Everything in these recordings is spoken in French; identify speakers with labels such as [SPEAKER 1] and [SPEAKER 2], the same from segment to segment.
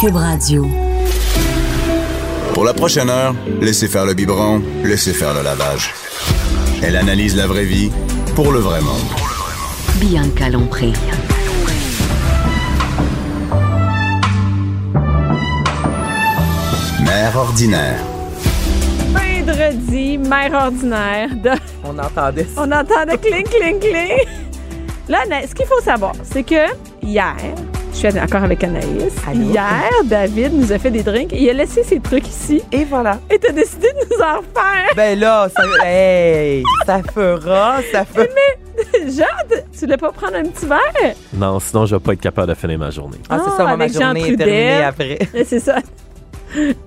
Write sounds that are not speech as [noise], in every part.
[SPEAKER 1] Cube Radio.
[SPEAKER 2] Pour la prochaine heure, laissez faire le biberon, laissez faire le lavage. Elle analyse la vraie vie pour le vrai monde.
[SPEAKER 1] Bianca Lompré.
[SPEAKER 2] Mère ordinaire.
[SPEAKER 3] Vendredi, mère ordinaire. de-
[SPEAKER 4] [laughs] On entendait ça.
[SPEAKER 3] On entend de cling, cling, cling. Là, Ana- ce qu'il faut savoir, c'est que hier, je suis d'accord avec Anaïs.
[SPEAKER 4] Allô?
[SPEAKER 3] Hier, David nous a fait des drinks. Il a laissé ses trucs ici
[SPEAKER 4] Et voilà.
[SPEAKER 3] et t'as décidé de nous en refaire.
[SPEAKER 4] Ben là, ça, hey, ça fera, ça fera.
[SPEAKER 3] [laughs] Jade, tu voulais pas prendre un petit verre?
[SPEAKER 5] Non, sinon je vais pas être capable de finir ma journée.
[SPEAKER 4] Ah, c'est
[SPEAKER 3] Ah,
[SPEAKER 4] ça, moi, ma
[SPEAKER 3] avec Jean
[SPEAKER 4] journée est
[SPEAKER 3] Trudel.
[SPEAKER 4] terminée après.
[SPEAKER 3] Mais c'est ça.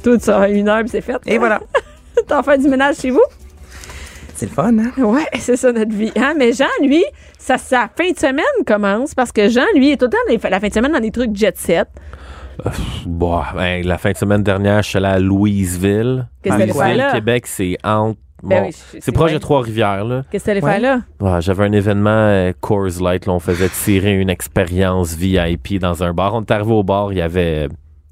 [SPEAKER 3] Tout ça, une heure, puis c'est fait.
[SPEAKER 4] Et voilà.
[SPEAKER 3] [laughs] T'en fais du ménage chez vous?
[SPEAKER 4] [laughs] C'est le fun, hein?
[SPEAKER 3] Ouais, [laughs] c'est ça notre vie. Hein? Mais Jean, lui, sa, sa fin de semaine commence parce que Jean, lui, est autant la fin de semaine dans des trucs jet set.
[SPEAKER 5] Bon, ben, la fin de semaine dernière, je suis allé à Louisville.
[SPEAKER 3] Qu'est-ce que t'allais faire
[SPEAKER 5] Louisville,
[SPEAKER 3] là?
[SPEAKER 5] Québec, c'est entre.
[SPEAKER 3] Ben
[SPEAKER 5] bon,
[SPEAKER 3] oui, je- c'est
[SPEAKER 5] c'est proche
[SPEAKER 3] loin.
[SPEAKER 5] de Trois-Rivières, là.
[SPEAKER 3] Qu'est-ce que t'allais
[SPEAKER 4] Ouais.
[SPEAKER 3] faire là?
[SPEAKER 5] Ouais, J'avais un événement euh, Coors Light, là, on faisait tirer une expérience VIP dans un bar. On est arrivé au bar, il y avait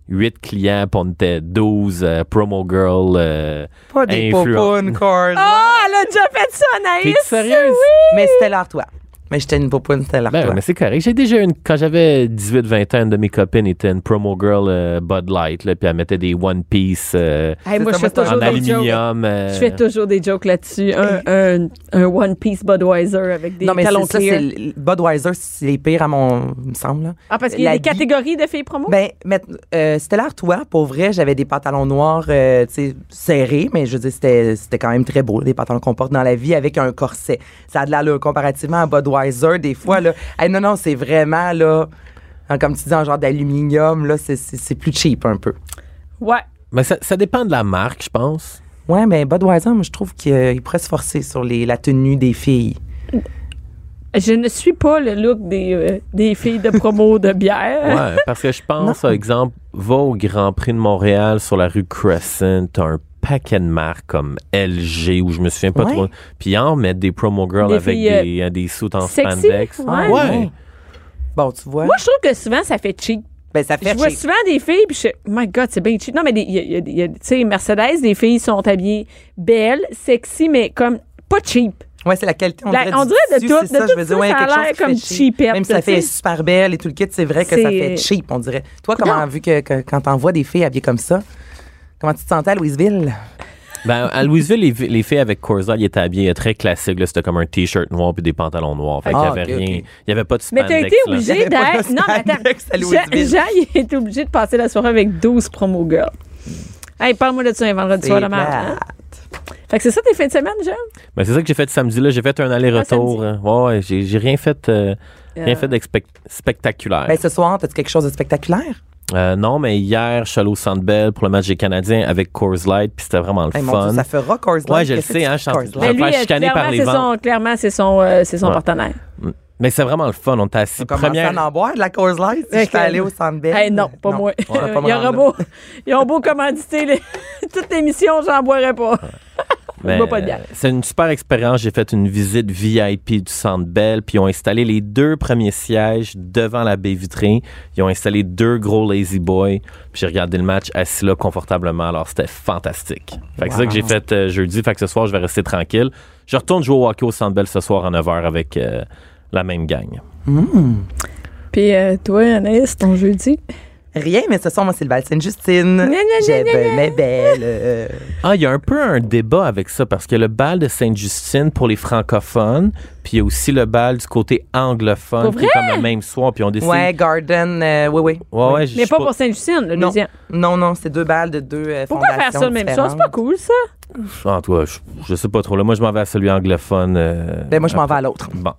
[SPEAKER 5] 8 clients, puis on était 12 euh, promo girls. euh.
[SPEAKER 4] Pas des
[SPEAKER 5] Influent.
[SPEAKER 4] popounes, Corse.
[SPEAKER 3] Ah, elle a déjà fait ça, Anaïs!
[SPEAKER 5] T'es-tu sérieuse?
[SPEAKER 4] Mais c'était l'art-toi. Mais j'étais une popoune, c'était
[SPEAKER 5] Ben,
[SPEAKER 4] l'art-toi.
[SPEAKER 5] mais c'est correct. J'ai déjà une. Quand j'avais 18-20 ans, une de mes copines était une promo girl euh, Bud Light, là, puis elle mettait des One Piece euh,
[SPEAKER 3] Hey, moi, je
[SPEAKER 4] C'est
[SPEAKER 3] fais
[SPEAKER 4] ça, moi,
[SPEAKER 3] toujours
[SPEAKER 5] en
[SPEAKER 3] des jokes.
[SPEAKER 5] aluminium. euh,
[SPEAKER 3] Je fais toujours des jokes là-dessus. Un, un, un One Piece Budweiser avec des
[SPEAKER 4] non, mais
[SPEAKER 3] talons
[SPEAKER 4] c'est- ça, c'est
[SPEAKER 3] clear.
[SPEAKER 4] le- Budweiser, c'est les pires à mon. il me semble. là.
[SPEAKER 3] Ah, parce qu'il y a
[SPEAKER 4] la
[SPEAKER 3] des
[SPEAKER 4] bi-
[SPEAKER 3] catégories de filles promo?
[SPEAKER 4] Ben, mais, euh, c'était l'artois. Pour vrai, j'avais des pantalons noirs, euh, tu sais, serrés, mais je veux dire, c'était, c'était quand même très beau, des pantalons qu'on porte dans la vie avec un corset. Ça a de l'allure comparativement à Budweiser, des fois, [laughs] là. Hey, non, non, c'est vraiment, là, hein, comme tu dis, en genre d'aluminium, là, c'est, c'est, c'est plus cheap un peu.
[SPEAKER 3] ouais.
[SPEAKER 5] Mais ça, ça dépend de la marque, je pense.
[SPEAKER 4] Ouais, mais Budweiser, moi, je trouve qu'il euh, pourrait se forcer sur les, la tenue des filles.
[SPEAKER 3] Je ne suis pas le look des, euh, des filles de promo de bière.
[SPEAKER 5] Ouais, [laughs] parce que je pense, par exemple, va au Grand Prix de Montréal sur la rue Crescent, t'as un paquet de marques comme LG, où je me souviens pas
[SPEAKER 4] Ouais.
[SPEAKER 5] trop. Puis ils en mettent des promo girls
[SPEAKER 3] Des
[SPEAKER 5] avec
[SPEAKER 3] filles,
[SPEAKER 5] des, euh, des suits en
[SPEAKER 3] sexy,
[SPEAKER 5] spandex.
[SPEAKER 3] Ah ouais.
[SPEAKER 4] Ouais. Bon, tu vois.
[SPEAKER 3] Moi, je trouve que souvent, ça fait cheap.
[SPEAKER 4] ben, ça fait
[SPEAKER 3] je vois
[SPEAKER 4] cheap.
[SPEAKER 3] souvent des filles, puis je fais, my God, c'est bien cheap. Non, mais des- il y a- il y a- il y a- tu sais, Mercedes, les filles sont habillées belles, sexy, mais comme pas cheap.
[SPEAKER 4] Ouais, c'est la qualité. On
[SPEAKER 3] La-
[SPEAKER 4] dirait,
[SPEAKER 3] Ben, on
[SPEAKER 4] du
[SPEAKER 3] dirait de
[SPEAKER 4] tissu,
[SPEAKER 3] tout-
[SPEAKER 4] c'est
[SPEAKER 3] de
[SPEAKER 4] ça,
[SPEAKER 3] tout
[SPEAKER 4] je veux
[SPEAKER 3] ça,
[SPEAKER 4] dire, ouais,
[SPEAKER 3] ça a
[SPEAKER 4] quelque chose
[SPEAKER 3] l'air
[SPEAKER 4] qui fait
[SPEAKER 3] comme
[SPEAKER 4] cheap.
[SPEAKER 3] cheapette,
[SPEAKER 4] Même si
[SPEAKER 3] là,
[SPEAKER 4] ça
[SPEAKER 3] tu sais.
[SPEAKER 4] fait super belle et tout le kit, c'est vrai que ça
[SPEAKER 3] C'est-
[SPEAKER 4] fait cheap, on dirait. Toi, comment, vu que, que- quand t'en vois des filles habillées comme ça, comment tu te sentais à Louisville?
[SPEAKER 5] Ben, à Louisville, les, vi- les filles avec Corsa, ils étaient habillées euh, très classiques. là. C'était comme un t-shirt noir puis des pantalons noirs. Fait qu'il y
[SPEAKER 4] Ah,
[SPEAKER 5] avait
[SPEAKER 4] ok,
[SPEAKER 5] rien.
[SPEAKER 4] ok.
[SPEAKER 5] Il y avait pas de
[SPEAKER 3] Mais
[SPEAKER 5] spandex.
[SPEAKER 3] t'as été
[SPEAKER 5] là.
[SPEAKER 4] Il y
[SPEAKER 3] obligé
[SPEAKER 4] avait pas
[SPEAKER 3] d'être.
[SPEAKER 4] de
[SPEAKER 3] Non, mais attends.
[SPEAKER 4] spandex à
[SPEAKER 3] Jean,
[SPEAKER 4] Louisville.
[SPEAKER 3] Jean, il est obligé de passer la soirée avec 12 promo girls. Hey, parle-moi de ça un vendredi
[SPEAKER 4] C'est
[SPEAKER 3] soir de
[SPEAKER 4] plate.
[SPEAKER 3] marche. hein? Fait que c'est ça tes fins de semaine, Jean?
[SPEAKER 5] Ben, c'est ça que j'ai fait samedi là. J'ai fait un aller-retour. hein. ouais, ouais, j'ai j'ai rien fait, euh, rien
[SPEAKER 3] Euh.
[SPEAKER 5] fait d'expect- spectaculaire.
[SPEAKER 4] Ben, ce soir, t'as-tu quelque chose de spectaculaire?
[SPEAKER 5] Euh, non, mais hier, je suis allé au Centre Bell pour le match des Canadiens avec Coors Light, puis c'était vraiment le
[SPEAKER 4] Hey, Ben, mon
[SPEAKER 5] fun.
[SPEAKER 4] Dieu, ça fera Coors Light.
[SPEAKER 5] Ouais, je le
[SPEAKER 4] Qu'est-ce que
[SPEAKER 5] sais,
[SPEAKER 4] tu
[SPEAKER 5] hein,
[SPEAKER 4] fais,
[SPEAKER 5] je suis en-
[SPEAKER 4] Coors
[SPEAKER 5] je-
[SPEAKER 4] Light?
[SPEAKER 5] vais faire chicaner par
[SPEAKER 3] ben euh, clairement,
[SPEAKER 5] les
[SPEAKER 3] c'est
[SPEAKER 5] ventes.
[SPEAKER 3] son, clairement, c'est son, euh, c'est son
[SPEAKER 5] Ouais.
[SPEAKER 3] partenaire.
[SPEAKER 5] Mais c'est vraiment le fun. On était
[SPEAKER 4] On
[SPEAKER 5] assis
[SPEAKER 4] a commencé
[SPEAKER 5] première.
[SPEAKER 4] à en boire de la Coors Light si
[SPEAKER 3] Fait
[SPEAKER 4] je peux
[SPEAKER 3] que-
[SPEAKER 4] aller au Centre Bell.
[SPEAKER 3] Hey, non, pas moi.
[SPEAKER 4] Ouais, pas
[SPEAKER 3] Ils,
[SPEAKER 4] moi
[SPEAKER 3] auront
[SPEAKER 4] non
[SPEAKER 3] beau, [laughs] ils ont
[SPEAKER 4] [laughs]
[SPEAKER 3] beau commanditer les- [laughs] toute l'émission, j'en boirais pas.
[SPEAKER 5] mais,
[SPEAKER 3] bois pas de bière.
[SPEAKER 5] euh, c'est une super expérience. J'ai fait une visite VIP du Centre Bell, puis ils ont installé les deux premiers sièges devant la baie vitrée. Ils ont installé deux gros Lazy Boy. Puis j'ai regardé le match assis là confortablement. Alors c'était fantastique. Fait que c'est ça que j'ai fait euh, jeudi. Fait que ce soir, je vais rester tranquille. Je retourne jouer au hockey au Centre Bell ce soir à 9h avec euh, la même gang.
[SPEAKER 3] Puis euh, toi, Anaïs, ton jeudi.
[SPEAKER 4] Rien, mais ce soir, moi, c'est le Valtine Justine.
[SPEAKER 3] gna, gna,
[SPEAKER 4] J'ai
[SPEAKER 3] gna,
[SPEAKER 4] ben mes belles. euh,
[SPEAKER 5] Ah, il y a un peu un débat avec ça parce que le bal de Sainte-Justine pour les francophones, puis il y a aussi le bal du côté anglophone
[SPEAKER 3] Pour
[SPEAKER 5] qui est comme le même soir, puis on décide.
[SPEAKER 4] Ouais, Garden, euh, oui, oui.
[SPEAKER 5] ouais, ouais, je-
[SPEAKER 3] Mais
[SPEAKER 5] je
[SPEAKER 3] pas
[SPEAKER 5] suis
[SPEAKER 3] pour Sainte-Justine, le
[SPEAKER 4] Non,
[SPEAKER 3] deuxième.
[SPEAKER 4] non, non, c'est deux balles de deux euh,
[SPEAKER 3] Pourquoi faire
[SPEAKER 4] fondations
[SPEAKER 3] ça le même soir? C'est
[SPEAKER 4] différentes.
[SPEAKER 3] pas cool, ça?
[SPEAKER 5] Ah, toi, je, je sais pas trop. Là, moi, je m'en vais à celui anglophone. euh,
[SPEAKER 4] Ben, moi, je m'en vais
[SPEAKER 5] après.
[SPEAKER 4] à l'autre.
[SPEAKER 5] Bon.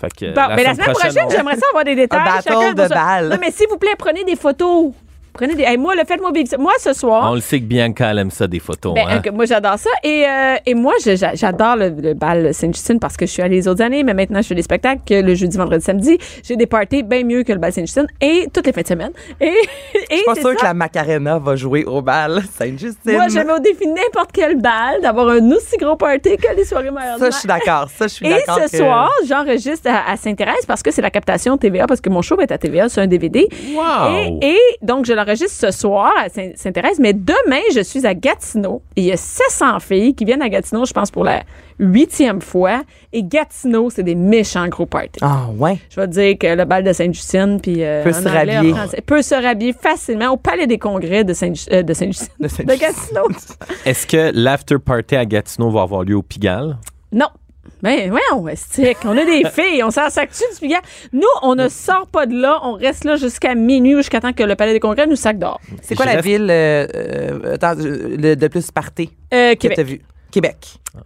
[SPEAKER 5] Fait que,
[SPEAKER 3] Bon, mais la semaine prochaine,
[SPEAKER 5] on-
[SPEAKER 3] j'aimerais ça avoir des détails.
[SPEAKER 4] Un battle
[SPEAKER 3] Chacun
[SPEAKER 4] de
[SPEAKER 3] pour ça.
[SPEAKER 4] balles.
[SPEAKER 3] Non, mais s'il vous plaît, prenez des photos. Prenez des. Hey, moi, le faites-moi vivre ça. Moi, ce soir.
[SPEAKER 5] On le sait que Bianca, elle aime ça, des photos.
[SPEAKER 3] ben,
[SPEAKER 5] hein.
[SPEAKER 3] ok, moi, j'adore ça. Et, euh, et moi, je- j'a- j'adore le, le bal Sainte-Justine parce que je suis allée les autres années, mais maintenant, je fais des spectacles que le jeudi, vendredi, samedi. J'ai des parties bien mieux que le bal Sainte-Justine et toutes les fêtes de semaine. Et, [laughs] et
[SPEAKER 4] Je suis
[SPEAKER 3] c'est
[SPEAKER 4] pas sûre
[SPEAKER 3] ça.
[SPEAKER 4] que la Macarena va jouer au bal Sainte-Justine.
[SPEAKER 3] Moi, j'aimais au défi n'importe quel bal d'avoir un aussi gros party que les soirées meilleures.
[SPEAKER 4] Ça, je suis d'accord. Ça, je suis
[SPEAKER 3] Et
[SPEAKER 4] d'accord.
[SPEAKER 3] ce
[SPEAKER 4] que-
[SPEAKER 3] soir, j'enregistre à, à Sainte-Thérèse parce que c'est la captation TVA, parce que mon show va être à TVA, c'est un DVD.
[SPEAKER 5] Wow!
[SPEAKER 3] Et, et donc, je le j'enregistre ce soir à Saint- Sainte-Thérèse, mais demain, je suis à Gatineau. Et il y a 700 filles qui viennent à Gatineau, je pense, pour la huitième fois. Et Gatineau, c'est des méchants gros parties.
[SPEAKER 4] Ah, ouais.
[SPEAKER 3] Je vais te dire que le bal de Sainte-Justine, puis. euh,
[SPEAKER 4] Peut
[SPEAKER 3] en
[SPEAKER 4] se
[SPEAKER 3] anglais, en
[SPEAKER 4] rhabiller.
[SPEAKER 3] français, peut se rhabiller facilement au Palais des Congrès de Sainte- euh, de Sainte-Justine.
[SPEAKER 4] De
[SPEAKER 3] de
[SPEAKER 4] Sainte-Justine.
[SPEAKER 3] Gatineau.
[SPEAKER 4] [laughs]
[SPEAKER 5] Est-ce que l'after party à Gatineau va avoir lieu au Pigalle?
[SPEAKER 3] Non. Ben, voyons, stick. On a
[SPEAKER 4] [laughs]
[SPEAKER 3] des filles, on s'en sactue du Pigalle. Nous, on ne sort pas de là, on reste là jusqu'à minuit ou jusqu'à temps que le Palais des Congrès nous sac dehors.
[SPEAKER 4] C'est quoi
[SPEAKER 5] Je
[SPEAKER 4] la
[SPEAKER 5] reste-
[SPEAKER 4] ville euh, euh, attends, euh, le- de plus partée
[SPEAKER 3] Euh,
[SPEAKER 4] que tu as
[SPEAKER 3] Québec.
[SPEAKER 4] vue? Québec.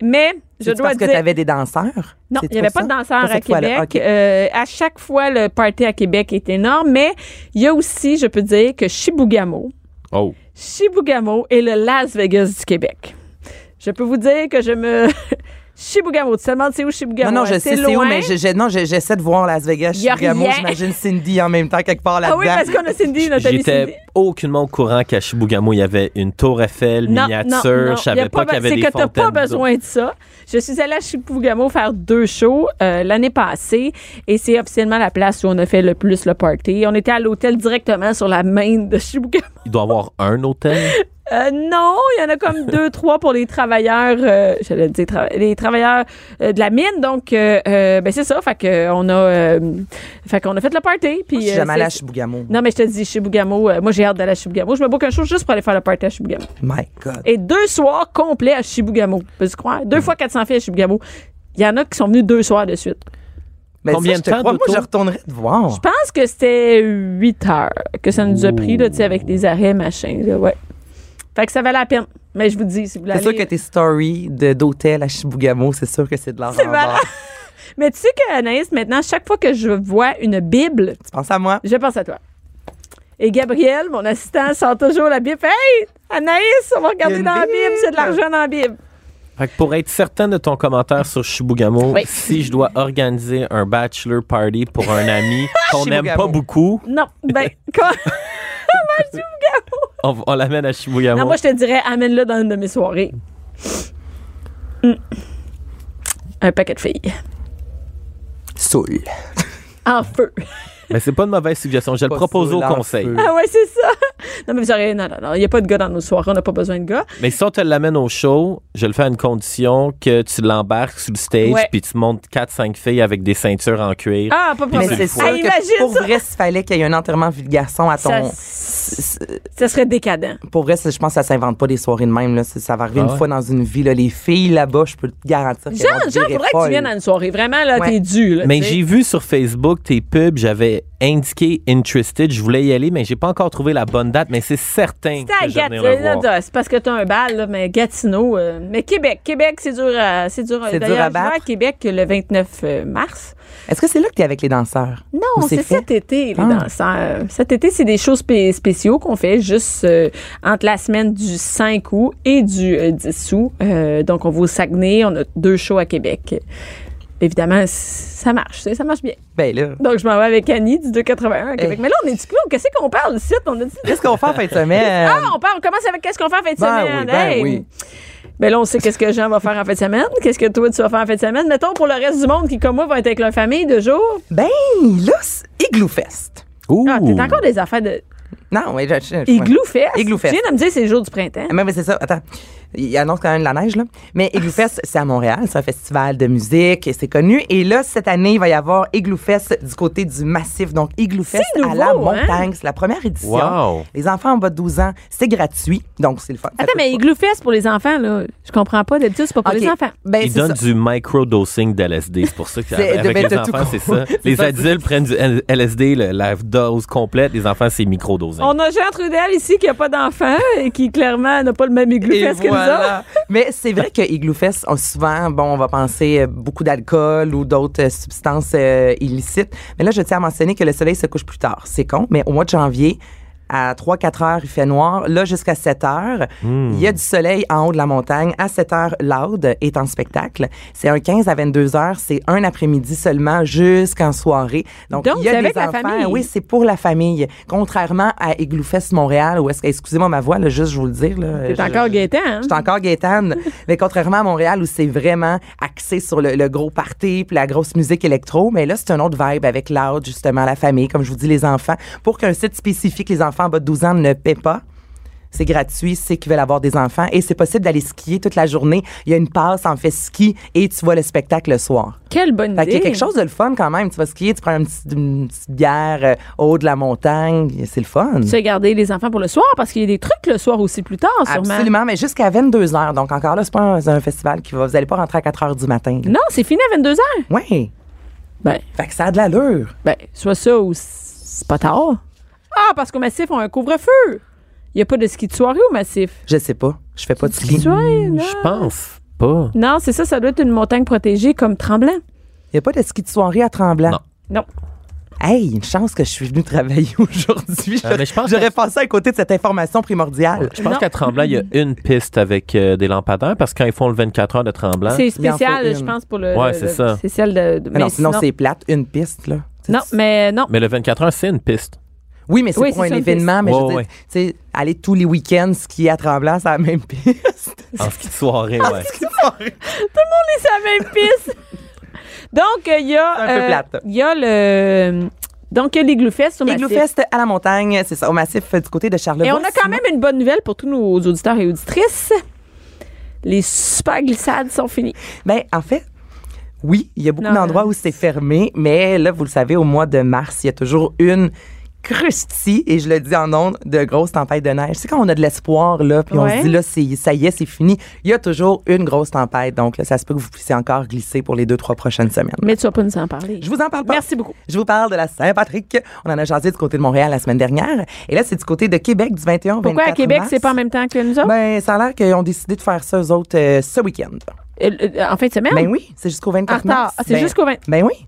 [SPEAKER 3] Mais, je
[SPEAKER 4] C'est-tu
[SPEAKER 3] dois
[SPEAKER 4] parce
[SPEAKER 3] dire.
[SPEAKER 4] que tu avais des danseurs?
[SPEAKER 3] Non,
[SPEAKER 4] C'est
[SPEAKER 3] il n'y avait
[SPEAKER 4] pour
[SPEAKER 3] pas de
[SPEAKER 4] ça?
[SPEAKER 3] danseurs à
[SPEAKER 4] cette fois-là.
[SPEAKER 3] Québec.
[SPEAKER 4] OK.
[SPEAKER 3] Euh, à chaque fois, le party à Québec est énorme, mais il y a aussi, je peux dire, que Chibougamau,
[SPEAKER 5] Oh.
[SPEAKER 3] Chibougamau est le Las Vegas du Québec. Je peux vous dire que je me... [laughs] Chibougamau, tu te demandes c'est où Chibougamau?
[SPEAKER 4] Non, non, je
[SPEAKER 3] hein?
[SPEAKER 4] sais
[SPEAKER 3] C'est
[SPEAKER 4] c'est où,
[SPEAKER 3] loin.
[SPEAKER 4] mais je- je- non, je- j'essaie de voir Las Vegas.
[SPEAKER 3] Y a
[SPEAKER 4] Chicago.
[SPEAKER 3] rien.
[SPEAKER 4] J'imagine Cindy en même temps quelque part
[SPEAKER 3] Ah
[SPEAKER 4] là-dedans.
[SPEAKER 3] oui, parce qu'on a Cindy, notre amie Cindy.
[SPEAKER 5] J'étais aucunement au courant qu'à Chibougamau, il y avait une tour Eiffel miniature. Je
[SPEAKER 3] Y a
[SPEAKER 5] savais pas, qu'il y avait
[SPEAKER 3] C'est
[SPEAKER 5] des
[SPEAKER 3] que t'as
[SPEAKER 5] fontaines.
[SPEAKER 3] pas
[SPEAKER 5] d'eau.
[SPEAKER 3] besoin de ça. Je suis allée à Chibougamau faire deux shows euh, l'année passée et c'est officiellement la place où on a fait le plus le party. On était à l'hôtel directement sur la main de Chibougamau.
[SPEAKER 5] Il doit y avoir un hôtel.
[SPEAKER 3] Euh, non, il y en a
[SPEAKER 5] [laughs]
[SPEAKER 3] comme deux, trois pour les travailleurs, euh, j'allais dire, trava- les travailleurs euh, de la mine. Donc, euh, euh, ben c'est ça. Fait que on a, euh, fait qu'on a fait le party. Puis,
[SPEAKER 4] Je suis
[SPEAKER 3] euh,
[SPEAKER 4] jamais allée à
[SPEAKER 3] c'est-
[SPEAKER 4] Chibougamau.
[SPEAKER 3] Non, mais je te dis, Chibougamau, euh, moi j'ai hâte d'aller à Chibougamau. Je me boucle un show juste pour aller faire le party à Chibougamau
[SPEAKER 4] My God.
[SPEAKER 3] et deux soirs complets à Chibougamau. Peux-tu croire?
[SPEAKER 4] Mm-hmm.
[SPEAKER 3] Deux fois 400 filles à Chibougamau. Il y en a qui sont venus deux soirs de suite.
[SPEAKER 4] Mais
[SPEAKER 5] Combien
[SPEAKER 4] ça,
[SPEAKER 5] de
[SPEAKER 4] je te
[SPEAKER 5] temps
[SPEAKER 4] crois, moi,
[SPEAKER 5] d'auto?
[SPEAKER 4] je retournerais te voir.
[SPEAKER 3] Je pense que c'était 8 heures que ça nous a pris, là, tu sais, avec des arrêts, machin, là, ouais. Fait que ça valait la peine. Mais je vous dis, si vous voulez
[SPEAKER 4] C'est sûr
[SPEAKER 3] aller-
[SPEAKER 4] que tes stories de- d'hôtel à Chibougamau, c'est sûr que c'est de l'argent.
[SPEAKER 3] C'est
[SPEAKER 4] en
[SPEAKER 3] malade.
[SPEAKER 4] barre.
[SPEAKER 3] Mais tu sais que, Anaïs, maintenant, chaque fois que je vois une Bible,
[SPEAKER 4] Tu penses à moi?
[SPEAKER 3] je pense à toi. Et Gabriel, mon assistant, sort toujours la Bible. Hey, Anaïs, on va
[SPEAKER 4] Il y a
[SPEAKER 3] regarder
[SPEAKER 4] une
[SPEAKER 3] dans la Bible,
[SPEAKER 4] Bible.
[SPEAKER 3] c'est de l'argent dans la Bible.
[SPEAKER 5] Fait que pour être certain de ton commentaire sur Chibougamau,
[SPEAKER 3] Oui.
[SPEAKER 5] si je dois organiser un bachelor party pour
[SPEAKER 3] [laughs]
[SPEAKER 5] un ami qu'on n'aime
[SPEAKER 4] Chibougamau.
[SPEAKER 5] pas beaucoup,
[SPEAKER 3] Non,
[SPEAKER 4] [laughs]
[SPEAKER 3] ben, quoi?
[SPEAKER 5] on, on l'amène à
[SPEAKER 4] Ah
[SPEAKER 5] Chibougamau.
[SPEAKER 3] Non, moi, je te dirais, amène-le dans une de mes soirées. Mm. Un paquet de filles.
[SPEAKER 4] Soul.
[SPEAKER 3] En
[SPEAKER 4] [laughs]
[SPEAKER 3] feu.
[SPEAKER 5] Mais c'est pas une mauvaise suggestion. Je le
[SPEAKER 4] Pas
[SPEAKER 5] propose au
[SPEAKER 4] saoul en
[SPEAKER 5] conseil.
[SPEAKER 4] feu.
[SPEAKER 3] Ah ouais, c'est ça. Non, mais vous auriez. Non, non, non. Il n'y a pas de gars dans nos soirées. On n'a pas besoin de gars.
[SPEAKER 5] Mais si on te l'amène au show, je le fais à une condition que tu l'embarques sur le stage
[SPEAKER 3] Ouais.
[SPEAKER 5] puis tu montes 4-5 filles avec des ceintures en cuir.
[SPEAKER 3] Ah, pas de
[SPEAKER 4] Mais
[SPEAKER 3] problème.
[SPEAKER 4] c'est sûr
[SPEAKER 3] Ah,
[SPEAKER 4] que pour
[SPEAKER 3] imagine ça.
[SPEAKER 4] vrai, s'il fallait qu'il y ait un enterrement vie de garçon à
[SPEAKER 3] Ça,
[SPEAKER 4] ton...
[SPEAKER 3] ça serait décadent.
[SPEAKER 4] Pour vrai, c'est- je pense que ça s'invente pas des soirées de même. Là. C'est- Ça va arriver
[SPEAKER 5] Ah
[SPEAKER 4] une
[SPEAKER 5] ouais?
[SPEAKER 4] fois dans une vie. Là. Les filles là-bas, je peux te garantir qu'elles
[SPEAKER 3] Jean,
[SPEAKER 4] vont
[SPEAKER 3] Jean,
[SPEAKER 4] virer
[SPEAKER 3] faudrait que tu
[SPEAKER 4] folles.
[SPEAKER 3] viennes à une soirée. Vraiment, là,
[SPEAKER 4] Ouais.
[SPEAKER 3] t'es dû. là,
[SPEAKER 5] Mais
[SPEAKER 3] tu sais.
[SPEAKER 5] j'ai vu sur Facebook tes pubs, j'avais indiqué interested, je voulais y aller, mais j'ai pas encore trouvé la bonne date, mais c'est certain
[SPEAKER 3] C'est à
[SPEAKER 5] que je vais venir
[SPEAKER 3] Gatineau.
[SPEAKER 5] le voir.
[SPEAKER 3] là, C'est parce que t'as un bal, là, mais Gatineau. euh, mais Québec. Québec, c'est dur à. C'est dur,
[SPEAKER 4] C'est dur
[SPEAKER 3] D'ailleurs,
[SPEAKER 4] à
[SPEAKER 3] je vais à
[SPEAKER 4] battre.
[SPEAKER 3] Québec le 29 euh, mars.
[SPEAKER 4] Est-ce que c'est là que t'es avec les danseurs?
[SPEAKER 3] Non,
[SPEAKER 4] Ou
[SPEAKER 3] c'est
[SPEAKER 4] fait?
[SPEAKER 3] cet été, les
[SPEAKER 4] Ah.
[SPEAKER 3] danseurs. Cet été, c'est des shows spé- spéciaux qu'on fait juste euh, entre la semaine du 5 août et du euh, 10 août. Euh, donc, on va au Saguenay. On a deux shows à Québec. Évidemment, c- ça marche, tu sais, ça marche bien.
[SPEAKER 4] Ben là...
[SPEAKER 3] Donc, je m'en vais avec Annie du 281 à
[SPEAKER 4] Eh.
[SPEAKER 3] Québec. Mais là, on est du clown. Qu'est-ce qu'on parle ici? On a dit.
[SPEAKER 4] Qu'est-ce qu'on fait en fin de
[SPEAKER 3] [laughs]
[SPEAKER 4] semaine?
[SPEAKER 3] Ah, on parle. On commence avec qu'est-ce qu'on fait en fin de
[SPEAKER 4] Euh, Ben
[SPEAKER 3] semaine.
[SPEAKER 4] oui, ben
[SPEAKER 3] Hey!
[SPEAKER 4] oui.
[SPEAKER 3] Ben là, on sait qu'est-ce que Jean va faire en fin de semaine. Qu'est-ce que toi, tu vas faire en fin de semaine. Mettons pour le reste du monde qui, comme moi, va être avec leur famille deux jours.
[SPEAKER 4] Ben là, c'est Igloo Fest.
[SPEAKER 5] Ouh.
[SPEAKER 3] Ah, t'es encore des affaires de.
[SPEAKER 4] Non, mais je, je- je-
[SPEAKER 3] Igloo Fest.
[SPEAKER 4] Igloo Fest.
[SPEAKER 3] Tu viens de me dire que c'est le jour du printemps.
[SPEAKER 4] Ah, Mais, mais c'est ça, attends. Il annonce quand même de la neige, là. Mais Igloo Fest, c'est à Montréal. C'est un festival de musique et c'est connu. Et là, cette année, il va y avoir Igloo Fest du côté du massif. Donc, Igloo Fest
[SPEAKER 3] C'est
[SPEAKER 4] à la
[SPEAKER 3] nouveau, hein?
[SPEAKER 4] montagne. C'est la première édition.
[SPEAKER 5] Wow.
[SPEAKER 4] Les enfants en bas de 12 ans, c'est gratuit. Donc, c'est le fun. Ça
[SPEAKER 3] Attends,
[SPEAKER 4] coûte
[SPEAKER 3] mais
[SPEAKER 4] pas.
[SPEAKER 3] Igloo Fest pour les enfants, là, je comprends pas. D'habitude, c'est pas pour
[SPEAKER 4] OK.
[SPEAKER 3] les enfants.
[SPEAKER 4] Ben,
[SPEAKER 5] Ils
[SPEAKER 4] c'est
[SPEAKER 5] donnent
[SPEAKER 4] ça.
[SPEAKER 5] du microdosing d'LSD. C'est pour ça que
[SPEAKER 4] C'est-
[SPEAKER 5] avec
[SPEAKER 4] ben,
[SPEAKER 5] les
[SPEAKER 4] t'as tout
[SPEAKER 5] enfants, c'est
[SPEAKER 4] compris.
[SPEAKER 5] ça. Les
[SPEAKER 4] C'est ça,
[SPEAKER 5] adultes prennent du L- LSD, le- la dose complète. Les enfants, c'est microdosing.
[SPEAKER 3] On a Jean Trudel ici qui a pas d'enfants et qui clairement n'a pas le même Igloo
[SPEAKER 4] Et
[SPEAKER 3] Fest que nous autres.
[SPEAKER 4] voilà. Mais c'est vrai que Igloo Fest, on- souvent, bon, on va penser euh, beaucoup d'alcool ou d'autres euh, substances euh, illicites. Mais là, je tiens à mentionner que le soleil se couche plus tard. C'est con, mais au mois de janvier, à 3-4 heures, il fait noir. Là, jusqu'à 7 heures, il y a du soleil en haut de la montagne. À 7 heures, Loud est en spectacle. C'est un 15 à 22 heures. C'est un après-midi seulement jusqu'en soirée. Donc,
[SPEAKER 3] Donc,
[SPEAKER 4] il y a
[SPEAKER 3] c'est
[SPEAKER 4] des
[SPEAKER 3] avec la
[SPEAKER 4] enfants.
[SPEAKER 3] famille.
[SPEAKER 4] Oui, c'est pour la famille. Contrairement à Igloo Fest Montréal, où est-ce que, excusez-moi ma voix, là, juste je vous le dire. là,
[SPEAKER 3] T'es
[SPEAKER 4] je-
[SPEAKER 3] encore
[SPEAKER 4] je-
[SPEAKER 3] Gaétan, hein?
[SPEAKER 4] je suis encore Gaétane. mais contrairement à Montréal où c'est vraiment axé sur le, le gros party puis la grosse musique électro, mais là, c'est un autre vibe avec Loud, justement, la famille, comme je vous dis, les enfants. Pour qu'un site spécifique, les enfants enfants en bas de 12 ans ne paient pas. C'est gratuit, c'est qu'ils veulent avoir des enfants et c'est possible d'aller skier toute la journée. Il y a une passe, en fait ski et tu vois le spectacle le soir.
[SPEAKER 3] Quelle bonne
[SPEAKER 4] Fait
[SPEAKER 3] idée.
[SPEAKER 4] qu'il y a quelque chose de le fun quand même. Tu vas skier, tu prends une petite, une petite bière euh, au haut de la montagne, c'est le fun.
[SPEAKER 3] Tu sais, garder les enfants pour le soir parce qu'il y a des trucs le soir aussi plus tard, sûrement.
[SPEAKER 4] Absolument, mais jusqu'à 22 heures. Donc encore là, c'est pas un, un festival qui va. Vous allez pas rentrer à 4 heures du matin.
[SPEAKER 3] Non, c'est fini à 22 h
[SPEAKER 4] Oui.
[SPEAKER 3] Ben,
[SPEAKER 4] Fait que ça a de l'allure.
[SPEAKER 3] ben, soit ça ou c'est pas tard. Ah, parce qu'au massif, on a un couvre-feu. Il n'y a pas de ski de soirée au massif.
[SPEAKER 4] Je sais pas. Je fais pas de ski. Il
[SPEAKER 3] Soirée, là.
[SPEAKER 5] Je pense pas.
[SPEAKER 3] Non, c'est ça, ça doit être une montagne protégée comme Tremblant.
[SPEAKER 4] y a pas de ski de soirée à Tremblant.
[SPEAKER 5] Non.
[SPEAKER 3] Non.
[SPEAKER 4] Hey, une chance que je suis venue travailler [laughs] aujourd'hui.
[SPEAKER 5] Ah, mais je pense
[SPEAKER 4] J'aurais
[SPEAKER 5] que-
[SPEAKER 4] passé à côté de cette information primordiale.
[SPEAKER 5] Je pense
[SPEAKER 3] Non.
[SPEAKER 5] qu'à Tremblant, il y a une piste avec euh, des lampadaires parce que quand ils font le 24 heures de Tremblant,
[SPEAKER 3] C'est
[SPEAKER 4] Hein? Il en faut
[SPEAKER 3] spécial,
[SPEAKER 4] une.
[SPEAKER 3] je pense, pour le.
[SPEAKER 5] Ouais,
[SPEAKER 3] le-
[SPEAKER 5] c'est
[SPEAKER 3] le-
[SPEAKER 5] ça.
[SPEAKER 3] C'est celle de. de-
[SPEAKER 4] Mais non,
[SPEAKER 3] mais
[SPEAKER 4] sinon, c'est plate, une piste, là.
[SPEAKER 3] Non, mais non.
[SPEAKER 5] mais le 24 heures, c'est une piste.
[SPEAKER 4] Oui, mais c'est
[SPEAKER 3] Oui, c'est
[SPEAKER 4] pour un
[SPEAKER 3] ça, une
[SPEAKER 4] événement, mais je veux
[SPEAKER 5] Ouais,
[SPEAKER 4] dire, tu sais, aller tous les week-ends skier à Tremblant, c'est la
[SPEAKER 3] [laughs]
[SPEAKER 4] même piste.
[SPEAKER 5] En ski de soirée, ouais.
[SPEAKER 3] C'est la même
[SPEAKER 4] [laughs]
[SPEAKER 3] piste. Donc, euh, il y a.
[SPEAKER 4] C'est un peu plate.
[SPEAKER 3] Il y a le. Donc, il y a les Gloufest sur
[SPEAKER 4] Les
[SPEAKER 3] Massif.
[SPEAKER 4] Gloufest à la montagne, c'est ça, au massif euh, du côté de Charlevoix.
[SPEAKER 3] Et on a quand
[SPEAKER 4] Sinon-
[SPEAKER 3] même une bonne nouvelle pour tous nos auditeurs et auditrices. Les super glissades sont finies.
[SPEAKER 4] Ben, en fait, oui, il y a beaucoup
[SPEAKER 3] Non, euh,
[SPEAKER 4] d'endroits
[SPEAKER 3] non.
[SPEAKER 4] où c'est fermé, mais là, vous le savez, au mois de mars, il y a toujours une crustie, et je le dis en ondes, de grosses tempêtes de neige. C'est quand on a de l'espoir, là, puis
[SPEAKER 3] Ouais.
[SPEAKER 4] on se dit, là, c'est- ça y est, c'est fini. Il y a toujours une grosse tempête, donc là, ça se peut que vous puissiez encore glisser pour les deux, trois prochaines semaines.
[SPEAKER 3] Mais tu vas pas nous en parler.
[SPEAKER 4] Je vous en parle pas.
[SPEAKER 3] Merci beaucoup.
[SPEAKER 4] Je vous parle de la Saint-Patrick. On en a jasé du côté de Montréal la semaine dernière. Et là, c'est du côté de Québec du 21 au 24
[SPEAKER 3] Pourquoi à Québec,
[SPEAKER 4] mars.
[SPEAKER 3] c'est pas en même temps que nous autres?
[SPEAKER 4] Ben, ça a l'air qu'ils ont décidé de faire ça, eux autres, euh, ce week-end.
[SPEAKER 3] Euh, euh, en fin de semaine?
[SPEAKER 4] Ben oui, c'est jusqu'au 24
[SPEAKER 3] En retard.
[SPEAKER 4] mars.
[SPEAKER 3] Ah, c'est
[SPEAKER 4] Ben-
[SPEAKER 3] jusqu'au 20.
[SPEAKER 4] Ben oui.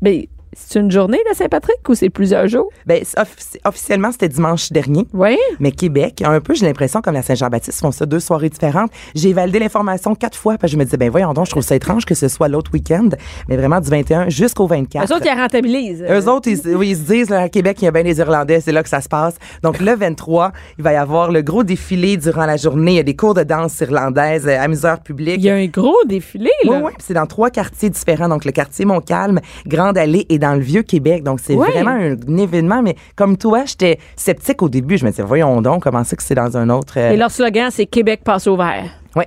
[SPEAKER 3] Ben, c'est une journée, la Saint-Patrick, ou c'est plusieurs jours?
[SPEAKER 4] Ben, c'est offici- officiellement, c'était dimanche dernier.
[SPEAKER 3] Oui.
[SPEAKER 4] Mais Québec, un peu, j'ai l'impression, comme la Saint-Jean-Baptiste, font ça deux soirées différentes. J'ai validé l'information quatre fois, parce que je me disais, ben voyons donc, je trouve ça étrange que ce soit l'autre week-end, mais vraiment du 21 jusqu'au 24.
[SPEAKER 3] Eux autres, ils la rentabilisent.
[SPEAKER 4] Eux autres, ils, oui, ils se disent, là, à Québec, il y a bien des Irlandais, c'est là que ça se passe. Donc, le 23, il va y avoir le gros défilé durant la journée. Il y a des cours de danse irlandaise, euh, amuseurs publics.
[SPEAKER 3] Il y a un gros défilé, là.
[SPEAKER 4] Oui, oui, puis c'est dans trois quartiers différents. Donc, le quartier Montcalm, Grande Allée et dans le Vieux-Québec. Donc, c'est
[SPEAKER 3] Ouais.
[SPEAKER 4] vraiment un, un événement. Mais comme toi, j'étais sceptique au début. Je me disais, voyons donc, comment c'est que c'est dans un autre. euh,
[SPEAKER 3] Et leur slogan, c'est Québec passe au vert.
[SPEAKER 4] Ouais.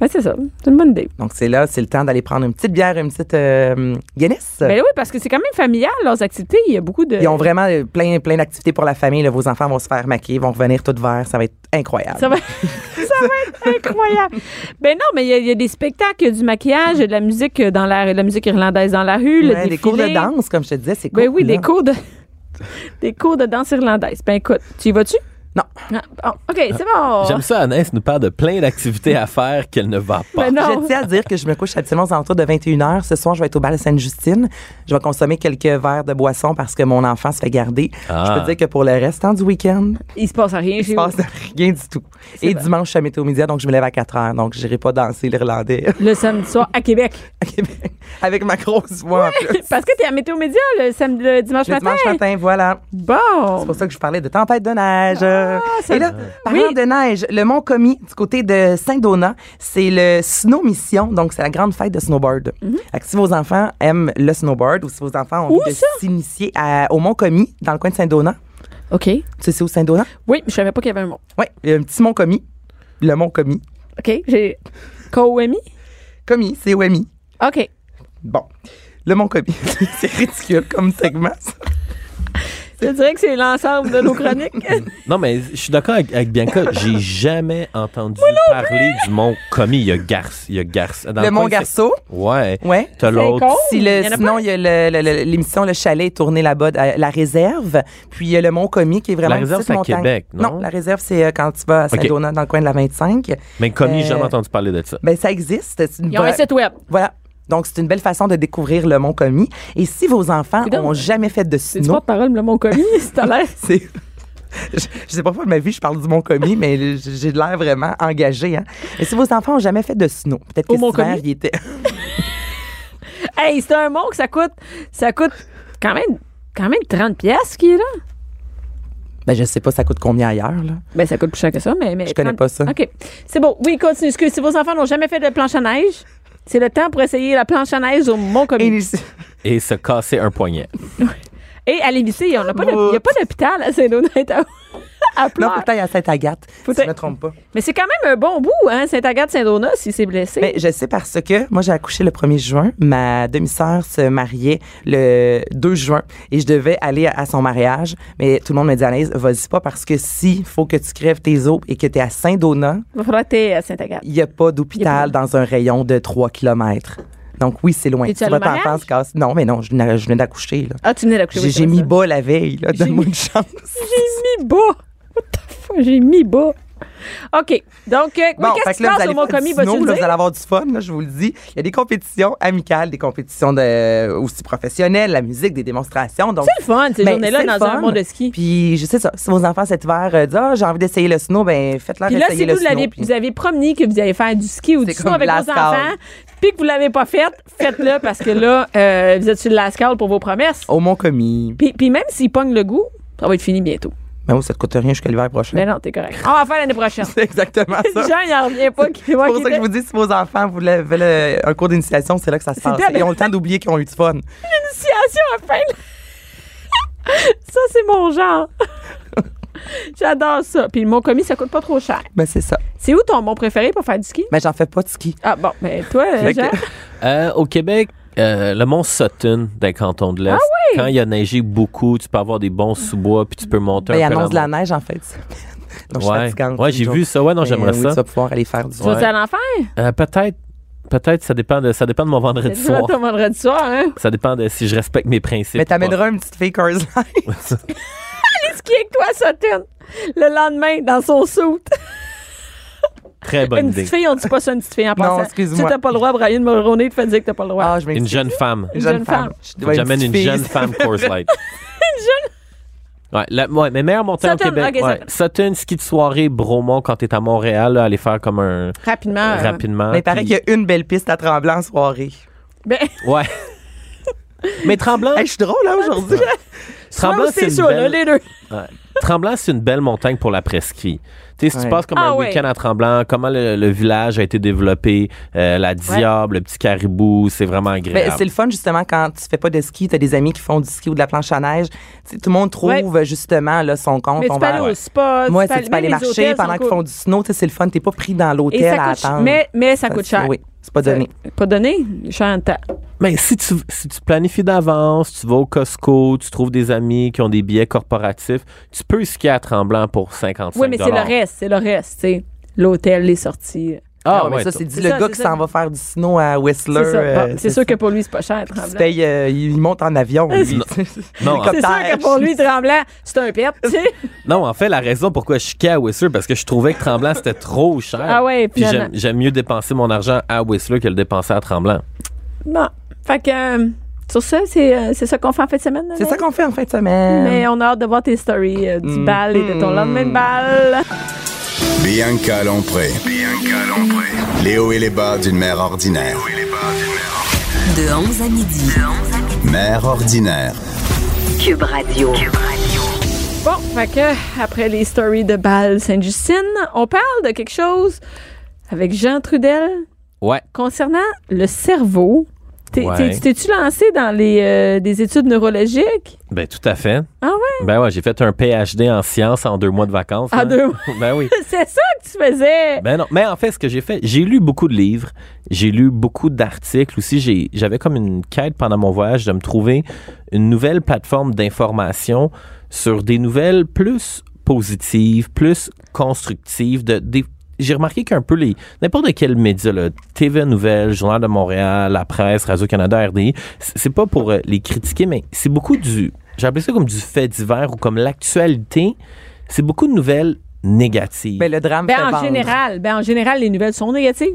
[SPEAKER 3] Ouais, c'est ça. C'est une bonne idée.
[SPEAKER 4] Donc, c'est là, c'est le temps d'aller prendre une petite bière, une petite euh, Guinness.
[SPEAKER 3] Ben oui, parce que c'est quand même familial, leurs activités. Il y a beaucoup de.
[SPEAKER 4] Ils ont vraiment euh, plein, plein d'activités pour la famille. là. Vos enfants vont se faire maquiller, vont revenir tout verts. Ça va être incroyable.
[SPEAKER 3] Ça va, [laughs] ça va être incroyable. Ben non, mais il y a- il y, a des spectacles, il y a du maquillage, il y a de la musique dans la, de la musique irlandaise dans la rue, le
[SPEAKER 4] Ouais, des cours de
[SPEAKER 3] défilé.
[SPEAKER 4] danse, comme je te disais, c'est cool.
[SPEAKER 3] Ben oui, des
[SPEAKER 4] là.
[SPEAKER 3] cours de [laughs] des cours de danse irlandaise. Ben écoute, tu y vas-tu?
[SPEAKER 4] Non.
[SPEAKER 3] Ah, bon, OK, c'est bon.
[SPEAKER 5] J'aime ça, Anaïs nous parle de plein d'activités à faire qu'elle ne va pas.
[SPEAKER 3] Ben non.
[SPEAKER 4] Je tiens à dire que je me couche habituellement aux alentours de 21h. Ce soir, je vais être au bal Sainte-Justine. Je vais consommer quelques verres de boisson parce que mon enfant se fait garder.
[SPEAKER 5] Ah.
[SPEAKER 4] Je peux dire que pour le restant du week-end,
[SPEAKER 3] Il se passe rien
[SPEAKER 4] il
[SPEAKER 3] chez
[SPEAKER 4] se passe [laughs]
[SPEAKER 3] vous.
[SPEAKER 4] rien du tout.
[SPEAKER 3] C'est
[SPEAKER 4] Et
[SPEAKER 3] bon.
[SPEAKER 4] dimanche, je suis à Météo Média, donc je me lève à 4h. Donc, j'irai pas danser l'Irlandais [laughs]
[SPEAKER 3] Le samedi soir à Québec.
[SPEAKER 4] à Québec avec ma grosse voix en plus.
[SPEAKER 3] Parce que t'es à Météo Média le, samedi, le dimanche
[SPEAKER 4] Le
[SPEAKER 3] matin.
[SPEAKER 4] dimanche matin, voilà. C'est
[SPEAKER 3] Bon.
[SPEAKER 4] pour ça que je parlais de tempête de neige.
[SPEAKER 3] Ah, ça-
[SPEAKER 4] Et là, parlant
[SPEAKER 3] Oui.
[SPEAKER 4] de neige, le Mont Commis du côté de Saint-Donat, c'est le Snow Mission, donc c'est la grande fête de snowboard. Fait que si vos enfants aiment le snowboard ou si vos enfants ont
[SPEAKER 3] Mhm. Où
[SPEAKER 4] envie
[SPEAKER 3] ça?
[SPEAKER 4] de s'initier à- au Mont Commis dans le coin de Saint-Donat,
[SPEAKER 3] OK.
[SPEAKER 4] tu sais c'est où Saint-Donat?
[SPEAKER 3] Oui, je savais pas qu'il y avait un mot.
[SPEAKER 4] Oui, il y a un petit Mont Commis, le Mont Commis.
[SPEAKER 3] OK, j'ai Koemi.
[SPEAKER 4] Commis, c'est Wemi.
[SPEAKER 3] OK.
[SPEAKER 4] Bon, le Mont Commis, [laughs] c'est ridicule comme segment. ça.
[SPEAKER 3] Je dirais que c'est l'ensemble de nos chroniques.
[SPEAKER 5] Non, mais je suis d'accord avec, avec Bianca. J'ai jamais entendu parler du mont commis. Il y a Garce. Il y a Garce. Dans
[SPEAKER 4] Le Mont
[SPEAKER 5] coin, c'est-
[SPEAKER 4] Garceau,
[SPEAKER 5] Ouais.
[SPEAKER 4] ouais.
[SPEAKER 5] T'as l'autre.
[SPEAKER 3] con.
[SPEAKER 4] Si
[SPEAKER 3] Oh, Il
[SPEAKER 4] le,
[SPEAKER 3] y en a
[SPEAKER 4] sinon, il y a le- le- le- l'émission Le Chalet est tournée là-bas, à la réserve. Puis il y a le Mont Commis qui est vraiment
[SPEAKER 5] La Réserve,
[SPEAKER 4] une petite
[SPEAKER 5] c'est à
[SPEAKER 4] montagne.
[SPEAKER 5] Québec, non?
[SPEAKER 4] la réserve, c'est euh, quand tu vas à Saint-Donat, dans le coin de la 25.
[SPEAKER 5] Mais commis, j'ai
[SPEAKER 4] Euh,
[SPEAKER 5] jamais entendu parler de ça.
[SPEAKER 4] Ben, ça existe. C'est
[SPEAKER 3] [laughs]
[SPEAKER 4] une
[SPEAKER 3] Ils ont
[SPEAKER 4] bonne-
[SPEAKER 3] un site web.
[SPEAKER 4] Voilà. Donc, c'est une belle façon de découvrir le Mont Commis. Et si vos enfants
[SPEAKER 3] Coudonc.
[SPEAKER 4] n'ont jamais fait de
[SPEAKER 3] C'est du
[SPEAKER 4] snow,
[SPEAKER 3] porte-parole, le mon commis, c'est à l'air.
[SPEAKER 4] c'est. [laughs] Je, je sais pas pourquoi de ma vie je parle du Mont Commis, mais j'ai l'air vraiment engagée. Hein. Et si vos enfants n'ont jamais fait de snow, peut-être
[SPEAKER 3] Au
[SPEAKER 4] que
[SPEAKER 3] Mont
[SPEAKER 4] cet hiver,
[SPEAKER 3] Commis?
[SPEAKER 4] ils étaient-
[SPEAKER 3] [laughs]
[SPEAKER 4] [laughs]
[SPEAKER 3] Hey, c'est un mot que ça coûte. Ça coûte quand même, quand même 30 pièces qui est là.
[SPEAKER 4] Ben, je sais pas, ça coûte combien ailleurs, là.
[SPEAKER 3] Ben, ça coûte plus cher que ça, mais. mais
[SPEAKER 4] Je connais
[SPEAKER 3] 30
[SPEAKER 4] pas ça.
[SPEAKER 3] OK. C'est bon. Oui, continue. Excuse, si vos enfants n'ont jamais fait de planche à neige, c'est le temps pour essayer la planche à neige au Mont
[SPEAKER 4] Et
[SPEAKER 3] Commis.
[SPEAKER 4] les-
[SPEAKER 5] Et se casser un poignet.
[SPEAKER 3] Et à l'hémicycle, il n'y a pas d'hôp- il y a pas d'hôpital à Saint-Donat. [laughs] à- à
[SPEAKER 4] Non,
[SPEAKER 3] Fleur.
[SPEAKER 4] pourtant, il y a Sainte-Agathe, si je
[SPEAKER 3] Peut-être.
[SPEAKER 4] ne me trompe pas.
[SPEAKER 3] Mais c'est quand même un bon bout, hein, Saint-Agathe-Saint-Donat, s'il s'est blessé.
[SPEAKER 4] Mais je sais parce que moi, j'ai accouché le 1er juin. Ma demi-sœur se mariait le 2 juin et je devais aller à son mariage. Mais tout le monde me dit, Anaïs, vas-y pas parce que si faut que tu crèves tes os et que tu es à Saint-Donat,
[SPEAKER 3] Il va falloir que t'aies à Saint-Agathe.
[SPEAKER 4] il n'y a
[SPEAKER 3] Il
[SPEAKER 4] pas
[SPEAKER 3] y a pas
[SPEAKER 4] d'hôpital dans un rayon de 3 km. Donc oui, c'est loin.
[SPEAKER 3] Es-tu
[SPEAKER 4] Si
[SPEAKER 3] allée au
[SPEAKER 4] votre
[SPEAKER 3] mariage?
[SPEAKER 4] enfant se casse. Non, mais non, je, venais- je venais d'accoucher. là.
[SPEAKER 3] Ah, tu venais d'accoucher.
[SPEAKER 4] J'ai
[SPEAKER 3] oui, c'est
[SPEAKER 4] j'ai
[SPEAKER 3] vrai,
[SPEAKER 4] mis
[SPEAKER 3] ça.
[SPEAKER 4] bas la veille. là.
[SPEAKER 3] J'ai
[SPEAKER 4] Donne-moi
[SPEAKER 3] mis-
[SPEAKER 4] une chance.
[SPEAKER 3] J'ai mis bas. What the fuck? J'ai mis bas. OK. Donc, euh, oui,
[SPEAKER 4] fait
[SPEAKER 3] qu'est-ce qui
[SPEAKER 4] là,
[SPEAKER 3] se
[SPEAKER 4] vous
[SPEAKER 3] passe
[SPEAKER 4] allez
[SPEAKER 3] au
[SPEAKER 4] faire du
[SPEAKER 3] Mont-Commis?
[SPEAKER 4] snow,
[SPEAKER 3] Vas-tu
[SPEAKER 4] là,
[SPEAKER 3] le
[SPEAKER 4] vous
[SPEAKER 3] dire?
[SPEAKER 4] allez avoir du fun, là, je vous le dis. Il y a des compétitions amicales, des compétitions de, euh, aussi professionnelles, la musique, des démonstrations. Donc,
[SPEAKER 3] C'est le fun, ces
[SPEAKER 4] Ben,
[SPEAKER 3] journées-là,
[SPEAKER 4] c'est le
[SPEAKER 3] dans un
[SPEAKER 4] fun.
[SPEAKER 3] monde de ski. Puis,
[SPEAKER 4] Puis, je sais ça, si vos enfants cet hiver euh, disent Ah, j'ai envie d'essayer le snow, ben faites-leur
[SPEAKER 3] là,
[SPEAKER 4] essayer
[SPEAKER 3] si
[SPEAKER 4] le
[SPEAKER 3] vous
[SPEAKER 4] snow.
[SPEAKER 3] l'avez,
[SPEAKER 4] Puis-
[SPEAKER 3] vous avez promis que vous allez faire du ski ou du
[SPEAKER 4] C'est
[SPEAKER 3] snow
[SPEAKER 4] comme
[SPEAKER 3] avec vos
[SPEAKER 4] Lascaux.
[SPEAKER 3] enfants, puis que vous l'avez pas fait,
[SPEAKER 4] [laughs]
[SPEAKER 3] faites-le parce que là, euh, vous êtes sur le lascal pour vos promesses.
[SPEAKER 4] Au Mont Commis.
[SPEAKER 3] Puis, puis même s'ils pognent le goût, ça va être fini bientôt.
[SPEAKER 4] Ben oui, ça te coûte rien jusqu'à l'hiver prochain.
[SPEAKER 3] Mais non, t'es correct. On va faire l'année prochaine.
[SPEAKER 4] [laughs] C'est exactement ça.
[SPEAKER 3] Jean, il n'en revient pas.
[SPEAKER 4] C'est pour ça que je vous dis, si vos enfants voulaient, veulent, euh, un cours d'initiation, c'est là que ça se passe.
[SPEAKER 3] bien. ben
[SPEAKER 4] Ils ont le temps d'oublier qu'ils ont eu du fun.
[SPEAKER 3] initiation à fin. [laughs] ça, c'est mon genre. [laughs] J'adore ça. Puis le mont commis, ça coûte pas trop cher.
[SPEAKER 4] Ben, c'est ça.
[SPEAKER 3] C'est où ton mont préféré pour faire du ski?
[SPEAKER 4] Mais j'en fais pas de ski. Ben,
[SPEAKER 3] Ah bon, mais toi,
[SPEAKER 4] Fait
[SPEAKER 3] Jean,
[SPEAKER 4] que-
[SPEAKER 5] Euh, au Québec, euh, le mont Sutton d'un canton de l'Est. Quand il a neigé beaucoup, tu peux avoir des bons sous-bois puis tu peux monter
[SPEAKER 4] Ben, il
[SPEAKER 5] un peu.
[SPEAKER 4] annonce de
[SPEAKER 5] la
[SPEAKER 4] la neige, en fait. [laughs] Donc, je suis
[SPEAKER 5] Ouais.
[SPEAKER 4] fatigante.
[SPEAKER 5] Ouais, j'ai
[SPEAKER 4] Joe.
[SPEAKER 5] vu ça. Ouais, non,
[SPEAKER 4] Mais,
[SPEAKER 5] j'aimerais
[SPEAKER 4] euh, oui,
[SPEAKER 5] ça.
[SPEAKER 4] tu vas pouvoir aller faire du
[SPEAKER 3] tu vas-tu à l'enfer?
[SPEAKER 5] Euh, peut-être, peut-être, ça dépend de ça dépend de mon vendredi
[SPEAKER 3] C'est
[SPEAKER 5] soir.
[SPEAKER 3] ton vendredi soir, [laughs] hein?
[SPEAKER 5] Ça dépend de si je respecte mes principes.
[SPEAKER 4] Mais
[SPEAKER 5] ou pas.
[SPEAKER 4] t'amèneras une petite fille Cars Line.
[SPEAKER 3] Aller skier avec toi, Sutton, le lendemain, dans son soute.
[SPEAKER 5] Très bonne
[SPEAKER 3] Une
[SPEAKER 5] idée.
[SPEAKER 3] petite fille, on dit pas ça une petite fille en passant.
[SPEAKER 4] excuse-moi.
[SPEAKER 3] Tu t'as pas le droit, Brian Mulroney, de faire dire que t'as pas le droit.
[SPEAKER 4] Ah, je m'excuse.
[SPEAKER 5] Une jeune femme.
[SPEAKER 3] Une jeune femme.
[SPEAKER 4] Je
[SPEAKER 5] Faut
[SPEAKER 4] dois
[SPEAKER 5] que J'amène une
[SPEAKER 4] petite
[SPEAKER 5] jeune
[SPEAKER 4] fille.
[SPEAKER 5] femme Coors Light. une jeune. Ouais, la, ouais, mes meilleures montagnes
[SPEAKER 3] Sutton,
[SPEAKER 5] au Québec.
[SPEAKER 3] ok,
[SPEAKER 5] ouais. Sutton, ski de soirée, Bromont, quand t'es à Montréal, là, aller faire comme un.
[SPEAKER 3] Rapidement. euh,
[SPEAKER 5] rapidement.
[SPEAKER 4] Mais il paraît
[SPEAKER 5] puis-
[SPEAKER 4] qu'il y a une belle piste à Tremblant en soirée.
[SPEAKER 3] [laughs] ben,
[SPEAKER 5] Ouais. Mais Tremblant,
[SPEAKER 4] Hey, je suis drôle, là, aujourd'hui.
[SPEAKER 5] Tremblant,
[SPEAKER 3] ouais,
[SPEAKER 5] c'est
[SPEAKER 3] c'est
[SPEAKER 5] une
[SPEAKER 3] ça, là,
[SPEAKER 5] belle-
[SPEAKER 3] les deux.
[SPEAKER 5] Ouais. Tremblant, c'est une belle montagne pour la presqu'île. Tu sais, si tu
[SPEAKER 4] Ouais.
[SPEAKER 5] passes comme
[SPEAKER 3] Ah
[SPEAKER 5] un
[SPEAKER 3] ouais.
[SPEAKER 5] week-end à Tremblant, comment le, le village a été développé, euh, la diable, le petit caribou, c'est vraiment
[SPEAKER 4] Ben,
[SPEAKER 5] agréable.
[SPEAKER 4] c'est le fun, justement, quand tu fais pas de ski, t'as des amis qui font du ski ou de la planche à neige. Tu sais, tout le monde trouve,
[SPEAKER 3] Ouais.
[SPEAKER 4] euh, justement, là, son compte.
[SPEAKER 3] Mais tu
[SPEAKER 4] on
[SPEAKER 3] peux
[SPEAKER 4] va-
[SPEAKER 3] aller au spa.
[SPEAKER 4] Moi, c'est tu peux
[SPEAKER 3] même
[SPEAKER 4] aller
[SPEAKER 3] les
[SPEAKER 4] marcher
[SPEAKER 3] hôtels
[SPEAKER 4] pendant
[SPEAKER 3] sont
[SPEAKER 4] qu'ils
[SPEAKER 3] cool.
[SPEAKER 4] font du snow. tu sais, C'est le fun. T'es pas pris dans
[SPEAKER 3] Et ça
[SPEAKER 4] l'hôtel à
[SPEAKER 3] coûte ch-
[SPEAKER 4] attendre.
[SPEAKER 3] mais, mais ça coûte
[SPEAKER 4] c'est-
[SPEAKER 3] cher.
[SPEAKER 4] Oui, c'est pas donné.
[SPEAKER 3] Pas donné, cher en temps.
[SPEAKER 5] Mais si tu, si tu planifies d'avance, tu vas au Costco, tu trouves des amis qui ont des billets corporatifs, tu peux skier à Tremblant pour 55
[SPEAKER 3] Oui, mais c'est le reste, c'est le reste, tu sais. L'hôtel, les sorties.
[SPEAKER 5] Ah,
[SPEAKER 4] Non, mais
[SPEAKER 5] ouais,
[SPEAKER 4] ça,
[SPEAKER 5] t'as-
[SPEAKER 4] c'est dit
[SPEAKER 3] c'est
[SPEAKER 4] le
[SPEAKER 3] ça,
[SPEAKER 4] gars
[SPEAKER 3] c'est
[SPEAKER 4] qui
[SPEAKER 3] ça.
[SPEAKER 4] s'en va faire du snow à Whistler.
[SPEAKER 3] C'est ça. Bon,
[SPEAKER 4] euh,
[SPEAKER 3] c'est sûr que pour lui, c'est pas cher, [laughs]
[SPEAKER 4] Il se
[SPEAKER 3] Tremblant.
[SPEAKER 4] paye, euh, il monte en avion. lui.
[SPEAKER 5] Non. Non, en-
[SPEAKER 4] comme-
[SPEAKER 3] C'est sûr que pour lui, Tremblant, c'est un pet, tu sais.
[SPEAKER 5] non, en fait, la raison pourquoi je skiais à Whistler, parce que je trouvais que Tremblant, c'était trop cher.
[SPEAKER 3] Ah ouais,
[SPEAKER 5] Puis
[SPEAKER 3] finalement.
[SPEAKER 5] j'aime j'aime mieux dépenser mon argent à Whistler que le dépenser à Tremblant.
[SPEAKER 3] Bon. Fait que, euh, sur ça, c'est euh, c'est ça qu'on fait en fin de semaine.
[SPEAKER 4] C'est ça
[SPEAKER 3] Anaïs?
[SPEAKER 4] qu'on fait en fin de semaine.
[SPEAKER 3] Mais on a hâte de voir tes stories euh, du
[SPEAKER 4] Mm.
[SPEAKER 3] bal et de ton lendemain de bal.
[SPEAKER 2] Bianca Lompré. Les hauts et les bas d'une mère ordinaire.
[SPEAKER 1] De 11 à midi.
[SPEAKER 2] Mère ordinaire.
[SPEAKER 1] Cube Radio.
[SPEAKER 3] Bon, fait que, après les stories de bal Sainte-Justine, on parle de quelque chose avec Jean Trudel
[SPEAKER 5] Ouais.
[SPEAKER 3] concernant le cerveau. T'es-
[SPEAKER 5] Ouais.
[SPEAKER 3] t'es- T'es-tu lancé dans les, euh, des études neurologiques?
[SPEAKER 5] Ben tout à fait.
[SPEAKER 3] Ah ouais?
[SPEAKER 5] Ben ouais, j'ai fait un PhD en sciences en deux mois de vacances.
[SPEAKER 3] En
[SPEAKER 5] hein. [laughs]
[SPEAKER 3] deux mois.
[SPEAKER 5] ben oui.
[SPEAKER 3] C'est ça que tu faisais?
[SPEAKER 5] Ben non. Mais en fait, ce que j'ai fait, j'ai lu beaucoup de livres, j'ai lu beaucoup d'articles aussi. J'ai- J'avais comme une quête pendant mon voyage de me trouver une nouvelle plateforme d'information sur des nouvelles plus positives, plus constructives. De, des- j'ai remarqué qu'un peu les n'importe quel média, là, TV Nouvelles, Journal de Montréal, La Presse, Radio Canada, RDI, c- c'est pas pour euh, les critiquer, mais c'est beaucoup du, j'appelle ça comme du fait divers ou comme l'actualité. C'est beaucoup de nouvelles négatives.
[SPEAKER 4] Ben, le drame fait
[SPEAKER 3] Ben, en
[SPEAKER 4] vendre. Mm.
[SPEAKER 3] général, ben, en général, les nouvelles sont négatives.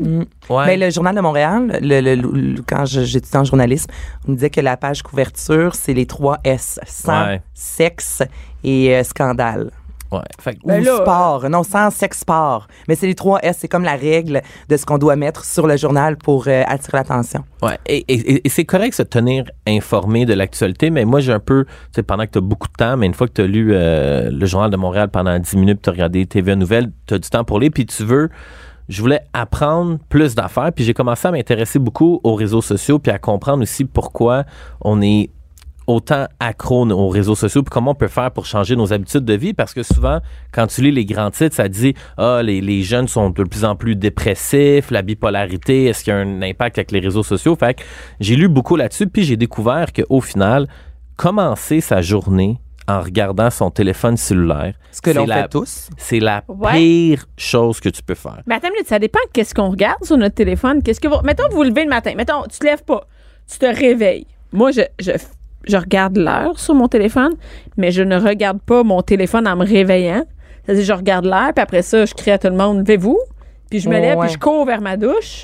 [SPEAKER 5] Ouais.
[SPEAKER 4] Mais Ben, le Journal de Montréal, le, le- le- quand je- j'étudiais en journalisme, on me disait que la page couverture, c'est les trois S. Sans
[SPEAKER 5] Ouais.
[SPEAKER 4] sexe et euh, scandale.
[SPEAKER 5] Ouais. Fait que-
[SPEAKER 3] Ben
[SPEAKER 4] Ou
[SPEAKER 3] là,
[SPEAKER 4] sport. Non, sans sexe, sport. Mais c'est les trois S. C'est comme la règle de ce qu'on doit mettre sur le journal pour euh, attirer l'attention.
[SPEAKER 5] ouais. Et, et- et- et c'est correct de se tenir informé de l'actualité, mais moi, j'ai un peu, tu sais, pendant que tu as beaucoup de temps, mais une fois que tu as lu euh, le Journal de Montréal pendant 10 minutes, tu as regardé TVA Nouvelles, tu as du temps pour lire, puis tu veux. Je voulais apprendre plus d'affaires, puis j'ai commencé à m'intéresser beaucoup aux réseaux sociaux, puis à comprendre aussi pourquoi on est autant accro aux réseaux sociaux, puis comment on peut faire pour changer nos habitudes de vie, parce que souvent, quand tu lis les grands titres, ça dit, ah, les, les jeunes sont de plus en plus dépressifs, la bipolarité, est-ce qu'il y a un impact avec les réseaux sociaux? Fait que j'ai lu beaucoup là-dessus, puis j'ai découvert qu'au final, commencer sa journée en regardant son téléphone cellulaire,
[SPEAKER 4] Ce que
[SPEAKER 5] c'est
[SPEAKER 4] l'on
[SPEAKER 5] la-
[SPEAKER 4] fait tous.
[SPEAKER 5] c'est la
[SPEAKER 3] Ouais.
[SPEAKER 5] pire chose que tu peux faire.
[SPEAKER 3] Mais attends, une minute, ça dépend de qu'est-ce qu'on regarde sur notre téléphone. Qu'est-ce que vous... Mettons, vous vous levez le matin. Mettons, tu te lèves pas. Tu te réveilles. Moi, je, je, je regarde l'heure sur mon téléphone, mais je ne regarde pas mon téléphone en me réveillant. C'est-à-dire, je regarde l'heure, puis après ça, je crie à tout le monde, levez-vous. Puis je me lève,
[SPEAKER 4] Ouais.
[SPEAKER 3] puis je cours vers ma douche.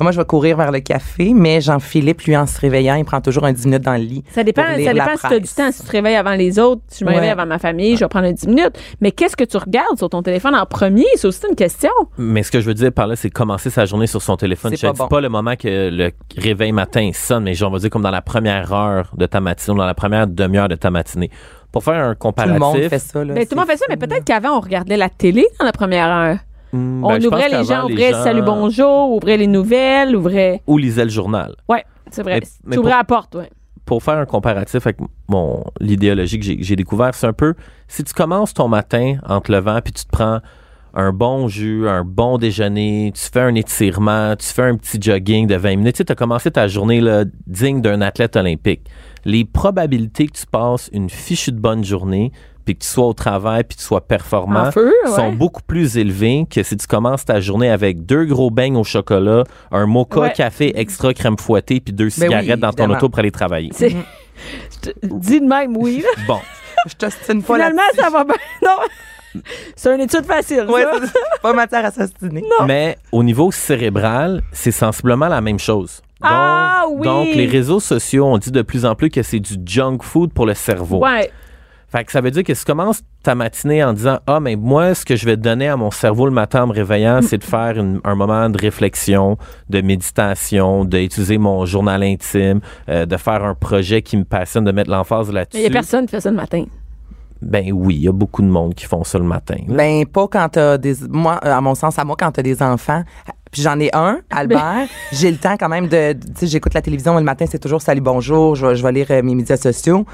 [SPEAKER 4] Moi, je vais courir vers le café, mais Jean-Philippe, lui, en se réveillant, il prend toujours un 10 minutes dans le lit.
[SPEAKER 3] Ça dépend,
[SPEAKER 4] pour
[SPEAKER 3] ça
[SPEAKER 4] lire la
[SPEAKER 3] dépend si tu as du
[SPEAKER 4] presse.
[SPEAKER 3] temps, si tu te réveilles avant les autres, si je me
[SPEAKER 4] Ouais.
[SPEAKER 3] réveille avant ma famille, je vais prendre un 10 minutes. Mais qu'est-ce que tu regardes sur ton téléphone en premier? C'est aussi une question. Ben,
[SPEAKER 5] Mais ce que je veux dire par là, c'est commencer sa journée sur son téléphone.
[SPEAKER 4] C'est
[SPEAKER 5] Je ne
[SPEAKER 4] pas
[SPEAKER 5] dis
[SPEAKER 4] bon.
[SPEAKER 5] pas le moment que le réveil matin sonne, mais genre, on va dire comme dans la première heure de ta matinée, ou dans la première demi-heure de ta matinée. Pour faire un
[SPEAKER 4] Tout
[SPEAKER 5] comparatif,
[SPEAKER 4] le monde fait ça. Là,
[SPEAKER 3] Mais Ben, tout le monde
[SPEAKER 4] c'est
[SPEAKER 3] fait ça, mais
[SPEAKER 4] fou, là.
[SPEAKER 3] peut-être qu'avant, on regardait la télé dans la première heure.
[SPEAKER 5] hmm, ben,
[SPEAKER 3] On
[SPEAKER 5] je pense
[SPEAKER 3] ouvrait les
[SPEAKER 5] qu'avant,
[SPEAKER 3] gens, ouvrait Salut Bonjour, ouvrait les nouvelles, ouvrait.
[SPEAKER 5] Ou lisait le journal.
[SPEAKER 3] Ouais, c'est vrai.
[SPEAKER 5] Mais- mais
[SPEAKER 3] tu ouvrais
[SPEAKER 5] pour-
[SPEAKER 3] la porte, ouais.
[SPEAKER 5] Pour faire un comparatif avec mon l'idéologie que j'ai- j'ai découvert, c'est un peu si tu commences ton matin en te levant puis tu te prends un bon jus, un bon déjeuner, tu fais un étirement, tu fais un petit jogging de 20 minutes, tu as commencé ta journée là, digne d'un athlète olympique. Les probabilités que tu passes une fichue de bonne journée, puis que tu sois au travail, puis que tu sois performant,
[SPEAKER 3] En feu, ouais.
[SPEAKER 5] sont beaucoup plus élevées que si tu commences ta journée avec deux gros beignes au chocolat, un mocha
[SPEAKER 3] Ouais.
[SPEAKER 5] café extra crème fouettée, puis deux
[SPEAKER 4] Ben oui,
[SPEAKER 5] cigarettes dans ton
[SPEAKER 4] évidemment.
[SPEAKER 5] auto pour aller travailler.
[SPEAKER 3] C'est- [laughs] Je te- Dis de même, oui. là. [laughs]
[SPEAKER 5] Bon,
[SPEAKER 4] Je t'ostine pas
[SPEAKER 3] Finalement,
[SPEAKER 4] là-dessus.
[SPEAKER 3] ça va bien. Non. [laughs] C'est une étude facile.
[SPEAKER 4] Ouais,
[SPEAKER 3] ça.
[SPEAKER 4] c'est pas matière à s'ostiner.
[SPEAKER 5] mais au niveau cérébral, c'est sensiblement la même chose. Donc,
[SPEAKER 3] Ah oui!
[SPEAKER 5] donc, les réseaux sociaux, on dit de plus en plus que c'est du junk food pour le cerveau.
[SPEAKER 3] Ouais.
[SPEAKER 5] Fait que ça veut dire que si tu commences ta matinée en disant Ah, mais moi, ce que je vais donner à mon cerveau le matin en me
[SPEAKER 3] Mm.
[SPEAKER 5] réveillant, c'est de faire une- un moment de réflexion, de méditation, d'utiliser mon journal intime, euh, de faire un projet qui me passionne, de mettre
[SPEAKER 3] Mais
[SPEAKER 5] l'emphase
[SPEAKER 3] il n'y a
[SPEAKER 5] là-dessus.
[SPEAKER 3] personne qui fait ça le matin.
[SPEAKER 5] Ben oui, il y a beaucoup de monde qui font ça le matin. là.
[SPEAKER 4] Ben pas quand t'as des moi euh, à mon sens à moi quand t'as des enfants. Puis j'en ai un,
[SPEAKER 3] [laughs]
[SPEAKER 4] Albert. J'ai le temps quand même de tu sais j'écoute la télévision le matin c'est toujours salut bonjour je vais, je vais lire euh, mes médias sociaux.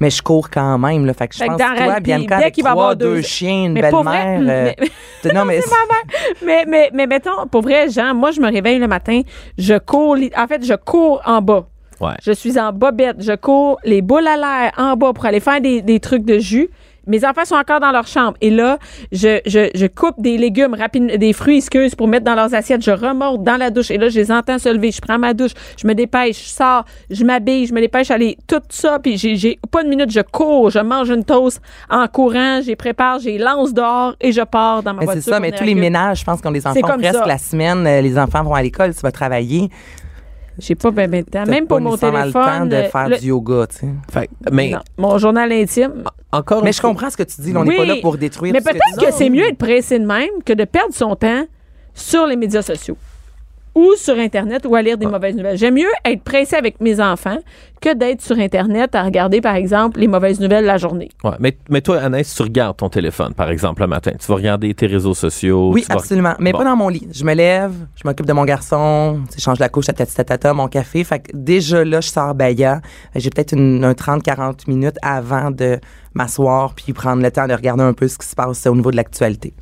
[SPEAKER 4] Mais je cours quand même là, fait que je
[SPEAKER 3] Fait que
[SPEAKER 4] pense
[SPEAKER 3] dans
[SPEAKER 4] que
[SPEAKER 3] la
[SPEAKER 4] toi
[SPEAKER 3] réalité,
[SPEAKER 4] bien
[SPEAKER 3] dès
[SPEAKER 4] avec
[SPEAKER 3] qu'il va
[SPEAKER 4] trois,
[SPEAKER 3] avoir deux-
[SPEAKER 4] deux chiens une
[SPEAKER 3] Mais pas vrai.
[SPEAKER 4] belle-mère. euh,
[SPEAKER 3] Mais-
[SPEAKER 4] t'as- [laughs] non
[SPEAKER 3] [laughs]
[SPEAKER 4] mais c'est-
[SPEAKER 3] Mais, mais, mais mettons, pour vrai, Jean, moi, je me réveille le matin, je cours, li- en fait, je cours en bas.
[SPEAKER 5] Ouais.
[SPEAKER 3] Je suis en bobette, je cours les boules à l'air en bas pour aller faire des, des trucs de jus. Mes enfants sont encore dans leur chambre. Et là, je, je, je coupe des légumes rapides, des fruits, excuse, pour mettre dans leurs assiettes. Je remonte dans la douche. Et là, je les entends se lever. Je prends ma douche. Je me dépêche. Je sors. Je m'habille. Je me dépêche. Allez, tout ça. Puis j'ai, j'ai pas une minute. Je cours. Je mange une toast en courant. J'ai prépare. J'ai lance dehors et je pars dans ma
[SPEAKER 4] mais
[SPEAKER 3] voiture.
[SPEAKER 4] c'est ça,
[SPEAKER 3] pour
[SPEAKER 4] mais
[SPEAKER 3] venir
[SPEAKER 4] tous les
[SPEAKER 3] à Cube.
[SPEAKER 4] ménages, je pense qu'on les enfants
[SPEAKER 3] comme
[SPEAKER 4] presque
[SPEAKER 3] ça.
[SPEAKER 4] la semaine, euh, les enfants vont à l'école, tu vas travailler.
[SPEAKER 3] J'ai pas ben, ben, le temps.
[SPEAKER 4] T'as
[SPEAKER 3] Même
[SPEAKER 4] pas
[SPEAKER 3] pour mon
[SPEAKER 4] nécessairement
[SPEAKER 3] téléphone.
[SPEAKER 4] le temps de
[SPEAKER 3] euh,
[SPEAKER 4] faire
[SPEAKER 3] le-
[SPEAKER 4] du yoga, tu sais.
[SPEAKER 5] Fait que- mais
[SPEAKER 3] Non, mon journal intime.
[SPEAKER 5] encore
[SPEAKER 4] Mais
[SPEAKER 5] une
[SPEAKER 4] je
[SPEAKER 5] fois-
[SPEAKER 4] comprends ce que tu dis, là, on n'est
[SPEAKER 3] Oui,
[SPEAKER 4] pas là pour détruire
[SPEAKER 3] Mais
[SPEAKER 4] tout ce que
[SPEAKER 3] peut-être
[SPEAKER 4] tu
[SPEAKER 3] que
[SPEAKER 4] dis.
[SPEAKER 3] c'est mieux de pressé de même que de perdre son temps sur les médias sociaux ou sur Internet ou à
[SPEAKER 4] Ah.
[SPEAKER 3] lire des mauvaises nouvelles. J'aime mieux être pressé avec mes enfants que d'être sur Internet à regarder, par exemple, les mauvaises nouvelles la journée.
[SPEAKER 5] Ouais, mais, mais toi, Anaïs, tu regardes ton téléphone, par exemple, le matin. Tu vas regarder tes réseaux sociaux.
[SPEAKER 4] Oui,
[SPEAKER 5] tu vas-
[SPEAKER 4] absolument. Mais
[SPEAKER 5] Bon.
[SPEAKER 4] pas dans mon lit. Je me lève, je m'occupe de mon garçon, tu sais, je change la couche, tatati, tatata, mon café. Fait que déjà là, je sors baillant. J'ai peut-être une, un 30-40 minutes avant de m'asseoir puis prendre le temps de regarder un peu ce qui se passe au niveau de l'actualité.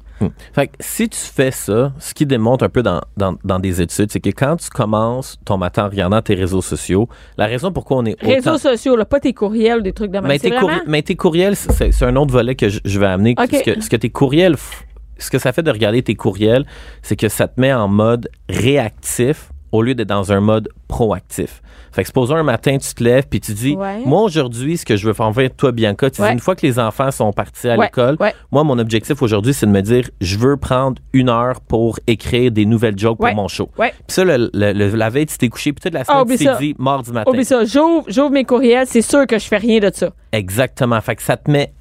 [SPEAKER 5] Fait que si tu fais ça, ce qui démontre un peu dans, dans- dans des études, c'est que quand tu commences ton matin en regardant tes réseaux sociaux, la raison pourquoi on est
[SPEAKER 3] Réseaux
[SPEAKER 5] autant...
[SPEAKER 3] sociaux, là, pas tes courriels ou des trucs de même.
[SPEAKER 5] mais,
[SPEAKER 3] C'est
[SPEAKER 5] Ben, tes
[SPEAKER 3] vraiment...
[SPEAKER 5] courri- mais tes courriels, c'est c'est un autre volet que je, je vais amener.
[SPEAKER 3] Ok.
[SPEAKER 5] Ce, que, ce que tes courriels... f- Ce que ça fait de regarder tes courriels, c'est que ça te met en mode réactif au lieu d'être dans un mode proactif. Fait que supposons un matin, tu te lèves puis tu dis,
[SPEAKER 3] Ouais.
[SPEAKER 5] moi aujourd'hui, ce que je veux faire, enfin, toi Bianca, tu dis,
[SPEAKER 3] Ouais.
[SPEAKER 5] une fois que les enfants sont partis à
[SPEAKER 3] Ouais,
[SPEAKER 5] l'école,
[SPEAKER 3] ouais.
[SPEAKER 5] moi, mon objectif aujourd'hui, c'est de me dire, je veux prendre une heure pour écrire des nouvelles jokes
[SPEAKER 3] Ouais.
[SPEAKER 5] pour mon show.
[SPEAKER 3] Ouais.
[SPEAKER 5] Puis ça, le, le- le- la veille, tu t'es couché, puis toute la
[SPEAKER 3] Ah,
[SPEAKER 5] semaine,
[SPEAKER 3] oublie
[SPEAKER 5] tu t'es
[SPEAKER 3] ça.
[SPEAKER 5] dit, mardi matin.
[SPEAKER 3] Oublie Oh, ça, j'ouvre, j'ouvre mes courriels, c'est sûr que je fais rien de ça.
[SPEAKER 5] Exactement. Fait que ça te met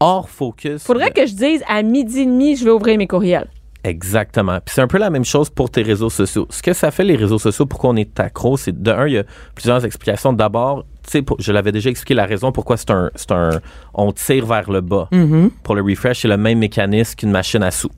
[SPEAKER 5] hors focus.
[SPEAKER 3] Faudrait
[SPEAKER 5] de-
[SPEAKER 3] que je dise à midi et demi, je vais ouvrir mes courriels.
[SPEAKER 5] Exactement. Puis c'est un peu la même chose pour tes réseaux sociaux. Ce que ça fait les réseaux sociaux, pourquoi on est accro, c'est de un, il y a plusieurs explications. D'abord, tu sais, pour- je l'avais déjà expliqué la raison pourquoi c'est un, c'est un, on tire vers le bas. Pour le refresh, c'est le même mécanisme qu'une machine à sous.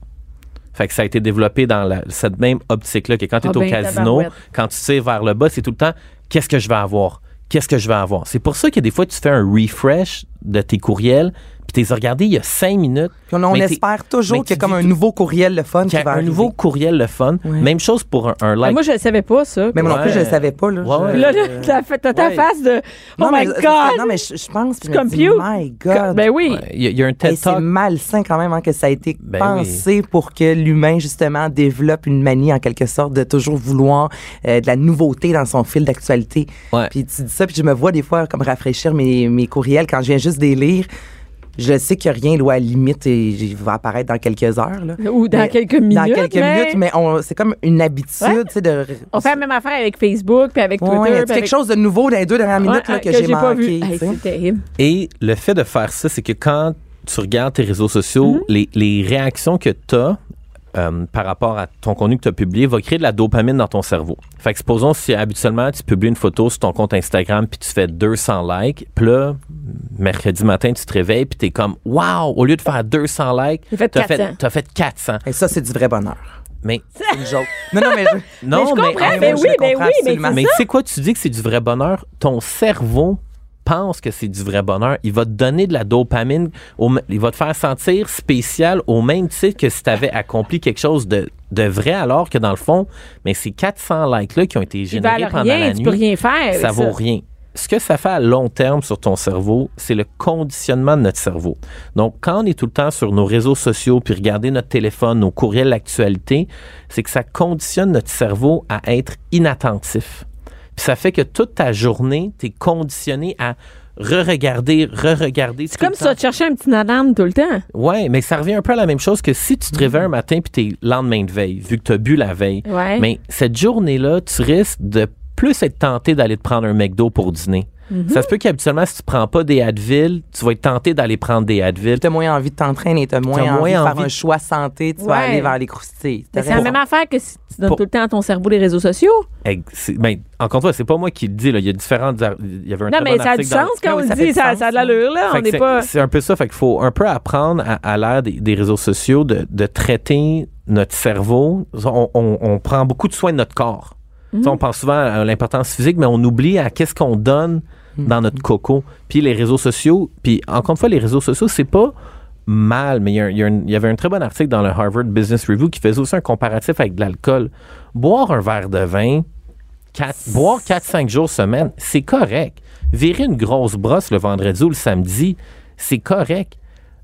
[SPEAKER 5] Fait que ça a été développé dans la- cette même optique-là que quand tu es
[SPEAKER 3] Ah
[SPEAKER 5] au
[SPEAKER 3] ben,
[SPEAKER 5] casino,
[SPEAKER 3] tabarouette.
[SPEAKER 5] quand tu tires vers le bas, c'est tout le temps qu'est-ce que je vais avoir, qu'est-ce que je vais avoir. C'est pour ça que des fois, tu fais un refresh de tes courriels, puis tu les as regardés il y a cinq minutes.
[SPEAKER 4] Puis on, on
[SPEAKER 5] mais t'es-
[SPEAKER 4] espère
[SPEAKER 5] mais
[SPEAKER 4] toujours qu'il y a
[SPEAKER 5] tu
[SPEAKER 4] comme
[SPEAKER 5] dis
[SPEAKER 4] un
[SPEAKER 5] tout-
[SPEAKER 4] nouveau courriel le fun qui
[SPEAKER 5] qu'il y
[SPEAKER 4] va
[SPEAKER 5] a un
[SPEAKER 4] arriver.
[SPEAKER 5] nouveau courriel le fun.
[SPEAKER 4] Ouais.
[SPEAKER 5] Même chose pour un, un like.
[SPEAKER 3] Ben, Ah, Moi, je ne savais pas ça.
[SPEAKER 4] Mais moi non plus,
[SPEAKER 5] Ouais.
[SPEAKER 4] je le savais pas. Là,
[SPEAKER 5] Ouais,
[SPEAKER 4] Je-
[SPEAKER 5] ouais.
[SPEAKER 3] Là, là, t'as fait- t'as ta
[SPEAKER 5] Ouais.
[SPEAKER 3] face de « Oh
[SPEAKER 4] non,
[SPEAKER 3] my
[SPEAKER 4] mais,
[SPEAKER 3] God!
[SPEAKER 4] Non, mais je, je pense. Puis
[SPEAKER 3] Tu
[SPEAKER 4] je me dis,
[SPEAKER 3] computes?
[SPEAKER 4] my God.
[SPEAKER 3] Ben oui.
[SPEAKER 5] Il y, a- il y a un TED
[SPEAKER 4] Hey, c'est
[SPEAKER 5] Talk.
[SPEAKER 4] malsain quand même hein, que ça a été
[SPEAKER 5] Ben
[SPEAKER 4] pensé pour que l'humain justement développe une manie en quelque sorte de toujours vouloir euh, de la nouveauté dans son fil d'actualité.
[SPEAKER 5] Ouais.
[SPEAKER 4] Puis tu dis ça, puis je me vois des fois comme rafraîchir mes, mes courriels quand je viens juste des lire. Je sais que rien, là, à la limite, et il va apparaître dans quelques heures. là.
[SPEAKER 3] Ou dans
[SPEAKER 4] Mais-
[SPEAKER 3] quelques
[SPEAKER 4] Dans
[SPEAKER 3] minutes,
[SPEAKER 4] quelques
[SPEAKER 3] mais-
[SPEAKER 4] minutes, mais on- c'est comme une habitude,
[SPEAKER 3] Ouais.
[SPEAKER 4] tu sais, de.
[SPEAKER 3] On fait la même affaire avec Facebook, puis avec
[SPEAKER 4] Ouais,
[SPEAKER 3] Twitter.
[SPEAKER 4] y a-tu
[SPEAKER 3] puis
[SPEAKER 4] quelque
[SPEAKER 3] avec-
[SPEAKER 4] chose de nouveau dans les deux dernières minutes
[SPEAKER 3] Ouais,
[SPEAKER 4] là,
[SPEAKER 3] hein,
[SPEAKER 4] que, j'ai
[SPEAKER 3] pas vu.
[SPEAKER 4] manqué.
[SPEAKER 3] Hey,
[SPEAKER 4] tu sais.
[SPEAKER 3] c'est terrible.
[SPEAKER 5] Et le fait de faire ça, c'est que quand tu regardes tes réseaux sociaux, les, les réactions que tu as par rapport à ton contenu que tu as publié va créer de la dopamine dans ton cerveau. Fait que supposons si habituellement tu publies une photo sur ton compte Instagram puis tu fais 200 likes, puis là, mercredi matin, tu te réveilles puis tu es comme Waouh, au lieu de faire 200 likes,
[SPEAKER 3] J'ai fait
[SPEAKER 5] t'as
[SPEAKER 3] 400.
[SPEAKER 5] t'as fait 400.
[SPEAKER 4] Et ça, c'est du vrai bonheur.
[SPEAKER 5] Mais
[SPEAKER 4] C'est une joke. Non, non, mais
[SPEAKER 3] [laughs]
[SPEAKER 4] je-
[SPEAKER 5] non,
[SPEAKER 3] je comprends,
[SPEAKER 5] en-
[SPEAKER 3] mais
[SPEAKER 4] je
[SPEAKER 3] oui,
[SPEAKER 4] le
[SPEAKER 3] mais
[SPEAKER 4] comprends
[SPEAKER 3] oui, mais
[SPEAKER 4] absolument.
[SPEAKER 5] Mais tu sais quoi, tu dis que c'est du vrai bonheur, ton cerveau pense que c'est du vrai bonheur. Il va te donner de la dopamine, au m- il va te faire sentir spécial au même titre que si tu avais accompli quelque chose de, de vrai, alors que dans le fond, mais ces 400 likes-là qui ont été
[SPEAKER 3] Tu
[SPEAKER 5] générés
[SPEAKER 3] valent
[SPEAKER 5] pendant
[SPEAKER 3] rien,
[SPEAKER 5] la
[SPEAKER 3] tu
[SPEAKER 5] nuit,
[SPEAKER 3] peux rien faire.
[SPEAKER 5] ça
[SPEAKER 3] avec
[SPEAKER 5] vaut rien. Ce que ça fait à long terme sur ton cerveau, c'est le conditionnement de notre cerveau. Donc, quand on est tout le temps sur nos réseaux sociaux, puis regarder notre téléphone, nos courriels, l'actualité, c'est que ça conditionne notre cerveau à être inattentif. Puis ça fait que toute ta journée, tu es conditionné à re-regarder, re-regarder.
[SPEAKER 3] C'est comme ça, tu cherchais un petit nanan tout le temps.
[SPEAKER 5] Ouais, mais ça revient un peu à la même chose que si
[SPEAKER 3] Mm-hmm.
[SPEAKER 5] tu te réveilles un matin puis t'es lendemain de veille, vu que t'as bu la veille.
[SPEAKER 3] Ouais.
[SPEAKER 5] Mais cette journée-là, tu risques de plus être tenté d'aller te prendre un McDo pour dîner.
[SPEAKER 3] Mm-hmm.
[SPEAKER 5] Ça se peut qu'habituellement, si tu prends pas des Advil, tu vas être tenté d'aller prendre des Advil.
[SPEAKER 4] T'as moins envie de t'entraîner, t'as moins,
[SPEAKER 5] T'as moins
[SPEAKER 4] envie de
[SPEAKER 5] envie
[SPEAKER 4] faire
[SPEAKER 5] de-
[SPEAKER 4] un choix santé, tu vas
[SPEAKER 3] Ouais.
[SPEAKER 4] aller vers les croustilles.
[SPEAKER 3] Mais
[SPEAKER 4] T'as
[SPEAKER 3] c'est la
[SPEAKER 4] raison.
[SPEAKER 3] même affaire que si tu donnes
[SPEAKER 5] Pour-
[SPEAKER 3] tout le temps à ton cerveau les réseaux sociaux.
[SPEAKER 5] Hey, c'est- ben, encore une fois, c'est pas moi qui le dis. Là. Il y a différentes. ar- Il y avait un
[SPEAKER 3] Non,
[SPEAKER 5] très
[SPEAKER 3] mais
[SPEAKER 5] bon
[SPEAKER 3] ça a
[SPEAKER 5] article
[SPEAKER 3] du
[SPEAKER 5] dans-
[SPEAKER 3] sens quand
[SPEAKER 4] oui,
[SPEAKER 3] on
[SPEAKER 4] ça
[SPEAKER 3] le
[SPEAKER 4] fait
[SPEAKER 3] dit.
[SPEAKER 4] du
[SPEAKER 3] Ça,
[SPEAKER 4] sens,
[SPEAKER 3] ça a de l'allure, là.
[SPEAKER 5] Fait
[SPEAKER 3] On
[SPEAKER 5] que
[SPEAKER 3] n'est
[SPEAKER 5] c'est-
[SPEAKER 3] pas.
[SPEAKER 5] C'est un peu ça. Fait qu'il faut un peu apprendre à, à l'ère des, des réseaux sociaux de, de traiter notre cerveau. On, on- on prend beaucoup de soin de notre corps. Tu
[SPEAKER 3] Mhm.
[SPEAKER 5] sais, On pense souvent à l'importance physique, mais on oublie à qu'est-ce qu'on donne
[SPEAKER 3] Mhm.
[SPEAKER 5] dans notre coco. Puis les réseaux sociaux, puis encore une fois, les réseaux sociaux, c'est pas mal, mais il y, a un- il y a un- il y avait un très bon article dans le Harvard Business Review qui faisait aussi un comparatif avec de l'alcool. Boire un verre de vin, Quatre- boire 4-5 jours semaine, c'est correct. Virer une grosse brosse le vendredi ou le samedi, c'est correct.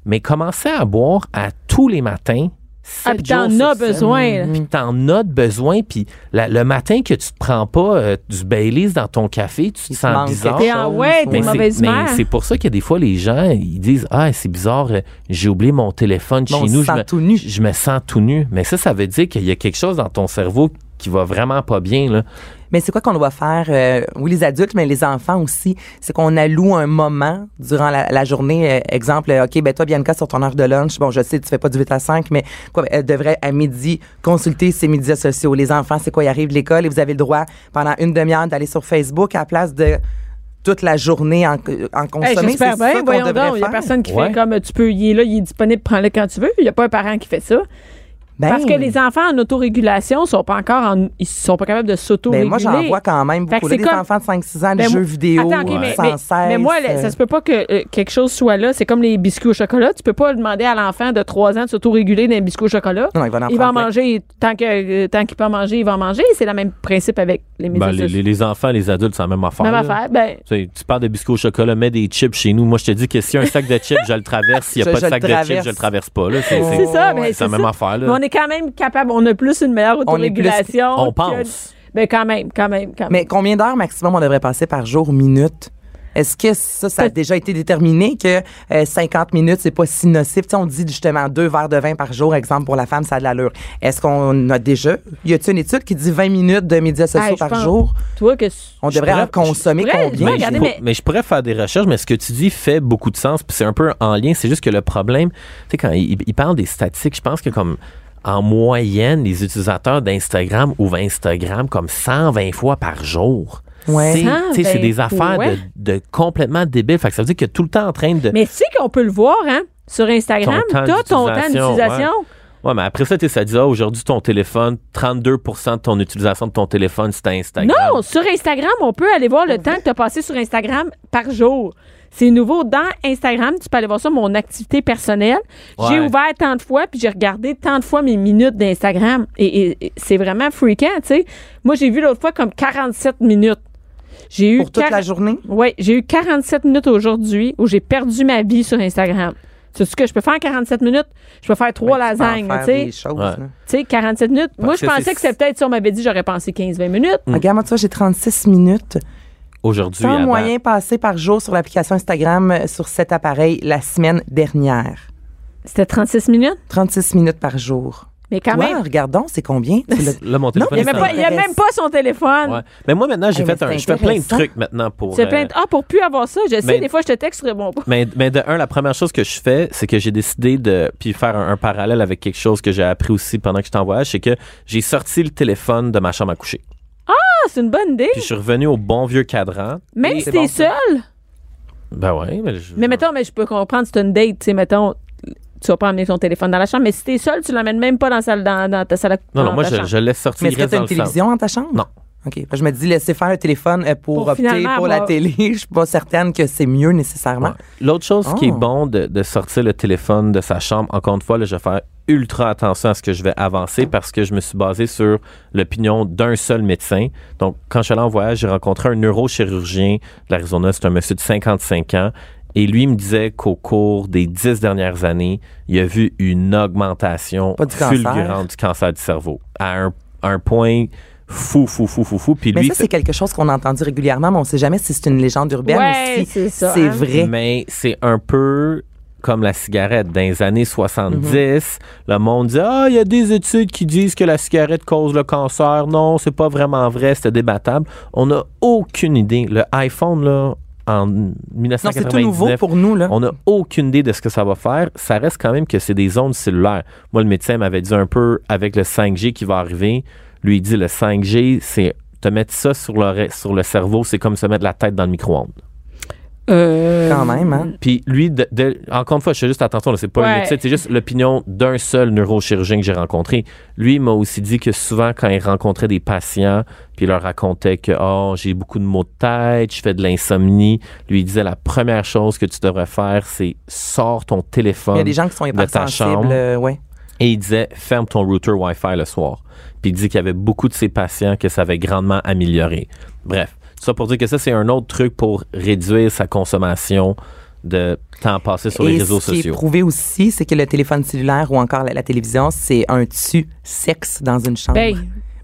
[SPEAKER 5] Mais commencer à boire à tous les matins,
[SPEAKER 3] Ah,
[SPEAKER 5] sept
[SPEAKER 3] puis
[SPEAKER 5] jours
[SPEAKER 3] t'en
[SPEAKER 5] sur
[SPEAKER 3] as
[SPEAKER 5] sept,
[SPEAKER 3] besoin. là.
[SPEAKER 5] Puis t'en as de besoin. Puis la- le matin que tu te prends pas euh, du Baileys dans ton café, tu te
[SPEAKER 4] Il te
[SPEAKER 5] sens
[SPEAKER 4] manque
[SPEAKER 5] bizarre.
[SPEAKER 4] quelque
[SPEAKER 3] T'es en
[SPEAKER 4] chose.
[SPEAKER 3] ouais, t'es
[SPEAKER 5] Mais
[SPEAKER 3] Une
[SPEAKER 5] c'est-
[SPEAKER 3] mauvaise
[SPEAKER 5] mais
[SPEAKER 3] humeur.
[SPEAKER 5] c'est pour ça que des fois, les gens, ils disent Ah, c'est bizarre, euh, j'ai oublié mon téléphone
[SPEAKER 4] Mais on
[SPEAKER 5] chez
[SPEAKER 4] se
[SPEAKER 5] nous. Je
[SPEAKER 4] sent
[SPEAKER 5] me,
[SPEAKER 4] tout nu.
[SPEAKER 5] je me sens tout nu. Mais ça, ça veut dire qu'il y a quelque chose dans ton cerveau qui va vraiment pas bien. Là.
[SPEAKER 4] Mais c'est quoi qu'on doit faire, euh, oui, les adultes, mais les enfants aussi, c'est qu'on alloue un moment durant la, la journée. euh, exemple, euh, OK, ben toi, Bianca, sur ton heure de lunch, bon, je sais, tu fais pas du 8 à 5, mais quoi, elle devrait à midi consulter ses médias sociaux. Les enfants, c'est quoi, ils arrivent de l'école et vous avez le droit, pendant une demi-heure, d'aller sur Facebook à la place de toute la journée en, en
[SPEAKER 3] Hey,
[SPEAKER 4] consommer.
[SPEAKER 3] J'espère
[SPEAKER 4] c'est ça
[SPEAKER 3] bien,
[SPEAKER 4] qu'on
[SPEAKER 3] voyons
[SPEAKER 4] devrait
[SPEAKER 3] donc. Il n'y a
[SPEAKER 4] faire.
[SPEAKER 3] personne qui
[SPEAKER 5] Ouais.
[SPEAKER 3] fait comme tu peux, il est là, il est disponible, prends-le quand tu veux. Il n'y a pas un parent qui fait ça.
[SPEAKER 4] Ben,
[SPEAKER 3] Parce que les enfants en autorégulation sont pas encore en, ils sont pas capables de
[SPEAKER 4] ben,
[SPEAKER 3] s'autoréguler.
[SPEAKER 4] moi, j'en vois quand même
[SPEAKER 3] Fait que
[SPEAKER 4] beaucoup.
[SPEAKER 3] c'est
[SPEAKER 4] Là, des
[SPEAKER 3] comme-
[SPEAKER 4] enfants de 5-6 ans, les
[SPEAKER 3] Ben,
[SPEAKER 4] jeux
[SPEAKER 3] moi-
[SPEAKER 4] vidéo, euh,
[SPEAKER 3] Attends, ok, mais,
[SPEAKER 4] sans
[SPEAKER 3] mais-
[SPEAKER 4] cesse.
[SPEAKER 3] mais moi, là, ça se peut pas que euh, quelque chose soit là. C'est comme les biscuits au chocolat. Tu peux pas demander à l'enfant de 3 ans de s'autoréguler d'un biscuit au chocolat.
[SPEAKER 4] Non, non, il va en
[SPEAKER 3] il va en
[SPEAKER 4] prendre plein.
[SPEAKER 3] manger. Tant que- euh, tant qu'il peut en manger, il va en manger. C'est le même principe avec les médias
[SPEAKER 5] Ben, les,
[SPEAKER 3] sociaux.
[SPEAKER 5] les- les enfants, les adultes, c'est la même affaire.
[SPEAKER 3] Même
[SPEAKER 5] là.
[SPEAKER 3] affaire. Ben,
[SPEAKER 5] Tu, sais, tu parles de biscuits au chocolat, mets des chips chez nous. Moi, je te dis que s'il y a un sac de chips, je le traverse. S'il n'y
[SPEAKER 4] Je-
[SPEAKER 5] a pas
[SPEAKER 4] je
[SPEAKER 5] de
[SPEAKER 4] le
[SPEAKER 5] sac de chips,
[SPEAKER 4] traverse.
[SPEAKER 5] je le traverse pas. là. C'est
[SPEAKER 3] c'est
[SPEAKER 5] c'est-
[SPEAKER 3] ça. ben,
[SPEAKER 5] c'est
[SPEAKER 3] c'est
[SPEAKER 5] la même
[SPEAKER 3] ça.
[SPEAKER 5] affaire.
[SPEAKER 3] Mais on
[SPEAKER 5] Là.
[SPEAKER 3] est quand même capable. On a plus une meilleure
[SPEAKER 4] On est plus-
[SPEAKER 3] autorégulation.
[SPEAKER 5] On
[SPEAKER 3] que-
[SPEAKER 5] pense.
[SPEAKER 3] Ben, quand même, quand même, quand même.
[SPEAKER 4] Mais combien d'heures maximum on devrait passer par jour ou minute? Est-ce que ça, ça a
[SPEAKER 3] Peut-
[SPEAKER 4] déjà été déterminé que euh, 50 minutes, c'est pas si nocif? Tu sais, on dit justement deux verres de vin par jour, exemple, pour la femme, ça a de l'allure. Est-ce qu'on a déjà. Y a-t-il une étude qui dit 20 minutes de médias sociaux
[SPEAKER 3] Hey, je
[SPEAKER 4] par
[SPEAKER 3] pense-
[SPEAKER 4] jour?
[SPEAKER 3] Toi, que.
[SPEAKER 4] On devrait
[SPEAKER 5] pourrais-
[SPEAKER 4] en consommer
[SPEAKER 3] je pourrais-
[SPEAKER 4] combien?
[SPEAKER 3] Ouais, regardez,
[SPEAKER 5] je, pour-
[SPEAKER 3] mais-
[SPEAKER 5] je pourrais faire des recherches, mais ce que tu dis fait beaucoup de sens. Puis c'est un peu en lien. C'est juste que le problème, tu sais, quand il, il parle des statistiques, je pense que comme en moyenne, les utilisateurs d'Instagram ouvrent Instagram comme 120 fois par jour.
[SPEAKER 4] Ouais.
[SPEAKER 5] C'est- tu sais, C'est
[SPEAKER 3] 120
[SPEAKER 5] des affaires
[SPEAKER 3] fois.
[SPEAKER 5] de, de complètement débiles. Fait que ça veut dire que tout le temps en train de.
[SPEAKER 3] Mais tu sais qu'on peut le voir, hein, sur Instagram,
[SPEAKER 5] Ton temps
[SPEAKER 3] t'as ton temps
[SPEAKER 5] d'utilisation,
[SPEAKER 3] d'utilisation.
[SPEAKER 5] Ouais, mais après ça, tu sais, ça dit, ah, aujourd'hui, ton téléphone, 32 de ton utilisation de ton téléphone, c'est à Instagram.
[SPEAKER 3] Non, sur Instagram, on peut aller voir le temps que tu as passé sur Instagram par jour. C'est nouveau. Dans Instagram, tu peux aller voir ça, mon activité personnelle. J'ai
[SPEAKER 5] Ouais.
[SPEAKER 3] ouvert tant de fois, puis j'ai regardé tant de fois mes minutes d'Instagram. Et, et- et c'est vraiment freakant, tu sais. Moi, j'ai vu l'autre fois comme 47 minutes. J'ai eu
[SPEAKER 4] Pour toute la
[SPEAKER 3] quar-
[SPEAKER 4] journée?
[SPEAKER 3] Oui, j'ai eu 47 minutes aujourd'hui où j'ai perdu ma vie sur Instagram. C'est ce que je peux faire en 47 minutes. Je peux faire trois
[SPEAKER 4] Ben, tu peux en
[SPEAKER 3] lasagnes,
[SPEAKER 4] faire
[SPEAKER 3] tu sais.
[SPEAKER 4] des choses,
[SPEAKER 5] Ouais.
[SPEAKER 4] là.
[SPEAKER 3] Tu sais, 47 minutes. Moi, je
[SPEAKER 5] que
[SPEAKER 3] pensais
[SPEAKER 5] c'est- Mm.
[SPEAKER 3] que c'était peut-être, si on m'avait dit, j'aurais pensé 15-20 minutes.
[SPEAKER 4] Regarde, moi, tu vois, j'ai 36 minutes.
[SPEAKER 5] Aujourd'hui,
[SPEAKER 4] 100
[SPEAKER 5] avant.
[SPEAKER 4] moyens passés par jour sur l'application Instagram euh, sur cet appareil la semaine dernière.
[SPEAKER 3] C'était 36 minutes.
[SPEAKER 4] 36 minutes par jour.
[SPEAKER 3] Mais quand
[SPEAKER 4] Wow,
[SPEAKER 3] même,
[SPEAKER 4] regardons, c'est combien? Tu l'as-
[SPEAKER 5] Là, mon
[SPEAKER 4] Non,
[SPEAKER 5] téléphone,
[SPEAKER 3] il n'y
[SPEAKER 5] [laughs] c'est
[SPEAKER 4] mais
[SPEAKER 3] a,
[SPEAKER 5] en-
[SPEAKER 3] pas- il y a même pas son téléphone.
[SPEAKER 5] Ouais. Mais moi, maintenant, j'ai
[SPEAKER 4] Hey,
[SPEAKER 5] fait
[SPEAKER 4] mais
[SPEAKER 5] un-
[SPEAKER 4] c'est
[SPEAKER 5] je fais plein de
[SPEAKER 4] intéressant.
[SPEAKER 5] trucs maintenant pour.
[SPEAKER 3] C'est
[SPEAKER 5] euh,
[SPEAKER 3] plein de- Ah, pour plus avoir ça, je sais,
[SPEAKER 5] mais-
[SPEAKER 3] des fois, je te texte, je réponds pas. [laughs]
[SPEAKER 5] Mais, mais de un, la première chose que je fais, c'est que j'ai décidé de puis faire un, un parallèle avec quelque chose que j'ai appris aussi pendant que j'étais en voyage, c'est que j'ai sorti le téléphone de ma chambre à coucher.
[SPEAKER 3] Ah, c'est une bonne idée.
[SPEAKER 5] Puis je suis revenu au bon vieux cadran.
[SPEAKER 3] Même si
[SPEAKER 4] C'est
[SPEAKER 3] t'es
[SPEAKER 4] bon,
[SPEAKER 3] seul.
[SPEAKER 4] ça.
[SPEAKER 5] Ben ouais, mais je-
[SPEAKER 3] Mais mettons, mais je peux comprendre, c'est une date, tu sais, mettons, tu vas pas emmener ton téléphone dans la chambre, mais si t'es seul, tu l'emmènes même pas dans, la salle- dans, dans ta salle à
[SPEAKER 5] non, non,
[SPEAKER 3] dans
[SPEAKER 5] moi
[SPEAKER 3] ta
[SPEAKER 5] je,
[SPEAKER 3] chambre.
[SPEAKER 5] je laisse sortir
[SPEAKER 4] Mais
[SPEAKER 5] il
[SPEAKER 4] est-ce que
[SPEAKER 5] reste
[SPEAKER 4] tu as
[SPEAKER 5] dans
[SPEAKER 4] une
[SPEAKER 5] le centre.
[SPEAKER 4] télévision dans ta chambre?
[SPEAKER 5] Non.
[SPEAKER 4] OK. ben, Je me dis, laissez faire le téléphone euh, pour,
[SPEAKER 3] Pour
[SPEAKER 4] opter
[SPEAKER 3] finalement
[SPEAKER 4] pour
[SPEAKER 3] avoir-
[SPEAKER 4] la télé. [laughs] Je suis pas certaine que c'est mieux nécessairement.
[SPEAKER 5] Ouais. L'autre chose qui est
[SPEAKER 4] Oh.
[SPEAKER 5] bon de, de sortir le téléphone de sa chambre, encore une fois, là, je vais faire ultra attention à ce que je vais avancer parce que je me suis basé sur l'opinion d'un seul médecin. Donc, quand je suis allé en voyage, j'ai rencontré un neurochirurgien de l'Arizona. C'est un monsieur de 55 ans. Et lui il me disait qu'au cours des dix dernières années, il a vu une augmentation
[SPEAKER 4] Pas du cancer.
[SPEAKER 5] fulgurante du cancer du cerveau à un, un point fou, fou, fou, fou, fou. Puis
[SPEAKER 4] Mais
[SPEAKER 5] lui,
[SPEAKER 4] ça, c'est quelque chose qu'on a entendu régulièrement, mais on sait jamais si c'est une légende urbaine
[SPEAKER 3] Ouais,
[SPEAKER 4] ou
[SPEAKER 3] c'est
[SPEAKER 4] si
[SPEAKER 3] ça,
[SPEAKER 4] c'est
[SPEAKER 3] hein.
[SPEAKER 4] vrai.
[SPEAKER 5] Mais c'est un peu comme la cigarette. Dans les années 70,
[SPEAKER 4] Mm-hmm.
[SPEAKER 5] le monde dit Ah, il y a des études qui disent que la cigarette cause le cancer. Non, c'est pas vraiment vrai, c'était débattable. On n'a aucune idée. Le iPhone, là, en
[SPEAKER 4] Non,
[SPEAKER 5] 1999,
[SPEAKER 4] c'est tout nouveau pour nous, là.
[SPEAKER 5] on n'a aucune idée de ce que ça va faire. Ça reste quand même que c'est des ondes cellulaires. Moi, le médecin m'avait dit un peu avec le 5G qui va arriver. Lui, il dit le 5G, c'est te mettre ça sur le, sur le cerveau, c'est comme se mettre la tête dans le micro-ondes.
[SPEAKER 3] Euh,
[SPEAKER 4] Quand même, hein?
[SPEAKER 5] Puis lui, de- de- encore une fois, je fais juste attention, là, c'est pas
[SPEAKER 3] Ouais.
[SPEAKER 5] une étude, c'est juste l'opinion d'un seul neurochirurgien que j'ai rencontré. Lui il m'a aussi dit que souvent, quand il rencontrait des patients, puis il leur racontait que oh, j'ai beaucoup de maux de tête, je fais de l'insomnie, lui il disait la première chose que tu devrais faire, c'est sors
[SPEAKER 4] Il
[SPEAKER 5] ton
[SPEAKER 4] y a
[SPEAKER 5] téléphone.
[SPEAKER 4] des gens qui sont
[SPEAKER 5] Hum. ta chambre.
[SPEAKER 4] hypersensibles. euh, ouais.
[SPEAKER 5] Et il disait ferme ton router Wi-Fi le soir. Puis il dit qu'il y avait beaucoup de ses patients que ça avait grandement amélioré. Bref, ça pour dire que ça, c'est un autre truc pour réduire sa consommation de temps passé sur les
[SPEAKER 4] Et
[SPEAKER 5] réseaux
[SPEAKER 4] ce qui est
[SPEAKER 5] sociaux.
[SPEAKER 4] prouvé aussi, c'est que le téléphone cellulaire ou encore la, la télévision, c'est un tue-sexe dans une chambre.
[SPEAKER 3] Ben,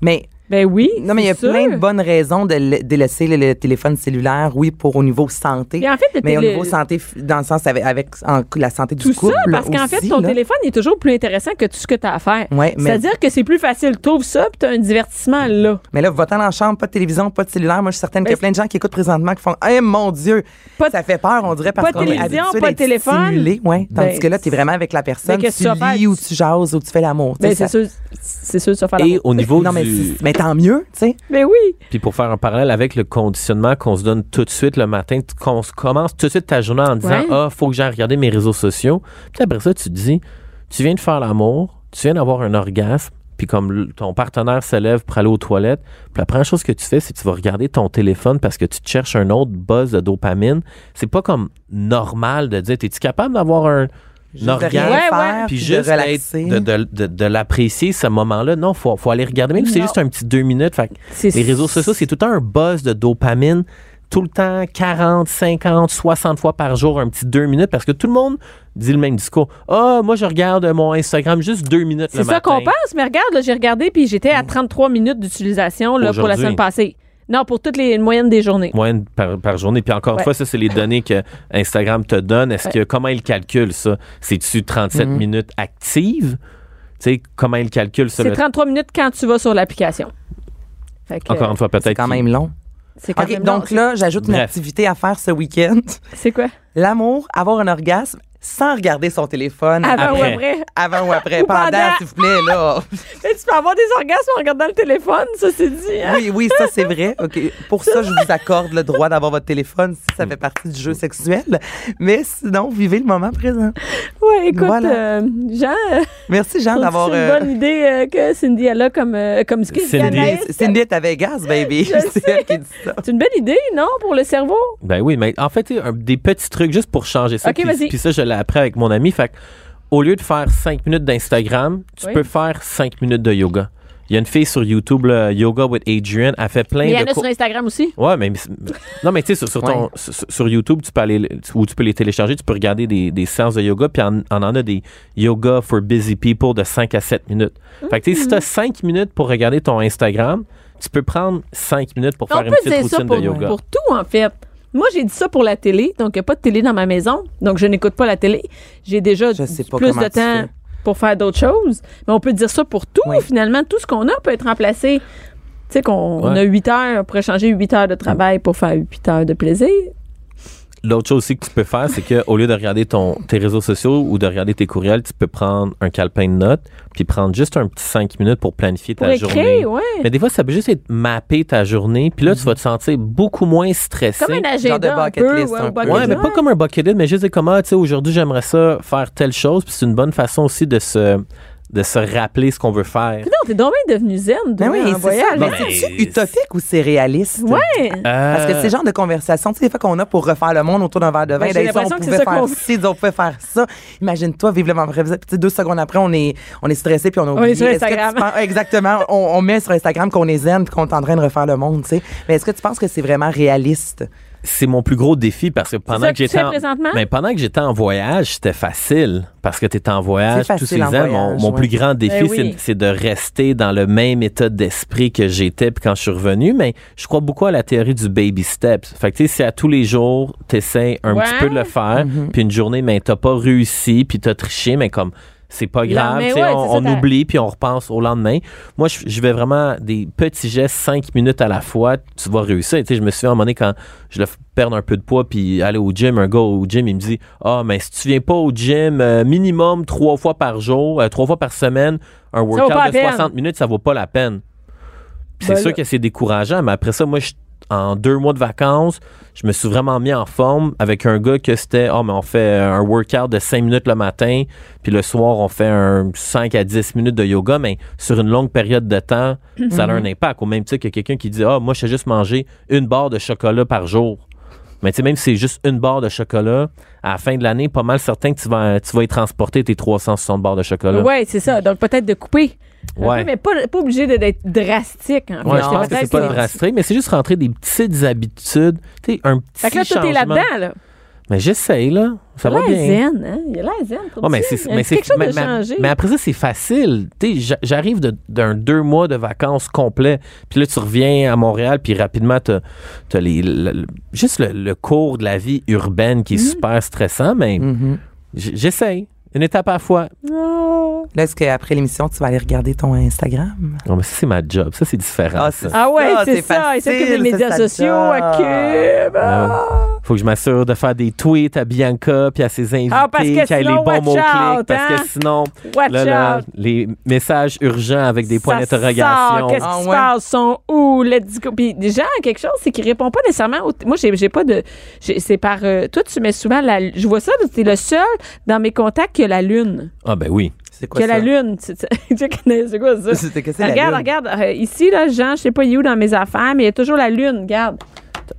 [SPEAKER 4] mais
[SPEAKER 3] ben oui.
[SPEAKER 4] non, mais il y a
[SPEAKER 3] c'est
[SPEAKER 4] plein
[SPEAKER 3] sûr.
[SPEAKER 4] de bonnes raisons de, la- de laisser le, le téléphone cellulaire, oui, pour au niveau santé.
[SPEAKER 3] Mais en fait, le
[SPEAKER 4] mais au
[SPEAKER 3] télé-
[SPEAKER 4] niveau santé, f- dans le sens avec, avec en- la santé
[SPEAKER 3] tout
[SPEAKER 4] du couple.
[SPEAKER 3] ça parce qu'en fait
[SPEAKER 4] aussi,
[SPEAKER 3] ton
[SPEAKER 4] là.
[SPEAKER 3] téléphone est toujours plus intéressant que tout ce que tu as à faire.
[SPEAKER 4] Ouais, mais-
[SPEAKER 3] C'est-à-dire que c'est plus facile, trouve ça, puis tu as un divertissement là.
[SPEAKER 4] Mais là, va-t'en en chambre, pas de télévision, pas de cellulaire. Moi, je suis certaine qu'il y a
[SPEAKER 3] Mais-
[SPEAKER 4] plein de gens qui écoutent présentement qui font Eh mon Dieu,
[SPEAKER 3] Ben, Pas de-
[SPEAKER 4] ça fait peur, on dirait,
[SPEAKER 3] pas
[SPEAKER 4] parce
[SPEAKER 3] de
[SPEAKER 4] qu'on est
[SPEAKER 3] télévision,
[SPEAKER 4] habitué
[SPEAKER 3] pas de
[SPEAKER 4] d'être
[SPEAKER 3] téléphone.
[SPEAKER 4] stimulé. Ouais. Tandis
[SPEAKER 3] Ben,
[SPEAKER 4] que là, t'es vraiment avec la personne.
[SPEAKER 3] Mais qu'est-ce
[SPEAKER 4] tu
[SPEAKER 3] que tu vas
[SPEAKER 4] lis
[SPEAKER 3] faire?
[SPEAKER 4] ou tu jases ou tu fais l'amour. Tu
[SPEAKER 3] Ben,
[SPEAKER 4] sais,
[SPEAKER 3] c'est sûr,
[SPEAKER 4] ça-
[SPEAKER 3] c'est sûr, ça va faire
[SPEAKER 5] Et
[SPEAKER 3] l'amour.
[SPEAKER 5] au
[SPEAKER 4] [laughs]
[SPEAKER 5] niveau
[SPEAKER 4] Non, mais,
[SPEAKER 5] du...
[SPEAKER 4] c'est- mais tant mieux, tu sais.
[SPEAKER 3] Mais oui.
[SPEAKER 5] Puis pour faire un parallèle avec le conditionnement qu'on se donne tout de suite le matin, t- qu'on se commence tout de suite ta journée en disant
[SPEAKER 3] Ouais.
[SPEAKER 5] Ah, faut que j'aille regarder mes réseaux sociaux. Puis après ça, tu te dis Tu viens de faire l'amour, tu viens d'avoir un orgasme, puis comme l- ton partenaire se lève pour aller aux toilettes, puis la première chose que tu fais, c'est que tu vas regarder ton téléphone parce que tu te cherches un autre buzz de dopamine. C'est pas comme normal de dire Es-tu capable d'avoir un.
[SPEAKER 4] de
[SPEAKER 5] orgasme?
[SPEAKER 4] rien
[SPEAKER 3] Ouais,
[SPEAKER 4] faire,
[SPEAKER 3] ouais.
[SPEAKER 5] puis
[SPEAKER 4] puis
[SPEAKER 5] juste
[SPEAKER 4] de relaxer.
[SPEAKER 5] être- de, de- de- de l'apprécier ce moment-là non faut faut aller regarder même si c'est
[SPEAKER 3] Non.
[SPEAKER 5] juste un petit deux minutes fait que
[SPEAKER 3] C'est-
[SPEAKER 5] les réseaux sociaux c'est tout le temps un buzz de dopamine tout le temps 40 50 60 fois par jour un petit deux minutes parce que tout le monde dit le même discours ah moi je regarde mon Instagram juste deux minutes le
[SPEAKER 3] C'est ça
[SPEAKER 5] matin.
[SPEAKER 3] qu'on pense, mais regarde, là, j'ai regardé puis j'étais
[SPEAKER 4] Mm.
[SPEAKER 3] à 33 minutes d'utilisation là, pour la
[SPEAKER 5] Aujourd'hui.
[SPEAKER 3] semaine passée. Non, pour toutes les moyennes des journées.
[SPEAKER 5] moyenne par, par journée. Puis encore une
[SPEAKER 3] Ouais.
[SPEAKER 5] fois, ça, c'est les données que Instagram te donne. Est-ce que comment il calcule ça? C'est-tu
[SPEAKER 3] Mm-hmm.
[SPEAKER 5] 37 minutes actives? Tu sais, comment il calcule ça?
[SPEAKER 3] C'est
[SPEAKER 5] le-
[SPEAKER 3] 33 minutes quand tu vas sur l'application. Fait que,
[SPEAKER 5] Encore une fois, peut-être.
[SPEAKER 4] C'est quand
[SPEAKER 5] qu'il-
[SPEAKER 4] même long.
[SPEAKER 3] C'est quand
[SPEAKER 4] OK,
[SPEAKER 3] même long.
[SPEAKER 4] donc là, j'ajoute une
[SPEAKER 5] Bref.
[SPEAKER 4] activité à faire ce week-end. [laughs]
[SPEAKER 3] C'est quoi?
[SPEAKER 4] L'amour, avoir un orgasme sans regarder son téléphone.
[SPEAKER 3] Avant
[SPEAKER 5] après.
[SPEAKER 3] ou après?
[SPEAKER 4] Avant ou après,
[SPEAKER 3] Ou pendant.
[SPEAKER 4] pendant, s'il vous plaît,
[SPEAKER 3] [laughs]
[SPEAKER 4] là.
[SPEAKER 3] Mais tu peux avoir des orgasmes en regardant le téléphone, ça c'est dit. hein?
[SPEAKER 4] Oui, oui, ça c'est vrai. OK. Pour ça, je vous accorde le droit d'avoir votre téléphone si
[SPEAKER 5] Mm.
[SPEAKER 4] ça fait partie du jeu sexuel. Mais sinon, vivez le moment présent.
[SPEAKER 3] Ouais, écoute,
[SPEAKER 4] Voilà.
[SPEAKER 3] euh, Jean, euh,
[SPEAKER 4] Merci, Jean,
[SPEAKER 3] C'est
[SPEAKER 4] d'avoir.
[SPEAKER 3] une
[SPEAKER 4] euh,
[SPEAKER 3] bonne idée euh, que Cindy elle a comme, euh, comme ce que
[SPEAKER 5] Cindy.
[SPEAKER 3] Anaïs.
[SPEAKER 4] Cindy est à Vegas, baby.
[SPEAKER 3] Je
[SPEAKER 4] [laughs] C'est elle qui dit ça.
[SPEAKER 3] C'est une belle idée, non, pour le cerveau?
[SPEAKER 5] Ben oui, mais en fait, tu sais, un- des petits trucs juste pour changer ça.
[SPEAKER 3] Ok,
[SPEAKER 5] puis,
[SPEAKER 3] vas-y.
[SPEAKER 5] puis ça, je l'ai appris avec mon ami. Fait que, au lieu de faire 5 minutes d'Instagram, tu
[SPEAKER 3] Oui.
[SPEAKER 5] peux faire 5 minutes de yoga. Il y a une fille sur YouTube, là, Yoga with Adrian, elle fait plein
[SPEAKER 3] Mais il y en
[SPEAKER 5] de
[SPEAKER 3] a
[SPEAKER 5] cours-
[SPEAKER 3] sur Instagram aussi.
[SPEAKER 5] Ouais, mais non, mais tu sais, sur, sur ton- sur- sur YouTube, tu peux aller le- ou tu peux les télécharger, tu peux regarder des, des séances de yoga, puis on, on en a des yoga for busy people de 5 à 7 minutes. Fait que tu sais,
[SPEAKER 3] Mm-hmm.
[SPEAKER 5] si tu as 5 minutes pour regarder ton Instagram, tu peux prendre 5 minutes pour
[SPEAKER 3] On
[SPEAKER 5] faire une
[SPEAKER 3] peut
[SPEAKER 5] petite
[SPEAKER 3] dire ça
[SPEAKER 5] routine
[SPEAKER 3] pour,
[SPEAKER 5] de yoga.
[SPEAKER 3] pour tout, en fait. Moi, j'ai dit ça pour la télé. Donc, il n'y a pas de télé dans ma maison. Donc, je n'écoute pas la télé. J'ai déjà
[SPEAKER 4] Je sais pas
[SPEAKER 3] plus
[SPEAKER 4] comment
[SPEAKER 3] de
[SPEAKER 4] tu
[SPEAKER 3] temps
[SPEAKER 4] fais.
[SPEAKER 3] pour faire d'autres choses. Mais on peut dire ça pour tout,
[SPEAKER 4] Oui.
[SPEAKER 3] finalement. Tout ce qu'on a peut être remplacé. Tu sais qu'on on
[SPEAKER 5] Ouais.
[SPEAKER 3] a 8 heures, on pourrait changer 8 heures de travail pour faire 8 heures de plaisir.
[SPEAKER 5] L'autre chose aussi que tu peux faire, c'est que au lieu de regarder ton, tes réseaux sociaux ou de regarder tes courriels, tu peux prendre un calepin de notes, puis prendre juste un petit 5 minutes pour planifier
[SPEAKER 3] Pour
[SPEAKER 5] ta journée.
[SPEAKER 3] écrire, ouais. Mm-hmm.
[SPEAKER 5] Mais des fois, ça peut juste être mapper ta journée, puis là, tu vas te sentir beaucoup moins stressé.
[SPEAKER 3] Comme un agenda un
[SPEAKER 4] bucket
[SPEAKER 3] peu,
[SPEAKER 4] list,
[SPEAKER 3] ouais,
[SPEAKER 4] un
[SPEAKER 3] ou
[SPEAKER 4] peu.
[SPEAKER 3] bucket
[SPEAKER 5] Ouais, mais
[SPEAKER 3] list.
[SPEAKER 5] pas comme un bucket list, mais juste dire comme, ah, tu sais, aujourd'hui, j'aimerais ça faire telle chose. Puis c'est une bonne façon aussi de se, de se rappeler ce qu'on veut faire.
[SPEAKER 3] Non, t'es donc bien devenu zen.
[SPEAKER 4] Mais
[SPEAKER 3] toi,
[SPEAKER 4] oui,
[SPEAKER 3] en
[SPEAKER 4] c'est ça.
[SPEAKER 3] voyage.
[SPEAKER 4] Mais
[SPEAKER 5] Ben,
[SPEAKER 4] c'est-tu utopique ou c'est réaliste?
[SPEAKER 3] Ouais.
[SPEAKER 5] Euh,
[SPEAKER 4] Parce que c'est le genre de conversation, tu sais, des fois qu'on a pour refaire le monde autour d'un verre de vin,
[SPEAKER 3] Ben, j'ai
[SPEAKER 4] d'ailleurs,
[SPEAKER 3] l'impression
[SPEAKER 4] on
[SPEAKER 3] que
[SPEAKER 4] pouvait
[SPEAKER 3] c'est ça
[SPEAKER 4] faire
[SPEAKER 3] qu'on-
[SPEAKER 4] ci, on pouvait faire ça. Imagine-toi, vivre le moment présent. Puis, tu sais, deux secondes après, on est, on est stressé puis on a oublié.
[SPEAKER 3] est sur
[SPEAKER 4] Est-ce que tu
[SPEAKER 3] Instagram.
[SPEAKER 4] penses- exactement. On, on met sur Instagram qu'on est zen puis qu'on est en train de refaire le monde, tu sais. Mais est-ce que tu penses que c'est vraiment réaliste?
[SPEAKER 5] c'est mon plus gros défi parce que pendant
[SPEAKER 3] ça
[SPEAKER 5] que
[SPEAKER 3] que tu
[SPEAKER 5] j'étais
[SPEAKER 3] fais
[SPEAKER 5] en,
[SPEAKER 3] présentement?
[SPEAKER 5] mais pendant que j'étais en voyage, c'était facile parce que tu en voyage
[SPEAKER 4] C'est
[SPEAKER 5] tous ces
[SPEAKER 4] facile en
[SPEAKER 5] ans. Mon,
[SPEAKER 4] voyage,
[SPEAKER 5] mon
[SPEAKER 4] ouais.
[SPEAKER 5] plus grand défi,
[SPEAKER 3] Ben
[SPEAKER 5] c'est-
[SPEAKER 3] oui.
[SPEAKER 5] c'est de rester dans le même état d'esprit que j'étais puis quand je suis revenu. Mais je crois beaucoup à la théorie du baby steps. Fait que tu sais, si à tous les jours t'essaies un
[SPEAKER 3] Ouais.
[SPEAKER 5] petit peu de le faire,
[SPEAKER 4] Mm-hmm.
[SPEAKER 5] puis une journée, mais t'as pas réussi, puis t'as triché, mais comme c'est pas
[SPEAKER 3] Non,
[SPEAKER 5] grave,
[SPEAKER 3] mais
[SPEAKER 5] tu sais,
[SPEAKER 3] ouais, c'est
[SPEAKER 5] on,
[SPEAKER 3] ça,
[SPEAKER 5] on
[SPEAKER 3] t'as-
[SPEAKER 5] oublie puis on repense au lendemain. Moi, je, je vais vraiment des petits gestes, cinq minutes à la fois, tu vas réussir. Tu sais, je me souviens à un moment donné quand je le f- perdre un peu de poids puis aller au gym, un gars au gym, il me dit Ah, mais si tu viens pas au gym euh, minimum trois fois par jour, euh, trois fois par semaine, un
[SPEAKER 3] vaut pas
[SPEAKER 5] workout
[SPEAKER 3] la
[SPEAKER 5] de
[SPEAKER 3] peine.
[SPEAKER 5] 60 minutes, ça vaut pas la peine. Puis c'est
[SPEAKER 3] Ben
[SPEAKER 5] sûr
[SPEAKER 3] là-
[SPEAKER 5] que c'est décourageant, mais après ça, moi, je- en deux mois de vacances, je me suis vraiment mis en forme avec un gars que c'était, oh, mais on fait euh, un workout de 5 minutes le matin, puis le soir, on fait un 5 à 10 minutes de yoga, mais sur une longue période de temps,
[SPEAKER 3] Mhm.
[SPEAKER 5] ça a un impact. Au même titre que quelqu'un qui dit, ah, moi, je sais juste manger une barre de chocolat par jour. Mais tu sais, même si c'est juste une barre de chocolat, à la fin de l'année, pas mal certain que tu vas, tu vas y transporter tes 360 barres de chocolat.
[SPEAKER 3] Ouais, c'est ça. Donc, peut-être de couper. Un
[SPEAKER 5] Ouais.
[SPEAKER 3] peu, mais pas, pas obligé de- d'être drastique. En fait.
[SPEAKER 5] Ouais, je
[SPEAKER 4] Non,
[SPEAKER 5] pense que
[SPEAKER 3] peut-être
[SPEAKER 5] c'est pas
[SPEAKER 4] que-
[SPEAKER 5] de rastrer, mais c'est juste rentrer des petites habitudes, tu sais, un petit
[SPEAKER 3] Fait que là, tout
[SPEAKER 5] changement.
[SPEAKER 3] est là-dedans, là.
[SPEAKER 5] Mais j'essaye là, ça va
[SPEAKER 3] L'air
[SPEAKER 5] bien.
[SPEAKER 3] zen, hein? Il a l'air zen.
[SPEAKER 5] Ouais,
[SPEAKER 3] trouves-tu?
[SPEAKER 5] mais c'est
[SPEAKER 3] Il y a
[SPEAKER 5] mais c'est-
[SPEAKER 3] quelque chose
[SPEAKER 5] mais-
[SPEAKER 3] de
[SPEAKER 5] mais-
[SPEAKER 3] changé.
[SPEAKER 5] mais après ça c'est facile. Tu sais, j'a- j'arrive de- d'un deux mois de vacances complet, puis là tu reviens à Montréal, puis rapidement t'as as les le- le- juste le, le cours de la vie urbaine qui est
[SPEAKER 3] Mm-hmm.
[SPEAKER 5] super stressant, mais j- j'essaye une étape à la fois.
[SPEAKER 3] Oh.
[SPEAKER 4] Là, est-ce qu'après l'émission, tu vas aller regarder ton Instagram?
[SPEAKER 5] Non, mais ça c'est ma job, ça c'est différent.
[SPEAKER 4] Ah,
[SPEAKER 5] ça.
[SPEAKER 4] c'est-
[SPEAKER 3] Ah ouais,
[SPEAKER 4] Ça,
[SPEAKER 3] c'est
[SPEAKER 4] c'est
[SPEAKER 3] ça. Il s'occupe des
[SPEAKER 4] facile,
[SPEAKER 3] médias
[SPEAKER 4] c'est sa
[SPEAKER 3] sociaux,
[SPEAKER 4] job.
[SPEAKER 3] à Cube. Ah.
[SPEAKER 5] Faut que je m'assure de faire des tweets à Bianca puis à ses invités,
[SPEAKER 3] Ah, parce que
[SPEAKER 5] qu'elle ait les
[SPEAKER 3] sinon,
[SPEAKER 5] bons
[SPEAKER 3] watch
[SPEAKER 5] mots-clics,
[SPEAKER 3] out,
[SPEAKER 5] parce
[SPEAKER 3] hein?
[SPEAKER 5] que sinon,
[SPEAKER 3] Watch
[SPEAKER 5] là, là,
[SPEAKER 3] out.
[SPEAKER 5] les messages urgents avec des points
[SPEAKER 3] Ça
[SPEAKER 5] d'interrogation.
[SPEAKER 3] sort, Qu'est-ce qui
[SPEAKER 4] Ah
[SPEAKER 3] se
[SPEAKER 4] ouais.
[SPEAKER 3] passe? Sont où? Let's go. Puis déjà, quelque chose, c'est qu'ils répondent pas nécessairement. au- Moi, j'ai j'ai pas de. j'ai- C'est par. euh, toi, tu mets souvent la. Je vois ça, t'es le seul dans mes contacts qui a la lune.
[SPEAKER 5] Ah ben oui.
[SPEAKER 4] C'est quoi
[SPEAKER 3] Qui a
[SPEAKER 4] ça?
[SPEAKER 3] la lune. Tu- tu- [laughs] tu connais- C'est quoi ça?
[SPEAKER 4] [laughs] C'était que c'est la
[SPEAKER 3] regarde,
[SPEAKER 4] lune.
[SPEAKER 3] regarde. euh, ici, là, Jean, je sais pas il est où dans mes affaires, mais il y a toujours la lune. Regarde.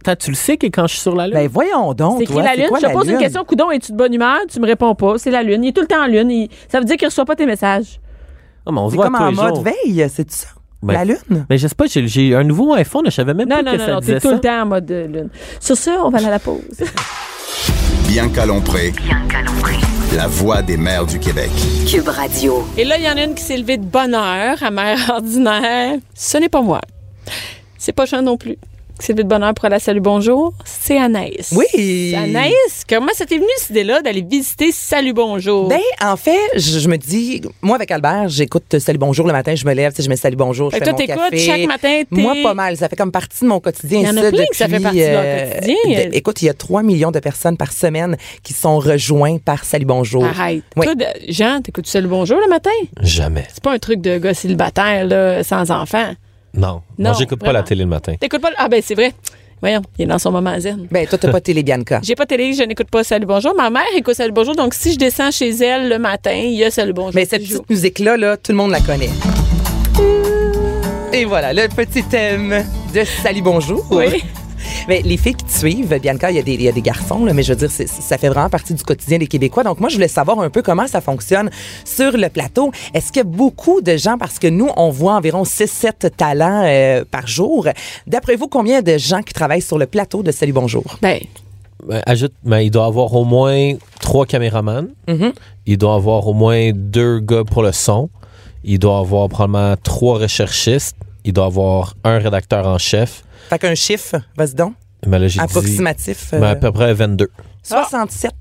[SPEAKER 5] T'as- tu le sais que quand je suis sur la lune,
[SPEAKER 4] Ben voyons donc,
[SPEAKER 3] C'est écrit
[SPEAKER 4] toi,
[SPEAKER 3] la
[SPEAKER 4] c'est
[SPEAKER 3] lune.
[SPEAKER 4] quoi
[SPEAKER 3] je
[SPEAKER 4] la
[SPEAKER 3] te pose une
[SPEAKER 4] lune?
[SPEAKER 3] question, Coudon, es-tu de bonne humeur? Tu me réponds pas. C'est la lune. Il est tout le temps en lune. Il- Ça veut dire qu'il reçoit pas tes messages.
[SPEAKER 5] Ah, mais on se
[SPEAKER 4] C'est
[SPEAKER 5] voit
[SPEAKER 4] comme
[SPEAKER 5] tous
[SPEAKER 4] en
[SPEAKER 5] les
[SPEAKER 4] mode
[SPEAKER 5] jours.
[SPEAKER 4] veille, c'est ça?
[SPEAKER 5] Ben,
[SPEAKER 4] La lune?
[SPEAKER 5] Mais je sais pas, j'ai- j'ai un nouveau iPhone, je savais même
[SPEAKER 3] Non,
[SPEAKER 5] pas
[SPEAKER 3] non,
[SPEAKER 5] que
[SPEAKER 3] non,
[SPEAKER 5] ça
[SPEAKER 3] non.
[SPEAKER 5] disait
[SPEAKER 3] T'es tout
[SPEAKER 5] ça.
[SPEAKER 3] le temps en mode euh, lune. Sur ce, on va aller à la pause.
[SPEAKER 2] Bianca Lompré, la voix des mères du Québec.
[SPEAKER 1] Cube Radio.
[SPEAKER 3] Et là, il y en a une qui s'est levée de bonne heure, à mère [laughs] ordinaire. Ce n'est pas moi. C'est pas Jean non plus. Qui s'est levée de bonne heure pour aller à Salut Bonjour. C'est Anaïs.
[SPEAKER 4] Oui!
[SPEAKER 3] Anaïs, comment ça t'est venu cette idée-là d'aller visiter Salut Bonjour?
[SPEAKER 4] Ben, en fait, je, je me dis, moi, avec Albert, j'écoute euh, Salut Bonjour le matin, je me lève, tu sais, je mets Salut Bonjour, je
[SPEAKER 3] Fait que
[SPEAKER 4] fais
[SPEAKER 3] toi,
[SPEAKER 4] mon
[SPEAKER 3] t'écoutes
[SPEAKER 4] café.
[SPEAKER 3] chaque matin, t'es-
[SPEAKER 4] Moi, pas mal. Ça fait comme partie de mon quotidien.
[SPEAKER 3] Il y en a
[SPEAKER 4] ça,
[SPEAKER 3] plein que ça fait
[SPEAKER 4] depuis, euh,
[SPEAKER 3] partie de leur quotidien.
[SPEAKER 4] de- écoute, il y a 3 millions de personnes par semaine qui sont rejoints par Salut Bonjour.
[SPEAKER 3] Arrête.
[SPEAKER 4] Oui.
[SPEAKER 3] Toi, de- Jean, t'écoutes Salut Bonjour le matin?
[SPEAKER 5] Jamais.
[SPEAKER 3] C'est pas un truc de gars célibataire, là, sans enfant.
[SPEAKER 5] Non.
[SPEAKER 3] Non, j'écoute pas vraiment. la télé
[SPEAKER 5] le matin.
[SPEAKER 3] T'écoutes pas. le- Ah, ben, c'est vrai. Voyons, il est dans son moment zen.
[SPEAKER 4] Ben, toi, t'as pas de télé, Bianca.
[SPEAKER 3] J'ai pas de télé, je n'écoute pas Salut Bonjour. Ma mère écoute Salut Bonjour, donc si je descends chez elle le matin, il y a Salut Bonjour.
[SPEAKER 4] Mais Ben, cette
[SPEAKER 3] qui joue.
[SPEAKER 4] petite musique-là, là, tout le monde la connaît. Et voilà, le petit thème de Salut Bonjour.
[SPEAKER 3] Oui.
[SPEAKER 4] Mais les filles qui te suivent, Bianca, il y a des, il y a des garçons, là, mais je veux dire, c'est- ça fait vraiment partie du quotidien des Québécois. Donc, moi, je voulais savoir un peu comment ça fonctionne sur le plateau. Est-ce que beaucoup de gens, parce que nous, on voit environ 6-7 talents euh, par jour, d'après vous, combien de gens qui travaillent sur le plateau de Salut Bonjour?
[SPEAKER 3] Ben,
[SPEAKER 5] Ben, ajoute, mais il doit avoir au moins trois caméramans. Il doit avoir au moins deux gars pour le son. Il doit avoir probablement trois recherchistes. Il doit avoir un rédacteur en chef.
[SPEAKER 4] Fait qu'un chiffre, vas-y donc,
[SPEAKER 5] Mais là, j'ai dit-
[SPEAKER 4] approximatif. euh,
[SPEAKER 5] ben, à peu près 22.
[SPEAKER 4] 67.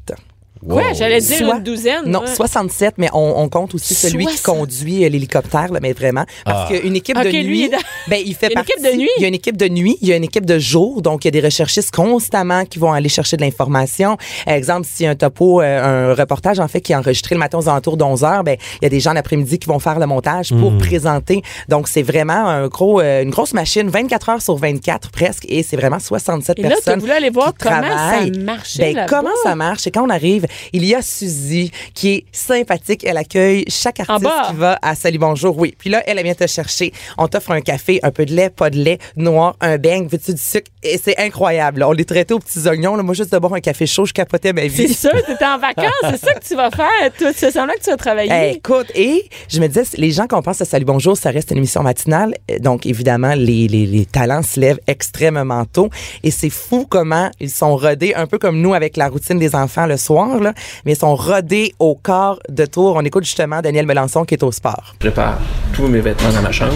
[SPEAKER 3] quoi? J'allais dire
[SPEAKER 4] Soit-
[SPEAKER 3] une douzaine.
[SPEAKER 4] Non,
[SPEAKER 3] moi.
[SPEAKER 4] 67, mais on, on compte aussi celui qui
[SPEAKER 3] 60.
[SPEAKER 4] conduit euh, l'hélicoptère, là, mais vraiment. Parce qu'une équipe
[SPEAKER 3] Ah, Ok,
[SPEAKER 4] de
[SPEAKER 3] lui,
[SPEAKER 4] nuit.
[SPEAKER 3] il est dans-
[SPEAKER 4] ben, il
[SPEAKER 3] Il y
[SPEAKER 4] fait
[SPEAKER 3] a une
[SPEAKER 4] partie-
[SPEAKER 3] équipe de nuit?
[SPEAKER 4] Il y a une équipe de nuit, il y a une équipe de jour. Donc, il y a des recherchistes constamment qui vont aller chercher de l'information. Exemple, si un topo, euh, un reportage, en fait, qui est enregistré le matin aux alentours de 11 heures, ben, il y a des gens l'après-midi qui vont faire le montage pour présenter. Donc, c'est vraiment un gros, euh, une grosse machine, 24 heures sur 24 presque, et c'est vraiment 67
[SPEAKER 3] Et là,
[SPEAKER 4] personnes.
[SPEAKER 3] t'as voulu aller voir
[SPEAKER 4] qui
[SPEAKER 3] comment ça
[SPEAKER 4] travaillent.
[SPEAKER 3] marchait
[SPEAKER 4] Ben,
[SPEAKER 3] là-bas.
[SPEAKER 4] comment ça marche. Et quand on arrive, il y a Suzy qui est sympathique. Elle accueille chaque
[SPEAKER 3] En
[SPEAKER 4] artiste
[SPEAKER 3] bas.
[SPEAKER 4] qui va à Salut Bonjour. Oui. Puis là, elle elle vient te chercher. On t'offre un café, un peu de lait, pas de lait, noir, un beigne, veux-tu du sucre? Et c'est incroyable. là. On les traitait aux petits oignons. là. Moi, juste de boire un café chaud, je capotais ma
[SPEAKER 3] C'est
[SPEAKER 4] vie.
[SPEAKER 3] sûr, t'étais en vacances, c'est ça que tu vas faire. Toi, tu sens là que tu vas travailler.
[SPEAKER 4] Eh, écoute, et je me disais, les gens qu'on pense à Salut Bonjour, ça reste une émission matinale. Euh, Donc, évidemment, les, les, les talents se lèvent extrêmement tôt. Et c'est fou comment ils sont rodés, un peu comme nous avec la routine des enfants le soir, là, mais ils sont rodés au corps de tour. On écoute justement Daniel Melançon qui est au sport.
[SPEAKER 6] Je prépare tous mes vêtements dans ma chambre.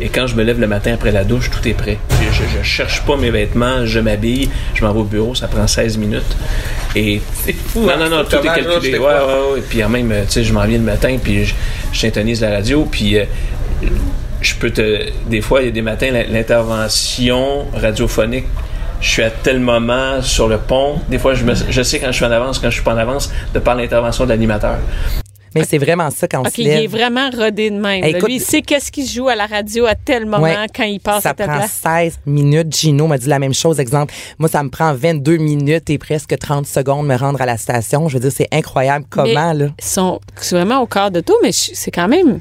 [SPEAKER 6] Et quand je me lève le matin après la douche, tout est prêt. Je, je cherche pas mes vêtements, je m'habille, je m'en vais au bureau, ça prend 16 minutes. Et non, non, non, tout est calculé. Ouais, ouais, ouais. Puis en même, euh, tu sais, je m'en viens le matin, puis je, je syntonise la radio, puis euh, je peux te. Des fois, il y a des matins, la- l'intervention radiophonique. Je suis à tel moment sur le pont. Des fois, je, me- je sais quand je suis en avance, quand je suis pas en avance, de par l'intervention de l'animateur.
[SPEAKER 4] Mais c'est vraiment ça quand on
[SPEAKER 3] OK,
[SPEAKER 4] se
[SPEAKER 3] il
[SPEAKER 4] lève.
[SPEAKER 3] est vraiment rodé de même. là.
[SPEAKER 4] Écoute-
[SPEAKER 3] Lui, il sait qu'est-ce qu'il joue à la radio à tel moment
[SPEAKER 4] Ouais.
[SPEAKER 3] quand il passe
[SPEAKER 4] ça
[SPEAKER 3] à ta
[SPEAKER 4] prend
[SPEAKER 3] place.
[SPEAKER 4] 16 minutes. Gino m'a dit la même chose. Exemple, moi, ça me prend 22 minutes et presque 30 secondes me rendre à la station. Je veux dire, c'est incroyable comment,
[SPEAKER 3] Mais
[SPEAKER 4] là.
[SPEAKER 3] Ils sont c'est vraiment au quart de tout, mais je- c'est quand même.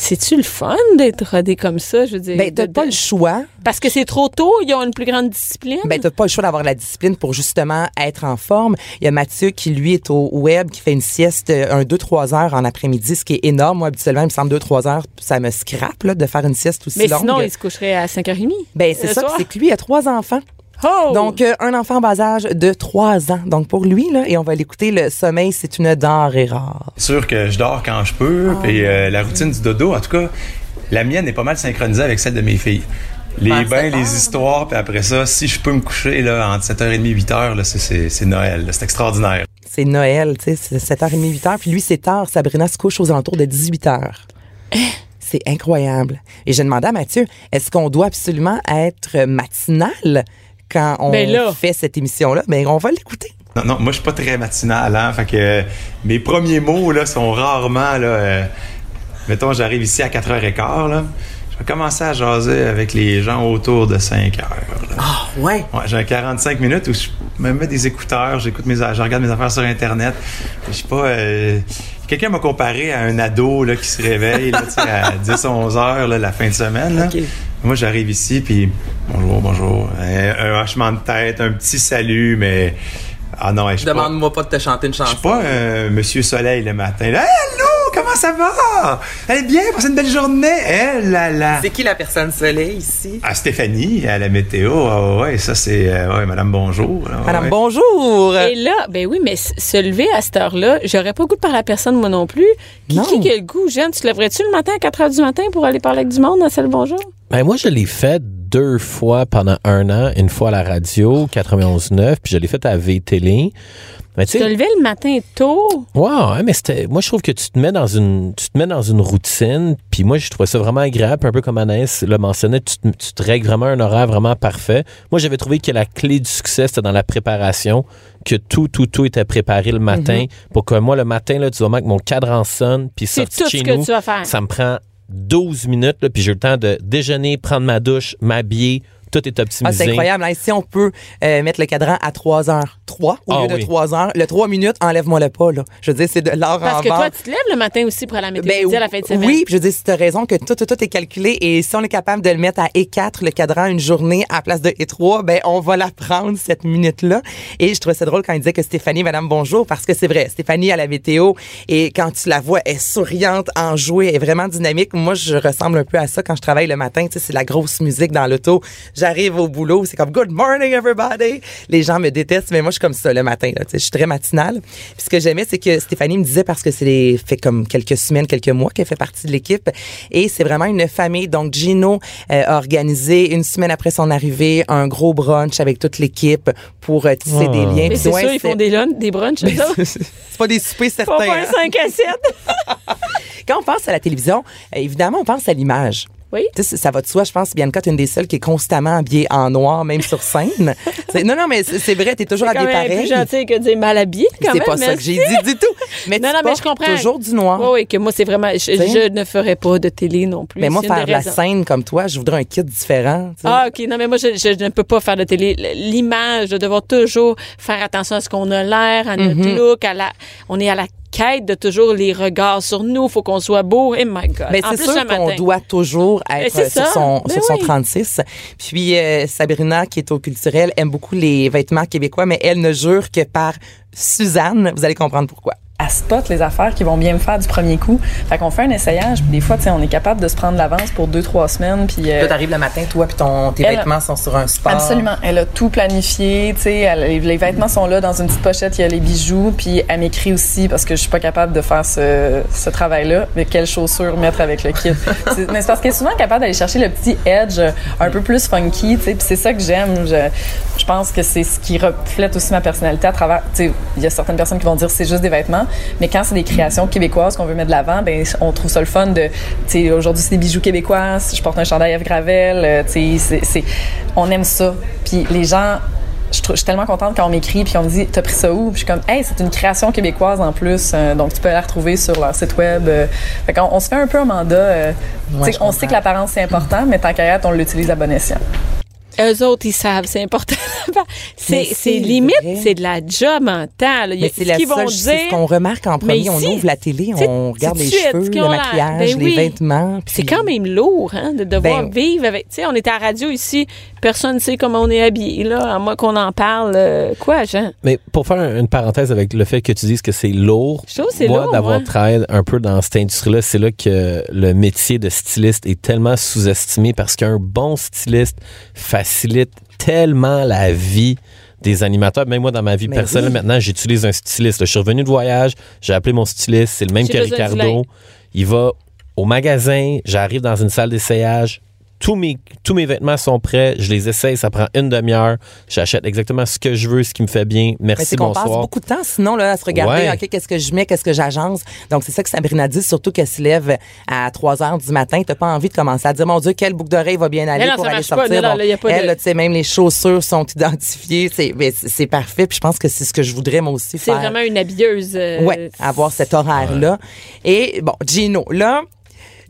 [SPEAKER 3] C'est-tu le fun d'être rodé comme ça? Je veux dire, de-
[SPEAKER 4] Ben, t'as pas
[SPEAKER 3] de-
[SPEAKER 4] le choix.
[SPEAKER 3] parce que c'est trop tôt, ils ont une plus grande discipline.
[SPEAKER 4] Ben, t'as pas le choix d'avoir la discipline pour justement être en forme. Il y a Mathieu qui, lui, est au web, qui fait une sieste, euh, un 2-3 heures en après-midi, ce qui est énorme. Moi, habituellement, il me semble 2-3 heures, ça me scrape, là, de faire une sieste aussi
[SPEAKER 3] mais
[SPEAKER 4] longue.
[SPEAKER 3] sinon, ils se coucheraient à 5h30.
[SPEAKER 4] ben, c'est
[SPEAKER 3] le
[SPEAKER 4] ça,
[SPEAKER 3] soir.
[SPEAKER 4] puis c'est que lui, il a trois enfants.
[SPEAKER 3] Oh!
[SPEAKER 4] Donc, euh, un enfant en bas âge de trois ans. Donc, pour lui, là, et on va l'écouter, le sommeil, c'est une denrée rare.
[SPEAKER 7] C'est sûr que je dors quand je peux, puis euh, la routine du dodo, en tout cas, la mienne est pas mal synchronisée avec celle de mes filles. Les
[SPEAKER 4] Vers
[SPEAKER 7] bains,
[SPEAKER 4] sept heures.
[SPEAKER 7] les histoires, puis après ça, si je peux me coucher là, entre 7h30 et 8h, là, c'est- c'est c'est Noël, là, c'est extraordinaire.
[SPEAKER 4] C'est Noël, tu sais, c'est 7h30, 8h. Puis lui, c'est tard. Sabrina se couche aux alentours de 18h. C'est incroyable. Et j'ai demandé à Mathieu, est-ce qu'on doit absolument être matinal quand on
[SPEAKER 3] Ben là.
[SPEAKER 4] fait cette émission-là? Mais on va l'écouter.
[SPEAKER 7] Non, non, moi je suis pas très matinal, hein, fait que euh, mes premiers mots là sont rarement là. euh, mettons, j'arrive ici à 4h15 là. Je vais commencer à jaser avec les gens autour de 5h. là.
[SPEAKER 4] Ouais.
[SPEAKER 7] Ouais, j'ai un 45 minutes où je me mets des écouteurs, j'écoute mes, je regarde mes affaires sur Internet. Je sais pas. euh, Quelqu'un m'a comparé à un ado là, qui se réveille là, tu sais, à 10-11 heures là, la fin de semaine. là. Moi, j'arrive ici, puis bonjour, bonjour. Euh, Un, un hochement de tête, un petit salut, mais. Ah non, je suis pas-
[SPEAKER 8] Demande-moi pas euh, de te chanter une
[SPEAKER 7] je
[SPEAKER 8] chanson.
[SPEAKER 7] suis pas un Monsieur Soleil le matin. là. Hey, allô, comment ça va? Elle est bien, passez une belle journée. Eh là là.
[SPEAKER 8] C'est qui la personne soleil ici?
[SPEAKER 7] À Stéphanie, à la météo, ah ouais, ça c'est euh, ouais, Madame Bonjour. là,
[SPEAKER 4] Madame,
[SPEAKER 7] ouais.
[SPEAKER 4] bonjour.
[SPEAKER 3] Et là, ben oui, mais s- se lever à cette heure-là, j'aurais pas le goût de parler à personne, moi non plus. Qui,
[SPEAKER 4] Non.
[SPEAKER 3] qui a le goût, Jeanne? Tu te lèverais-tu le matin à 4 h du matin pour aller parler avec du monde à Salle Bonjour?
[SPEAKER 5] Ben, moi, je l'ai fait deux fois pendant un an. Une fois à la radio, 91.9, puis je l'ai fait à VTL. Mais Ben, tu
[SPEAKER 3] Tu te
[SPEAKER 5] sais,
[SPEAKER 3] levais le matin tôt?
[SPEAKER 5] Wow, hein, mais c'était. Moi, je trouve que tu te mets dans une, tu te mets dans une routine. Puis moi, je trouvais ça vraiment agréable, un peu comme Anaïs le mentionnait. Tu, te- tu te règles vraiment un horaire vraiment parfait. Moi, j'avais trouvé que la clé du succès c'était dans la préparation, que tout, tout, tout était préparé le matin. Pour que moi, le matin, là, du moment que mon cadran sonne, puis
[SPEAKER 3] Mhm. C'est
[SPEAKER 5] sorti
[SPEAKER 3] tout
[SPEAKER 5] chez
[SPEAKER 3] ce que
[SPEAKER 5] nous,
[SPEAKER 3] tu vas faire.
[SPEAKER 5] ça me prend 12 minutes, là, puis j'ai eu le temps de déjeuner, prendre ma douche, m'habiller, Tout est
[SPEAKER 4] Ah,
[SPEAKER 5] optimisé.
[SPEAKER 4] c'est incroyable. Là, ici, on peut euh, mettre le cadran à 3 heures. 3 au
[SPEAKER 5] Ah
[SPEAKER 4] lieu
[SPEAKER 5] oui.
[SPEAKER 4] de 3 heures. Le 3 minutes, enlève-moi le pas. Là. Je veux dire, c'est de l'art en
[SPEAKER 3] Parce que
[SPEAKER 4] vente.
[SPEAKER 3] toi, tu te lèves le matin aussi pour aller à la météo
[SPEAKER 4] Ben,
[SPEAKER 3] midi à la fin de semaine.
[SPEAKER 4] Oui, puis je dis, tu as raison que tout, tout, tout est calculé et si on est capable de le mettre à E4, le cadran, une journée à la place de E3, ben on va la prendre cette minute-là. Et je trouvais ça drôle quand il disait que Stéphanie, Madame Bonjour, parce que c'est vrai, Stéphanie à la météo et quand tu la vois, elle est souriante, enjouée, elle est vraiment dynamique. Moi, je ressemble un peu à ça quand je travaille le matin. Tu sais, c'est la grosse musique dans l'auto. J'arrive au boulot, c'est comme Good morning everybody. Les gens me détestent, mais moi, je suis comme ça le matin. Là, Tu sais, je suis très matinale. Puis ce que j'aimais, c'est que Stéphanie me disait, parce que c'est les- fait comme quelques semaines, quelques mois qu'elle fait partie de l'équipe, et c'est vraiment une famille. Donc, Gino euh, a organisé une semaine après son arrivée un gros brunch avec toute l'équipe pour euh, tisser des liens.
[SPEAKER 3] Mais
[SPEAKER 4] Puis
[SPEAKER 3] c'est
[SPEAKER 4] ouais,
[SPEAKER 3] sûr, ils
[SPEAKER 4] c'est- Ben,
[SPEAKER 3] font des, lunch, des brunchs, c'est ça?
[SPEAKER 4] c'est pas des soupers
[SPEAKER 3] Ils font
[SPEAKER 4] certains.
[SPEAKER 3] pas un
[SPEAKER 4] hein.
[SPEAKER 3] 5 à 7.
[SPEAKER 4] [laughs] Quand on pense à la télévision, euh, évidemment, on pense à l'image.
[SPEAKER 3] Oui.
[SPEAKER 4] Tu sais, ça va de soi, je pense. Bianca, t'es une des seules qui est constamment habillée en noir, même
[SPEAKER 3] [laughs]
[SPEAKER 4] sur scène. C'est- non, non, mais c'est c'est vrai, t'es toujours
[SPEAKER 3] C'est quand
[SPEAKER 4] habillée
[SPEAKER 3] même plus
[SPEAKER 4] pareil.
[SPEAKER 3] gentil que de dire mal habillé, quand
[SPEAKER 4] C'est
[SPEAKER 3] même.
[SPEAKER 4] pas ça que
[SPEAKER 3] merci.
[SPEAKER 4] j'ai dit du tout. Mais
[SPEAKER 3] Non,
[SPEAKER 4] tu
[SPEAKER 3] non, mais je
[SPEAKER 4] portes
[SPEAKER 3] comprends.
[SPEAKER 4] toujours du noir.
[SPEAKER 3] Oui, oui, que moi, c'est vraiment. Je,
[SPEAKER 4] sais?
[SPEAKER 3] je ne ferais pas de télé non plus.
[SPEAKER 4] Mais moi,
[SPEAKER 3] C'est une
[SPEAKER 4] faire
[SPEAKER 3] des
[SPEAKER 4] la
[SPEAKER 3] raisons.
[SPEAKER 4] scène comme toi, je voudrais un kit différent. tu sais.
[SPEAKER 3] Ah, OK. Non, mais moi, je, je ne peux pas faire de télé. L- L'image, de devoir toujours faire attention à ce qu'on a l'air, à notre
[SPEAKER 4] Mm-hmm.
[SPEAKER 3] look, à la, on est à la quête de toujours les regards sur nous. faut qu'on soit beau. Et my God.
[SPEAKER 4] Mais
[SPEAKER 3] En
[SPEAKER 4] Ben, c'est
[SPEAKER 3] plus,
[SPEAKER 4] sûr
[SPEAKER 3] ce
[SPEAKER 4] qu'on
[SPEAKER 3] matin-
[SPEAKER 4] doit toujours
[SPEAKER 3] Mais
[SPEAKER 4] être
[SPEAKER 3] c'est
[SPEAKER 4] euh, sur,
[SPEAKER 3] ça.
[SPEAKER 4] son,
[SPEAKER 3] Mais
[SPEAKER 4] sur son
[SPEAKER 3] oui.
[SPEAKER 4] 36. Puis euh, Sabrina, qui est au culturel, aime beaucoup les vêtements québécois, mais elle ne jure que par Suzanne. Vous allez comprendre pourquoi.
[SPEAKER 9] à spot les affaires qui vont bien me faire du premier coup. Fait qu'on fait un essayage, puis des fois, tu sais, on est capable de se prendre l'avance pour deux, trois semaines, puis... euh,
[SPEAKER 4] Toi, t'arrives le matin, toi, puis ton, tes
[SPEAKER 9] Elle-
[SPEAKER 4] vêtements sont sur un sport.
[SPEAKER 9] Absolument. Elle a tout planifié. Tu sais, elle- les vêtements sont là dans une petite pochette. Il y a les bijoux. Puis elle m'écrit aussi parce que je suis pas capable de faire ce, ce travail-là. Mais quelles chaussures mettre avec le [laughs] kit C'est- Mais c'est parce qu'elle est souvent capable d'aller chercher le petit edge euh, un peu plus funky. Tu sais, puis c'est ça que j'aime. Je, je pense que c'est ce qui reflète aussi ma personnalité à travers. Tu sais, il y a certaines personnes qui vont dire c'est juste des vêtements, mais quand c'est des créations québécoises qu'on veut mettre de l'avant, ben on trouve ça le fun de. Tu sais, aujourd'hui c'est des bijoux québécois. Je porte un chandail F Gravel. euh, Tu sais, c'est- c'est on aime ça. Puis les gens, je, trou- je suis tellement contente quand on m'écrit puis on me dit t'as pris ça où Puis je suis comme hey c'est une création québécoise en plus, Euh, donc tu peux la retrouver sur leur site web. Euh, fait qu'on on se fait un peu un mandat. euh,
[SPEAKER 4] Ouais,
[SPEAKER 9] tu sais,
[SPEAKER 4] je
[SPEAKER 9] on
[SPEAKER 4] comprends.
[SPEAKER 9] sait que l'apparence c'est important, mais tant qu'à y être, on l'utilise à bon escient.
[SPEAKER 3] Eux autres, ils savent, c'est important. [laughs] c'est,
[SPEAKER 4] Mais
[SPEAKER 3] c'est
[SPEAKER 4] c'est vrai.
[SPEAKER 3] limite, c'est de la job en temps. là. Il y a-
[SPEAKER 4] Mais c'est la
[SPEAKER 3] ce qu'ils vont
[SPEAKER 4] seule
[SPEAKER 3] dire.
[SPEAKER 4] c'est ce qu'on remarque en
[SPEAKER 3] Mais
[SPEAKER 4] premier. on
[SPEAKER 3] ici,
[SPEAKER 4] ouvre la télé,
[SPEAKER 3] c'est-
[SPEAKER 4] on regarde
[SPEAKER 3] c'est
[SPEAKER 4] les
[SPEAKER 3] tout de suite
[SPEAKER 4] cheveux,
[SPEAKER 3] qu'ils
[SPEAKER 4] le
[SPEAKER 3] ont l'air.
[SPEAKER 4] maquillage,
[SPEAKER 3] Ben
[SPEAKER 4] les
[SPEAKER 3] oui.
[SPEAKER 4] vêtements.
[SPEAKER 3] C'est
[SPEAKER 4] puis-
[SPEAKER 3] quand même lourd hein, de devoir
[SPEAKER 4] Ben-
[SPEAKER 3] vivre avec. Tu sais, on était à la radio ici, personne ne sait comment on est habillé. Là, à moins qu'on en parle. euh, quoi, Jean?
[SPEAKER 5] Mais pour faire un- une parenthèse avec le fait que tu dises que c'est lourd,
[SPEAKER 3] Je trouve que c'est
[SPEAKER 5] moi,
[SPEAKER 3] lourd, hein.
[SPEAKER 5] d'avoir
[SPEAKER 3] moi.
[SPEAKER 5] travaillé un peu dans cette industrie-là, c'est là que le métier de styliste est tellement sous-estimé parce qu'un bon styliste facilite tellement la vie des animateurs. Même moi, dans ma vie
[SPEAKER 4] Mais
[SPEAKER 5] personnelle,
[SPEAKER 4] oui.
[SPEAKER 5] maintenant, j'utilise un styliste. Je suis revenu de voyage, j'ai appelé mon styliste, c'est le même
[SPEAKER 3] J'ai
[SPEAKER 5] que
[SPEAKER 3] besoin du
[SPEAKER 5] Ricardo.
[SPEAKER 3] linge.
[SPEAKER 5] Il va au magasin, j'arrive dans une salle d'essayage, tous mes, tous mes vêtements sont prêts, je les essaye, ça prend une demi-heure, j'achète exactement ce que je veux, ce qui me fait bien.
[SPEAKER 4] Mais
[SPEAKER 5] Merci,
[SPEAKER 4] ben, c'est qu'on passe
[SPEAKER 5] bonsoir.
[SPEAKER 4] beaucoup de temps, sinon, là, à se regarder,
[SPEAKER 5] Ouais.
[SPEAKER 4] OK, qu'est-ce que je mets, qu'est-ce que j'agence. Donc, c'est ça que Sabrina dit, surtout qu'elle se lève à 3 heures du matin. T'as pas envie de commencer à dire, mon Dieu, quelle boucle d'oreille va bien aller
[SPEAKER 3] non,
[SPEAKER 4] pour
[SPEAKER 3] ça
[SPEAKER 4] aller
[SPEAKER 3] marche pas. Non,
[SPEAKER 4] sortir.
[SPEAKER 3] non,
[SPEAKER 4] Bon,
[SPEAKER 3] là, y a pas de-
[SPEAKER 4] elle, là, tu sais, même les chaussures sont [laughs] identifiées. C'est, mais c'est- c'est parfait. Puis je pense que c'est ce que je voudrais, moi aussi,
[SPEAKER 3] C'est
[SPEAKER 4] faire.
[SPEAKER 3] vraiment une habilleuse. euh,
[SPEAKER 4] Ouais, avoir cet horaire-là. Et bon, Gino, là,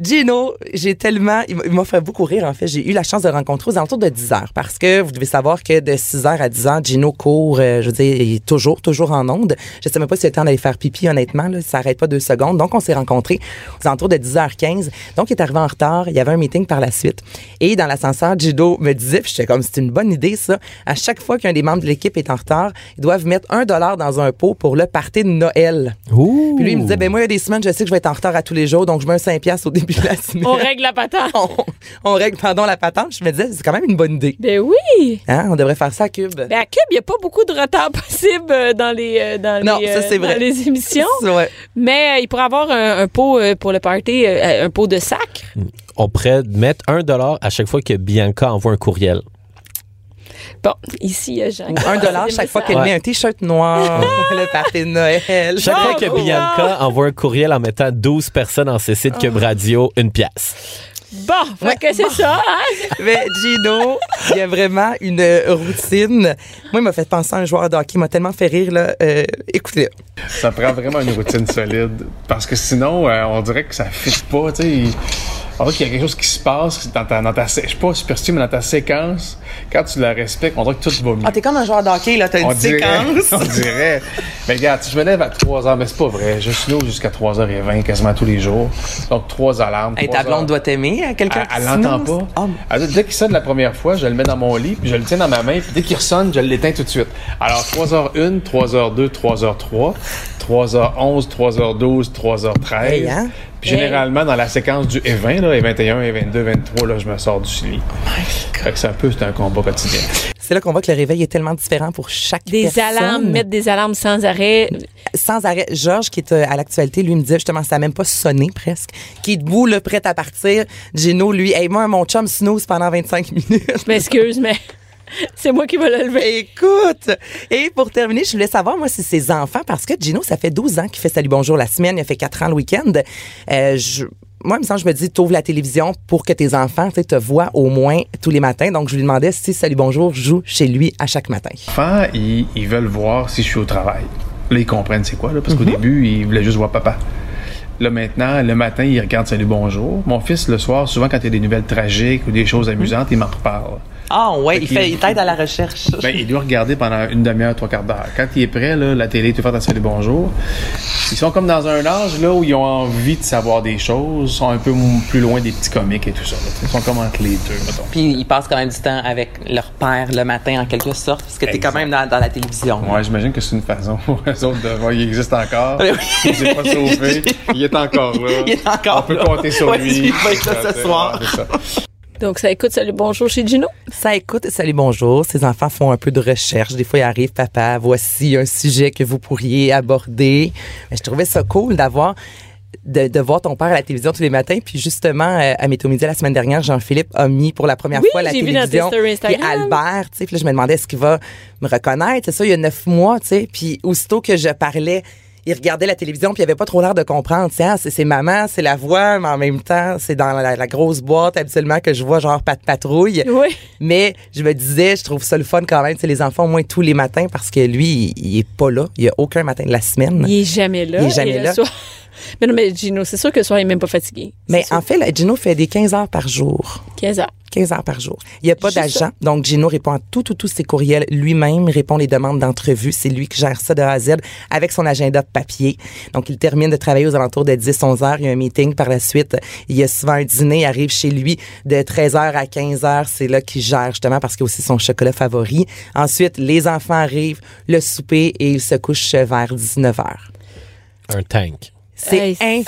[SPEAKER 4] Gino, j'ai tellement. Il m'a- il m'a fait beaucoup rire, en fait. J'ai eu la chance de le rencontrer aux alentours de 10 heures parce que vous devez savoir que de 6 heures à 10 heures, Gino court, euh, je veux dire, il est toujours, toujours en onde. Je ne sais même pas s'il a le temps d'aller faire pipi, honnêtement. Là, ça n'arrête pas deux secondes. Donc, on s'est rencontrés aux alentours de 10h15. Donc, il est arrivé en retard. Il y avait un meeting par la suite. Et dans l'ascenseur, Gino me disait, puis j'étais comme, c'est une bonne idée, ça. À chaque fois qu'un des membres de l'équipe est en retard, ils doivent mettre un dollar dans un pot pour le party de Noël.
[SPEAKER 5] Ouh.
[SPEAKER 4] Puis lui, il me disait, ben moi, il y a des semaines, je sais que je vais être en retard à tous les jours, donc je mets un 5 piastres au début de la semaine.
[SPEAKER 3] On règle la patente.
[SPEAKER 4] [laughs] on, on règle, pardon, la patente. Je me disais, c'est quand même une bonne idée.
[SPEAKER 3] Ben oui!
[SPEAKER 4] Hein? On devrait faire ça à Cube.
[SPEAKER 3] Ben à Cube, il n'y a pas beaucoup de retard [laughs] possible euh, dans les, euh, dans
[SPEAKER 4] Non,
[SPEAKER 3] les,
[SPEAKER 4] ça, c'est
[SPEAKER 3] dans
[SPEAKER 4] vrai.
[SPEAKER 3] les émissions.
[SPEAKER 4] Ouais.
[SPEAKER 3] Mais euh, il pourrait avoir un, un pot euh, pour le party, euh, un pot de sac.
[SPEAKER 5] On pourrait mettre un dollar à chaque fois que Bianca envoie un courriel.
[SPEAKER 3] Bon, ici, euh, il y a Jean.
[SPEAKER 4] Un dollar chaque fois qu'elle
[SPEAKER 5] Ouais.
[SPEAKER 4] met un t-shirt noir, [laughs] le party de Noël.
[SPEAKER 5] Chaque
[SPEAKER 3] Oh,
[SPEAKER 5] fois que
[SPEAKER 3] wow.
[SPEAKER 4] Ah!
[SPEAKER 5] Bianca envoie un courriel en mettant 12 personnes en CC de Cube Radio, une pièce.
[SPEAKER 3] Bon, fait que c'est ça, hein?
[SPEAKER 4] Mais Gino, il y a vraiment une euh, routine. Moi, il m'a fait penser à un joueur de hockey. Il m'a tellement fait rire, là. Euh, écoutez.
[SPEAKER 10] ça prend vraiment une routine solide. Parce que sinon, euh, on dirait que ça ne fit pas. tu sais. on dirait qu'il y a quelque chose qui se passe dans ta, dans ta sé- je sais pas superstitieux, mais dans ta séquence, quand tu la respectes, on dirait que tout va mieux.
[SPEAKER 11] Ah, t'es comme un joueur d'hockey, là, t'as
[SPEAKER 10] on
[SPEAKER 11] une
[SPEAKER 10] dirait,
[SPEAKER 11] séquence.
[SPEAKER 10] [laughs] on dirait. Mais regarde, si je me lève à 3h, mais c'est pas vrai. Je snooze jusqu'à 3h20 quasiment tous les jours. Donc, trois alarmes.
[SPEAKER 11] Hey,
[SPEAKER 10] trois
[SPEAKER 11] ta blonde
[SPEAKER 10] heures.
[SPEAKER 11] doit t'aimer, hein, quelqu'un qui
[SPEAKER 10] Elle elle l'entend
[SPEAKER 11] snooze.
[SPEAKER 10] pas.
[SPEAKER 11] Ah,
[SPEAKER 10] Elle dit, dès qu'il sonne la première fois, je le mets dans mon lit, puis je le tiens dans ma main, puis dès qu'il ressonne, je l'éteins tout de suite. Alors, 3h01, 3h02, 3h03, 3h11, 3h12, 3h13.
[SPEAKER 11] Hey, hein?
[SPEAKER 10] Puis généralement, dans la séquence du E20, là, E21, E22, E23, là, je me sors du lit.
[SPEAKER 11] Oh
[SPEAKER 10] Fait que c'est un peu, c'est un combat quotidien.
[SPEAKER 4] C'est là qu'on voit que le réveil est tellement différent pour chaque
[SPEAKER 3] Des
[SPEAKER 4] personne.
[SPEAKER 3] alarmes, mettre des alarmes sans arrêt.
[SPEAKER 4] sans arrêt. Georges, qui est euh, à l'actualité, lui me disait justement, ça n'a même pas sonné presque. Qui est debout, là, prêt à partir. Gino, lui, hey, moi, mon chum snooze pendant 25 minutes. [laughs] Ben,
[SPEAKER 3] Je m'excuse, mais [laughs] c'est moi qui vais le lever.
[SPEAKER 4] Écoute! Et pour terminer, je voulais savoir, moi, si ses enfants, parce que Gino, ça fait 12 ans qu'il fait Salut Bonjour la semaine, il a fait 4 ans le week-end. Euh, je- moi, il me semble, je me dis, t'ouvres la télévision pour que tes enfants tu sais, te voient au moins tous les matins. Donc, je lui demandais si Salut Bonjour joue chez lui à chaque matin.
[SPEAKER 10] enfants, ils, ils veulent voir si je suis au travail. Là, ils comprennent c'est quoi, là, parce qu'au début, ils voulaient juste voir papa. Là, maintenant, le matin, ils regardent Salut Bonjour. Mon fils, le soir, souvent, quand il y a des nouvelles tragiques ou des choses amusantes, il m'en reparle.
[SPEAKER 11] Ah, ouais, il,
[SPEAKER 10] Fait
[SPEAKER 11] fait,
[SPEAKER 10] qu'il-
[SPEAKER 11] il t'aide à la recherche.
[SPEAKER 10] Ben, il doit regarder pendant une demi-heure, trois quarts d'heure. Quand il est prêt, là, la télé, tu fais ta salut bonjour. Ils sont comme dans un âge là, où ils ont envie de savoir des choses, sont un peu m- plus loin des petits comiques et tout ça. là. Ils sont comme entre les deux, mettons.
[SPEAKER 11] Puis ils passent quand même du temps avec leur père le matin, en quelque sorte, parce que t'es quand
[SPEAKER 10] Exact.
[SPEAKER 11] même dans, dans la télévision.
[SPEAKER 10] Ouais, j'imagine que c'est une façon [laughs] pour eux autres de voir il existe encore.
[SPEAKER 11] Oui.
[SPEAKER 10] Il s'est
[SPEAKER 11] [laughs]
[SPEAKER 10] pas sauvé. Il est encore là.
[SPEAKER 11] [laughs] Il est encore
[SPEAKER 10] On peut
[SPEAKER 11] là.
[SPEAKER 10] compter sur
[SPEAKER 11] Ouais,
[SPEAKER 10] lui.
[SPEAKER 11] il va être là ce soir.
[SPEAKER 10] Ouais, c'est ça.
[SPEAKER 3] Donc, ça écoute, salut, bonjour chez Gino.
[SPEAKER 4] Ça écoute, salut, bonjour. Ces enfants font un peu de recherche. Des fois, ils arrivent, papa, voici un sujet que vous pourriez aborder. Mais je trouvais ça cool d'avoir. De, de voir ton père à la télévision tous les matins. Puis justement, euh, à Météo Midi la semaine dernière, Jean-Philippe a mis pour la première
[SPEAKER 3] Oui,
[SPEAKER 4] fois la
[SPEAKER 3] j'ai vu dans tes
[SPEAKER 4] télévision.
[SPEAKER 3] stories
[SPEAKER 4] puis
[SPEAKER 3] Instagram.
[SPEAKER 4] Albert, tu sais, puis là, je me demandais est-ce qu'il va me reconnaître. C'est ça, il y a neuf mois, tu sais. Puis aussitôt que je parlais, il regardait la télévision, puis il avait pas trop l'air de comprendre. Tu sais, ah, c'est c'est maman, c'est la voix, mais en même temps, c'est dans la, la grosse boîte habituellement que je vois genre pas de patrouille.
[SPEAKER 3] Oui.
[SPEAKER 4] Mais je me disais, je trouve ça le fun quand même, tu sais, les enfants au moins tous les matins parce que lui, il, il est pas là. Il y a aucun matin de la semaine.
[SPEAKER 3] Il est jamais là.
[SPEAKER 4] Il est jamais
[SPEAKER 3] le
[SPEAKER 4] là.
[SPEAKER 3] soir- [laughs] Mais non, mais Gino, c'est sûr que le soir, il est même pas fatigué.
[SPEAKER 4] Mais en fait, là, Gino fait des 15 heures par jour.
[SPEAKER 3] 15 heures.
[SPEAKER 4] 15 heures par jour. Il n'y a pas
[SPEAKER 3] Juste
[SPEAKER 4] d'agent. Donc, Gino répond à tout, tout, tous ses courriels lui-même, répond les demandes d'entrevue. C'est lui qui gère ça de A à Z avec son agenda de papier. Donc, il termine de travailler aux alentours de 10, 11 heures. Il y a un meeting par la suite. Il y a souvent un dîner. Il arrive chez lui de 13 heures à 15 heures. C'est là qu'il gère justement parce qu'il y a aussi son chocolat favori. Ensuite, les enfants arrivent, le souper et il se couche vers 19 heures.
[SPEAKER 5] Un tank.
[SPEAKER 3] Hey,
[SPEAKER 4] C'est
[SPEAKER 3] c'est-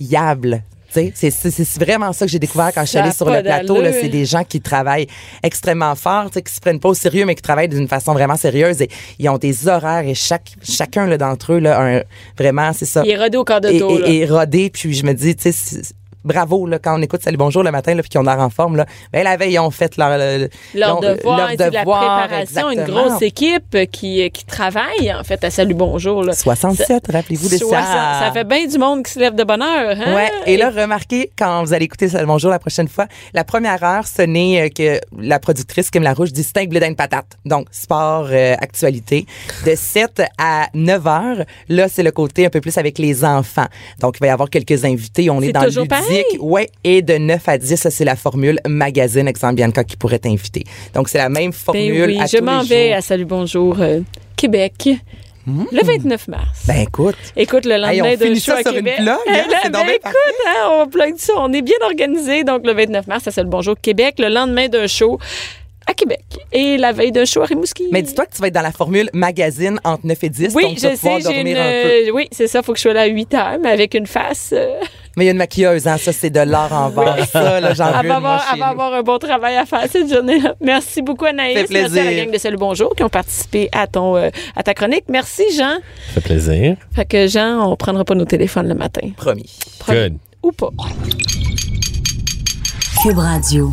[SPEAKER 4] incroyable. Tu sais, C'est, c'est, c'est vraiment ça que j'ai découvert quand je suis
[SPEAKER 3] Ça a
[SPEAKER 4] allée sur
[SPEAKER 3] pas
[SPEAKER 4] le plateau. là.
[SPEAKER 3] d'allure.
[SPEAKER 4] C'est des gens qui travaillent extrêmement fort, tu sais, qui se prennent pas au sérieux, mais qui travaillent d'une façon vraiment sérieuse. Et ils ont des horaires et chaque, chacun là, d'entre eux, là, un- vraiment, c'est ça.
[SPEAKER 3] Il est rodé au quart de
[SPEAKER 4] Ah. Et-
[SPEAKER 3] tour, là.
[SPEAKER 4] et, et rodé. Puis je me dis, tu sais, c'est- bravo, là, quand on écoute Salut Bonjour le matin, là, puis qu'ils ont l'air en forme, là, ben, la veille, ils ont fait leur, euh, le-
[SPEAKER 3] Leur
[SPEAKER 4] leur-
[SPEAKER 3] devoir, hein,
[SPEAKER 4] leur
[SPEAKER 3] c'est de la
[SPEAKER 4] devoir,
[SPEAKER 3] préparation, une
[SPEAKER 4] exactement.
[SPEAKER 3] grosse équipe euh, qui, qui travaille, en fait, à Salut Bonjour. Là.
[SPEAKER 4] 67, rappelez-vous de
[SPEAKER 3] Soixante-
[SPEAKER 4] ça.
[SPEAKER 3] Ça fait bien du monde qui se lève de bonne heure. Hein?
[SPEAKER 4] Ouais. Et là, remarquez, quand vous allez écouter le bonjour la prochaine fois, la première heure, ce n'est euh, que la productrice Kim Larouche dit c'est un blé d'Inde patate. Donc, sport, euh, actualité. De 7 à 9 heures, là, c'est le côté un peu plus avec les enfants. Donc, il va y avoir quelques invités. On est,
[SPEAKER 3] C'est
[SPEAKER 4] dans le
[SPEAKER 3] toujours
[SPEAKER 4] ludique.
[SPEAKER 3] pareil?
[SPEAKER 4] Ouais. Et de 9 à 10, ça, c'est la formule magazine, exemple Bianca, qui pourrait t'inviter. Donc, c'est la même formule
[SPEAKER 3] Ben oui,
[SPEAKER 4] à
[SPEAKER 3] je
[SPEAKER 4] tous
[SPEAKER 3] m'en
[SPEAKER 4] les
[SPEAKER 3] vais
[SPEAKER 4] jours. Hmm.
[SPEAKER 3] à Salut Bonjour euh, Québec le 29 mars.
[SPEAKER 4] Ben, écoute.
[SPEAKER 3] Écoute, le lendemain
[SPEAKER 4] Hey, on
[SPEAKER 3] d'un
[SPEAKER 4] finit
[SPEAKER 3] show
[SPEAKER 4] ça
[SPEAKER 3] à
[SPEAKER 4] sur une
[SPEAKER 3] Québec.
[SPEAKER 4] plug, hein?
[SPEAKER 3] Eh, là, [laughs]
[SPEAKER 4] C'est
[SPEAKER 3] ben,
[SPEAKER 4] donc bien
[SPEAKER 3] écoute, hein, on plug ça. On est bien organisé. Donc, le 29 mars, ça c'est le bonjour Québec. Le lendemain d'un show à Québec. Et la veille d'un show à Rimouski.
[SPEAKER 4] Mais dis-toi que tu vas être dans la formule magazine entre 9 et 10.
[SPEAKER 3] oui,
[SPEAKER 4] donc tu vas
[SPEAKER 3] je
[SPEAKER 4] pouvoir
[SPEAKER 3] sais, j'ai
[SPEAKER 4] dormir
[SPEAKER 3] une.
[SPEAKER 4] un peu.
[SPEAKER 3] euh, Oui, c'est ça, faut que je sois là à 8 heures, mais avec une face. euh,
[SPEAKER 4] Mais il y a une maquilleuse, hein, ça, c'est de l'art en verre. Ça, là, j'en veux
[SPEAKER 3] elle
[SPEAKER 4] une,
[SPEAKER 3] va,
[SPEAKER 4] moi,
[SPEAKER 3] avoir,
[SPEAKER 4] chez
[SPEAKER 3] elle va
[SPEAKER 4] nous.
[SPEAKER 3] avoir un bon travail à faire cette journée-là. Merci beaucoup, Anaïs.
[SPEAKER 4] Fait
[SPEAKER 3] Merci à la
[SPEAKER 4] plaisir.
[SPEAKER 3] gang de Salut Bonjour qui ont participé à, ton, euh, à ta chronique. Merci, Jean.
[SPEAKER 5] Ça fait plaisir.
[SPEAKER 3] Fait que, Jean, on prendra pas nos téléphones le matin.
[SPEAKER 4] Promis.
[SPEAKER 5] Good.
[SPEAKER 3] Ou pas.
[SPEAKER 1] Cube Radio.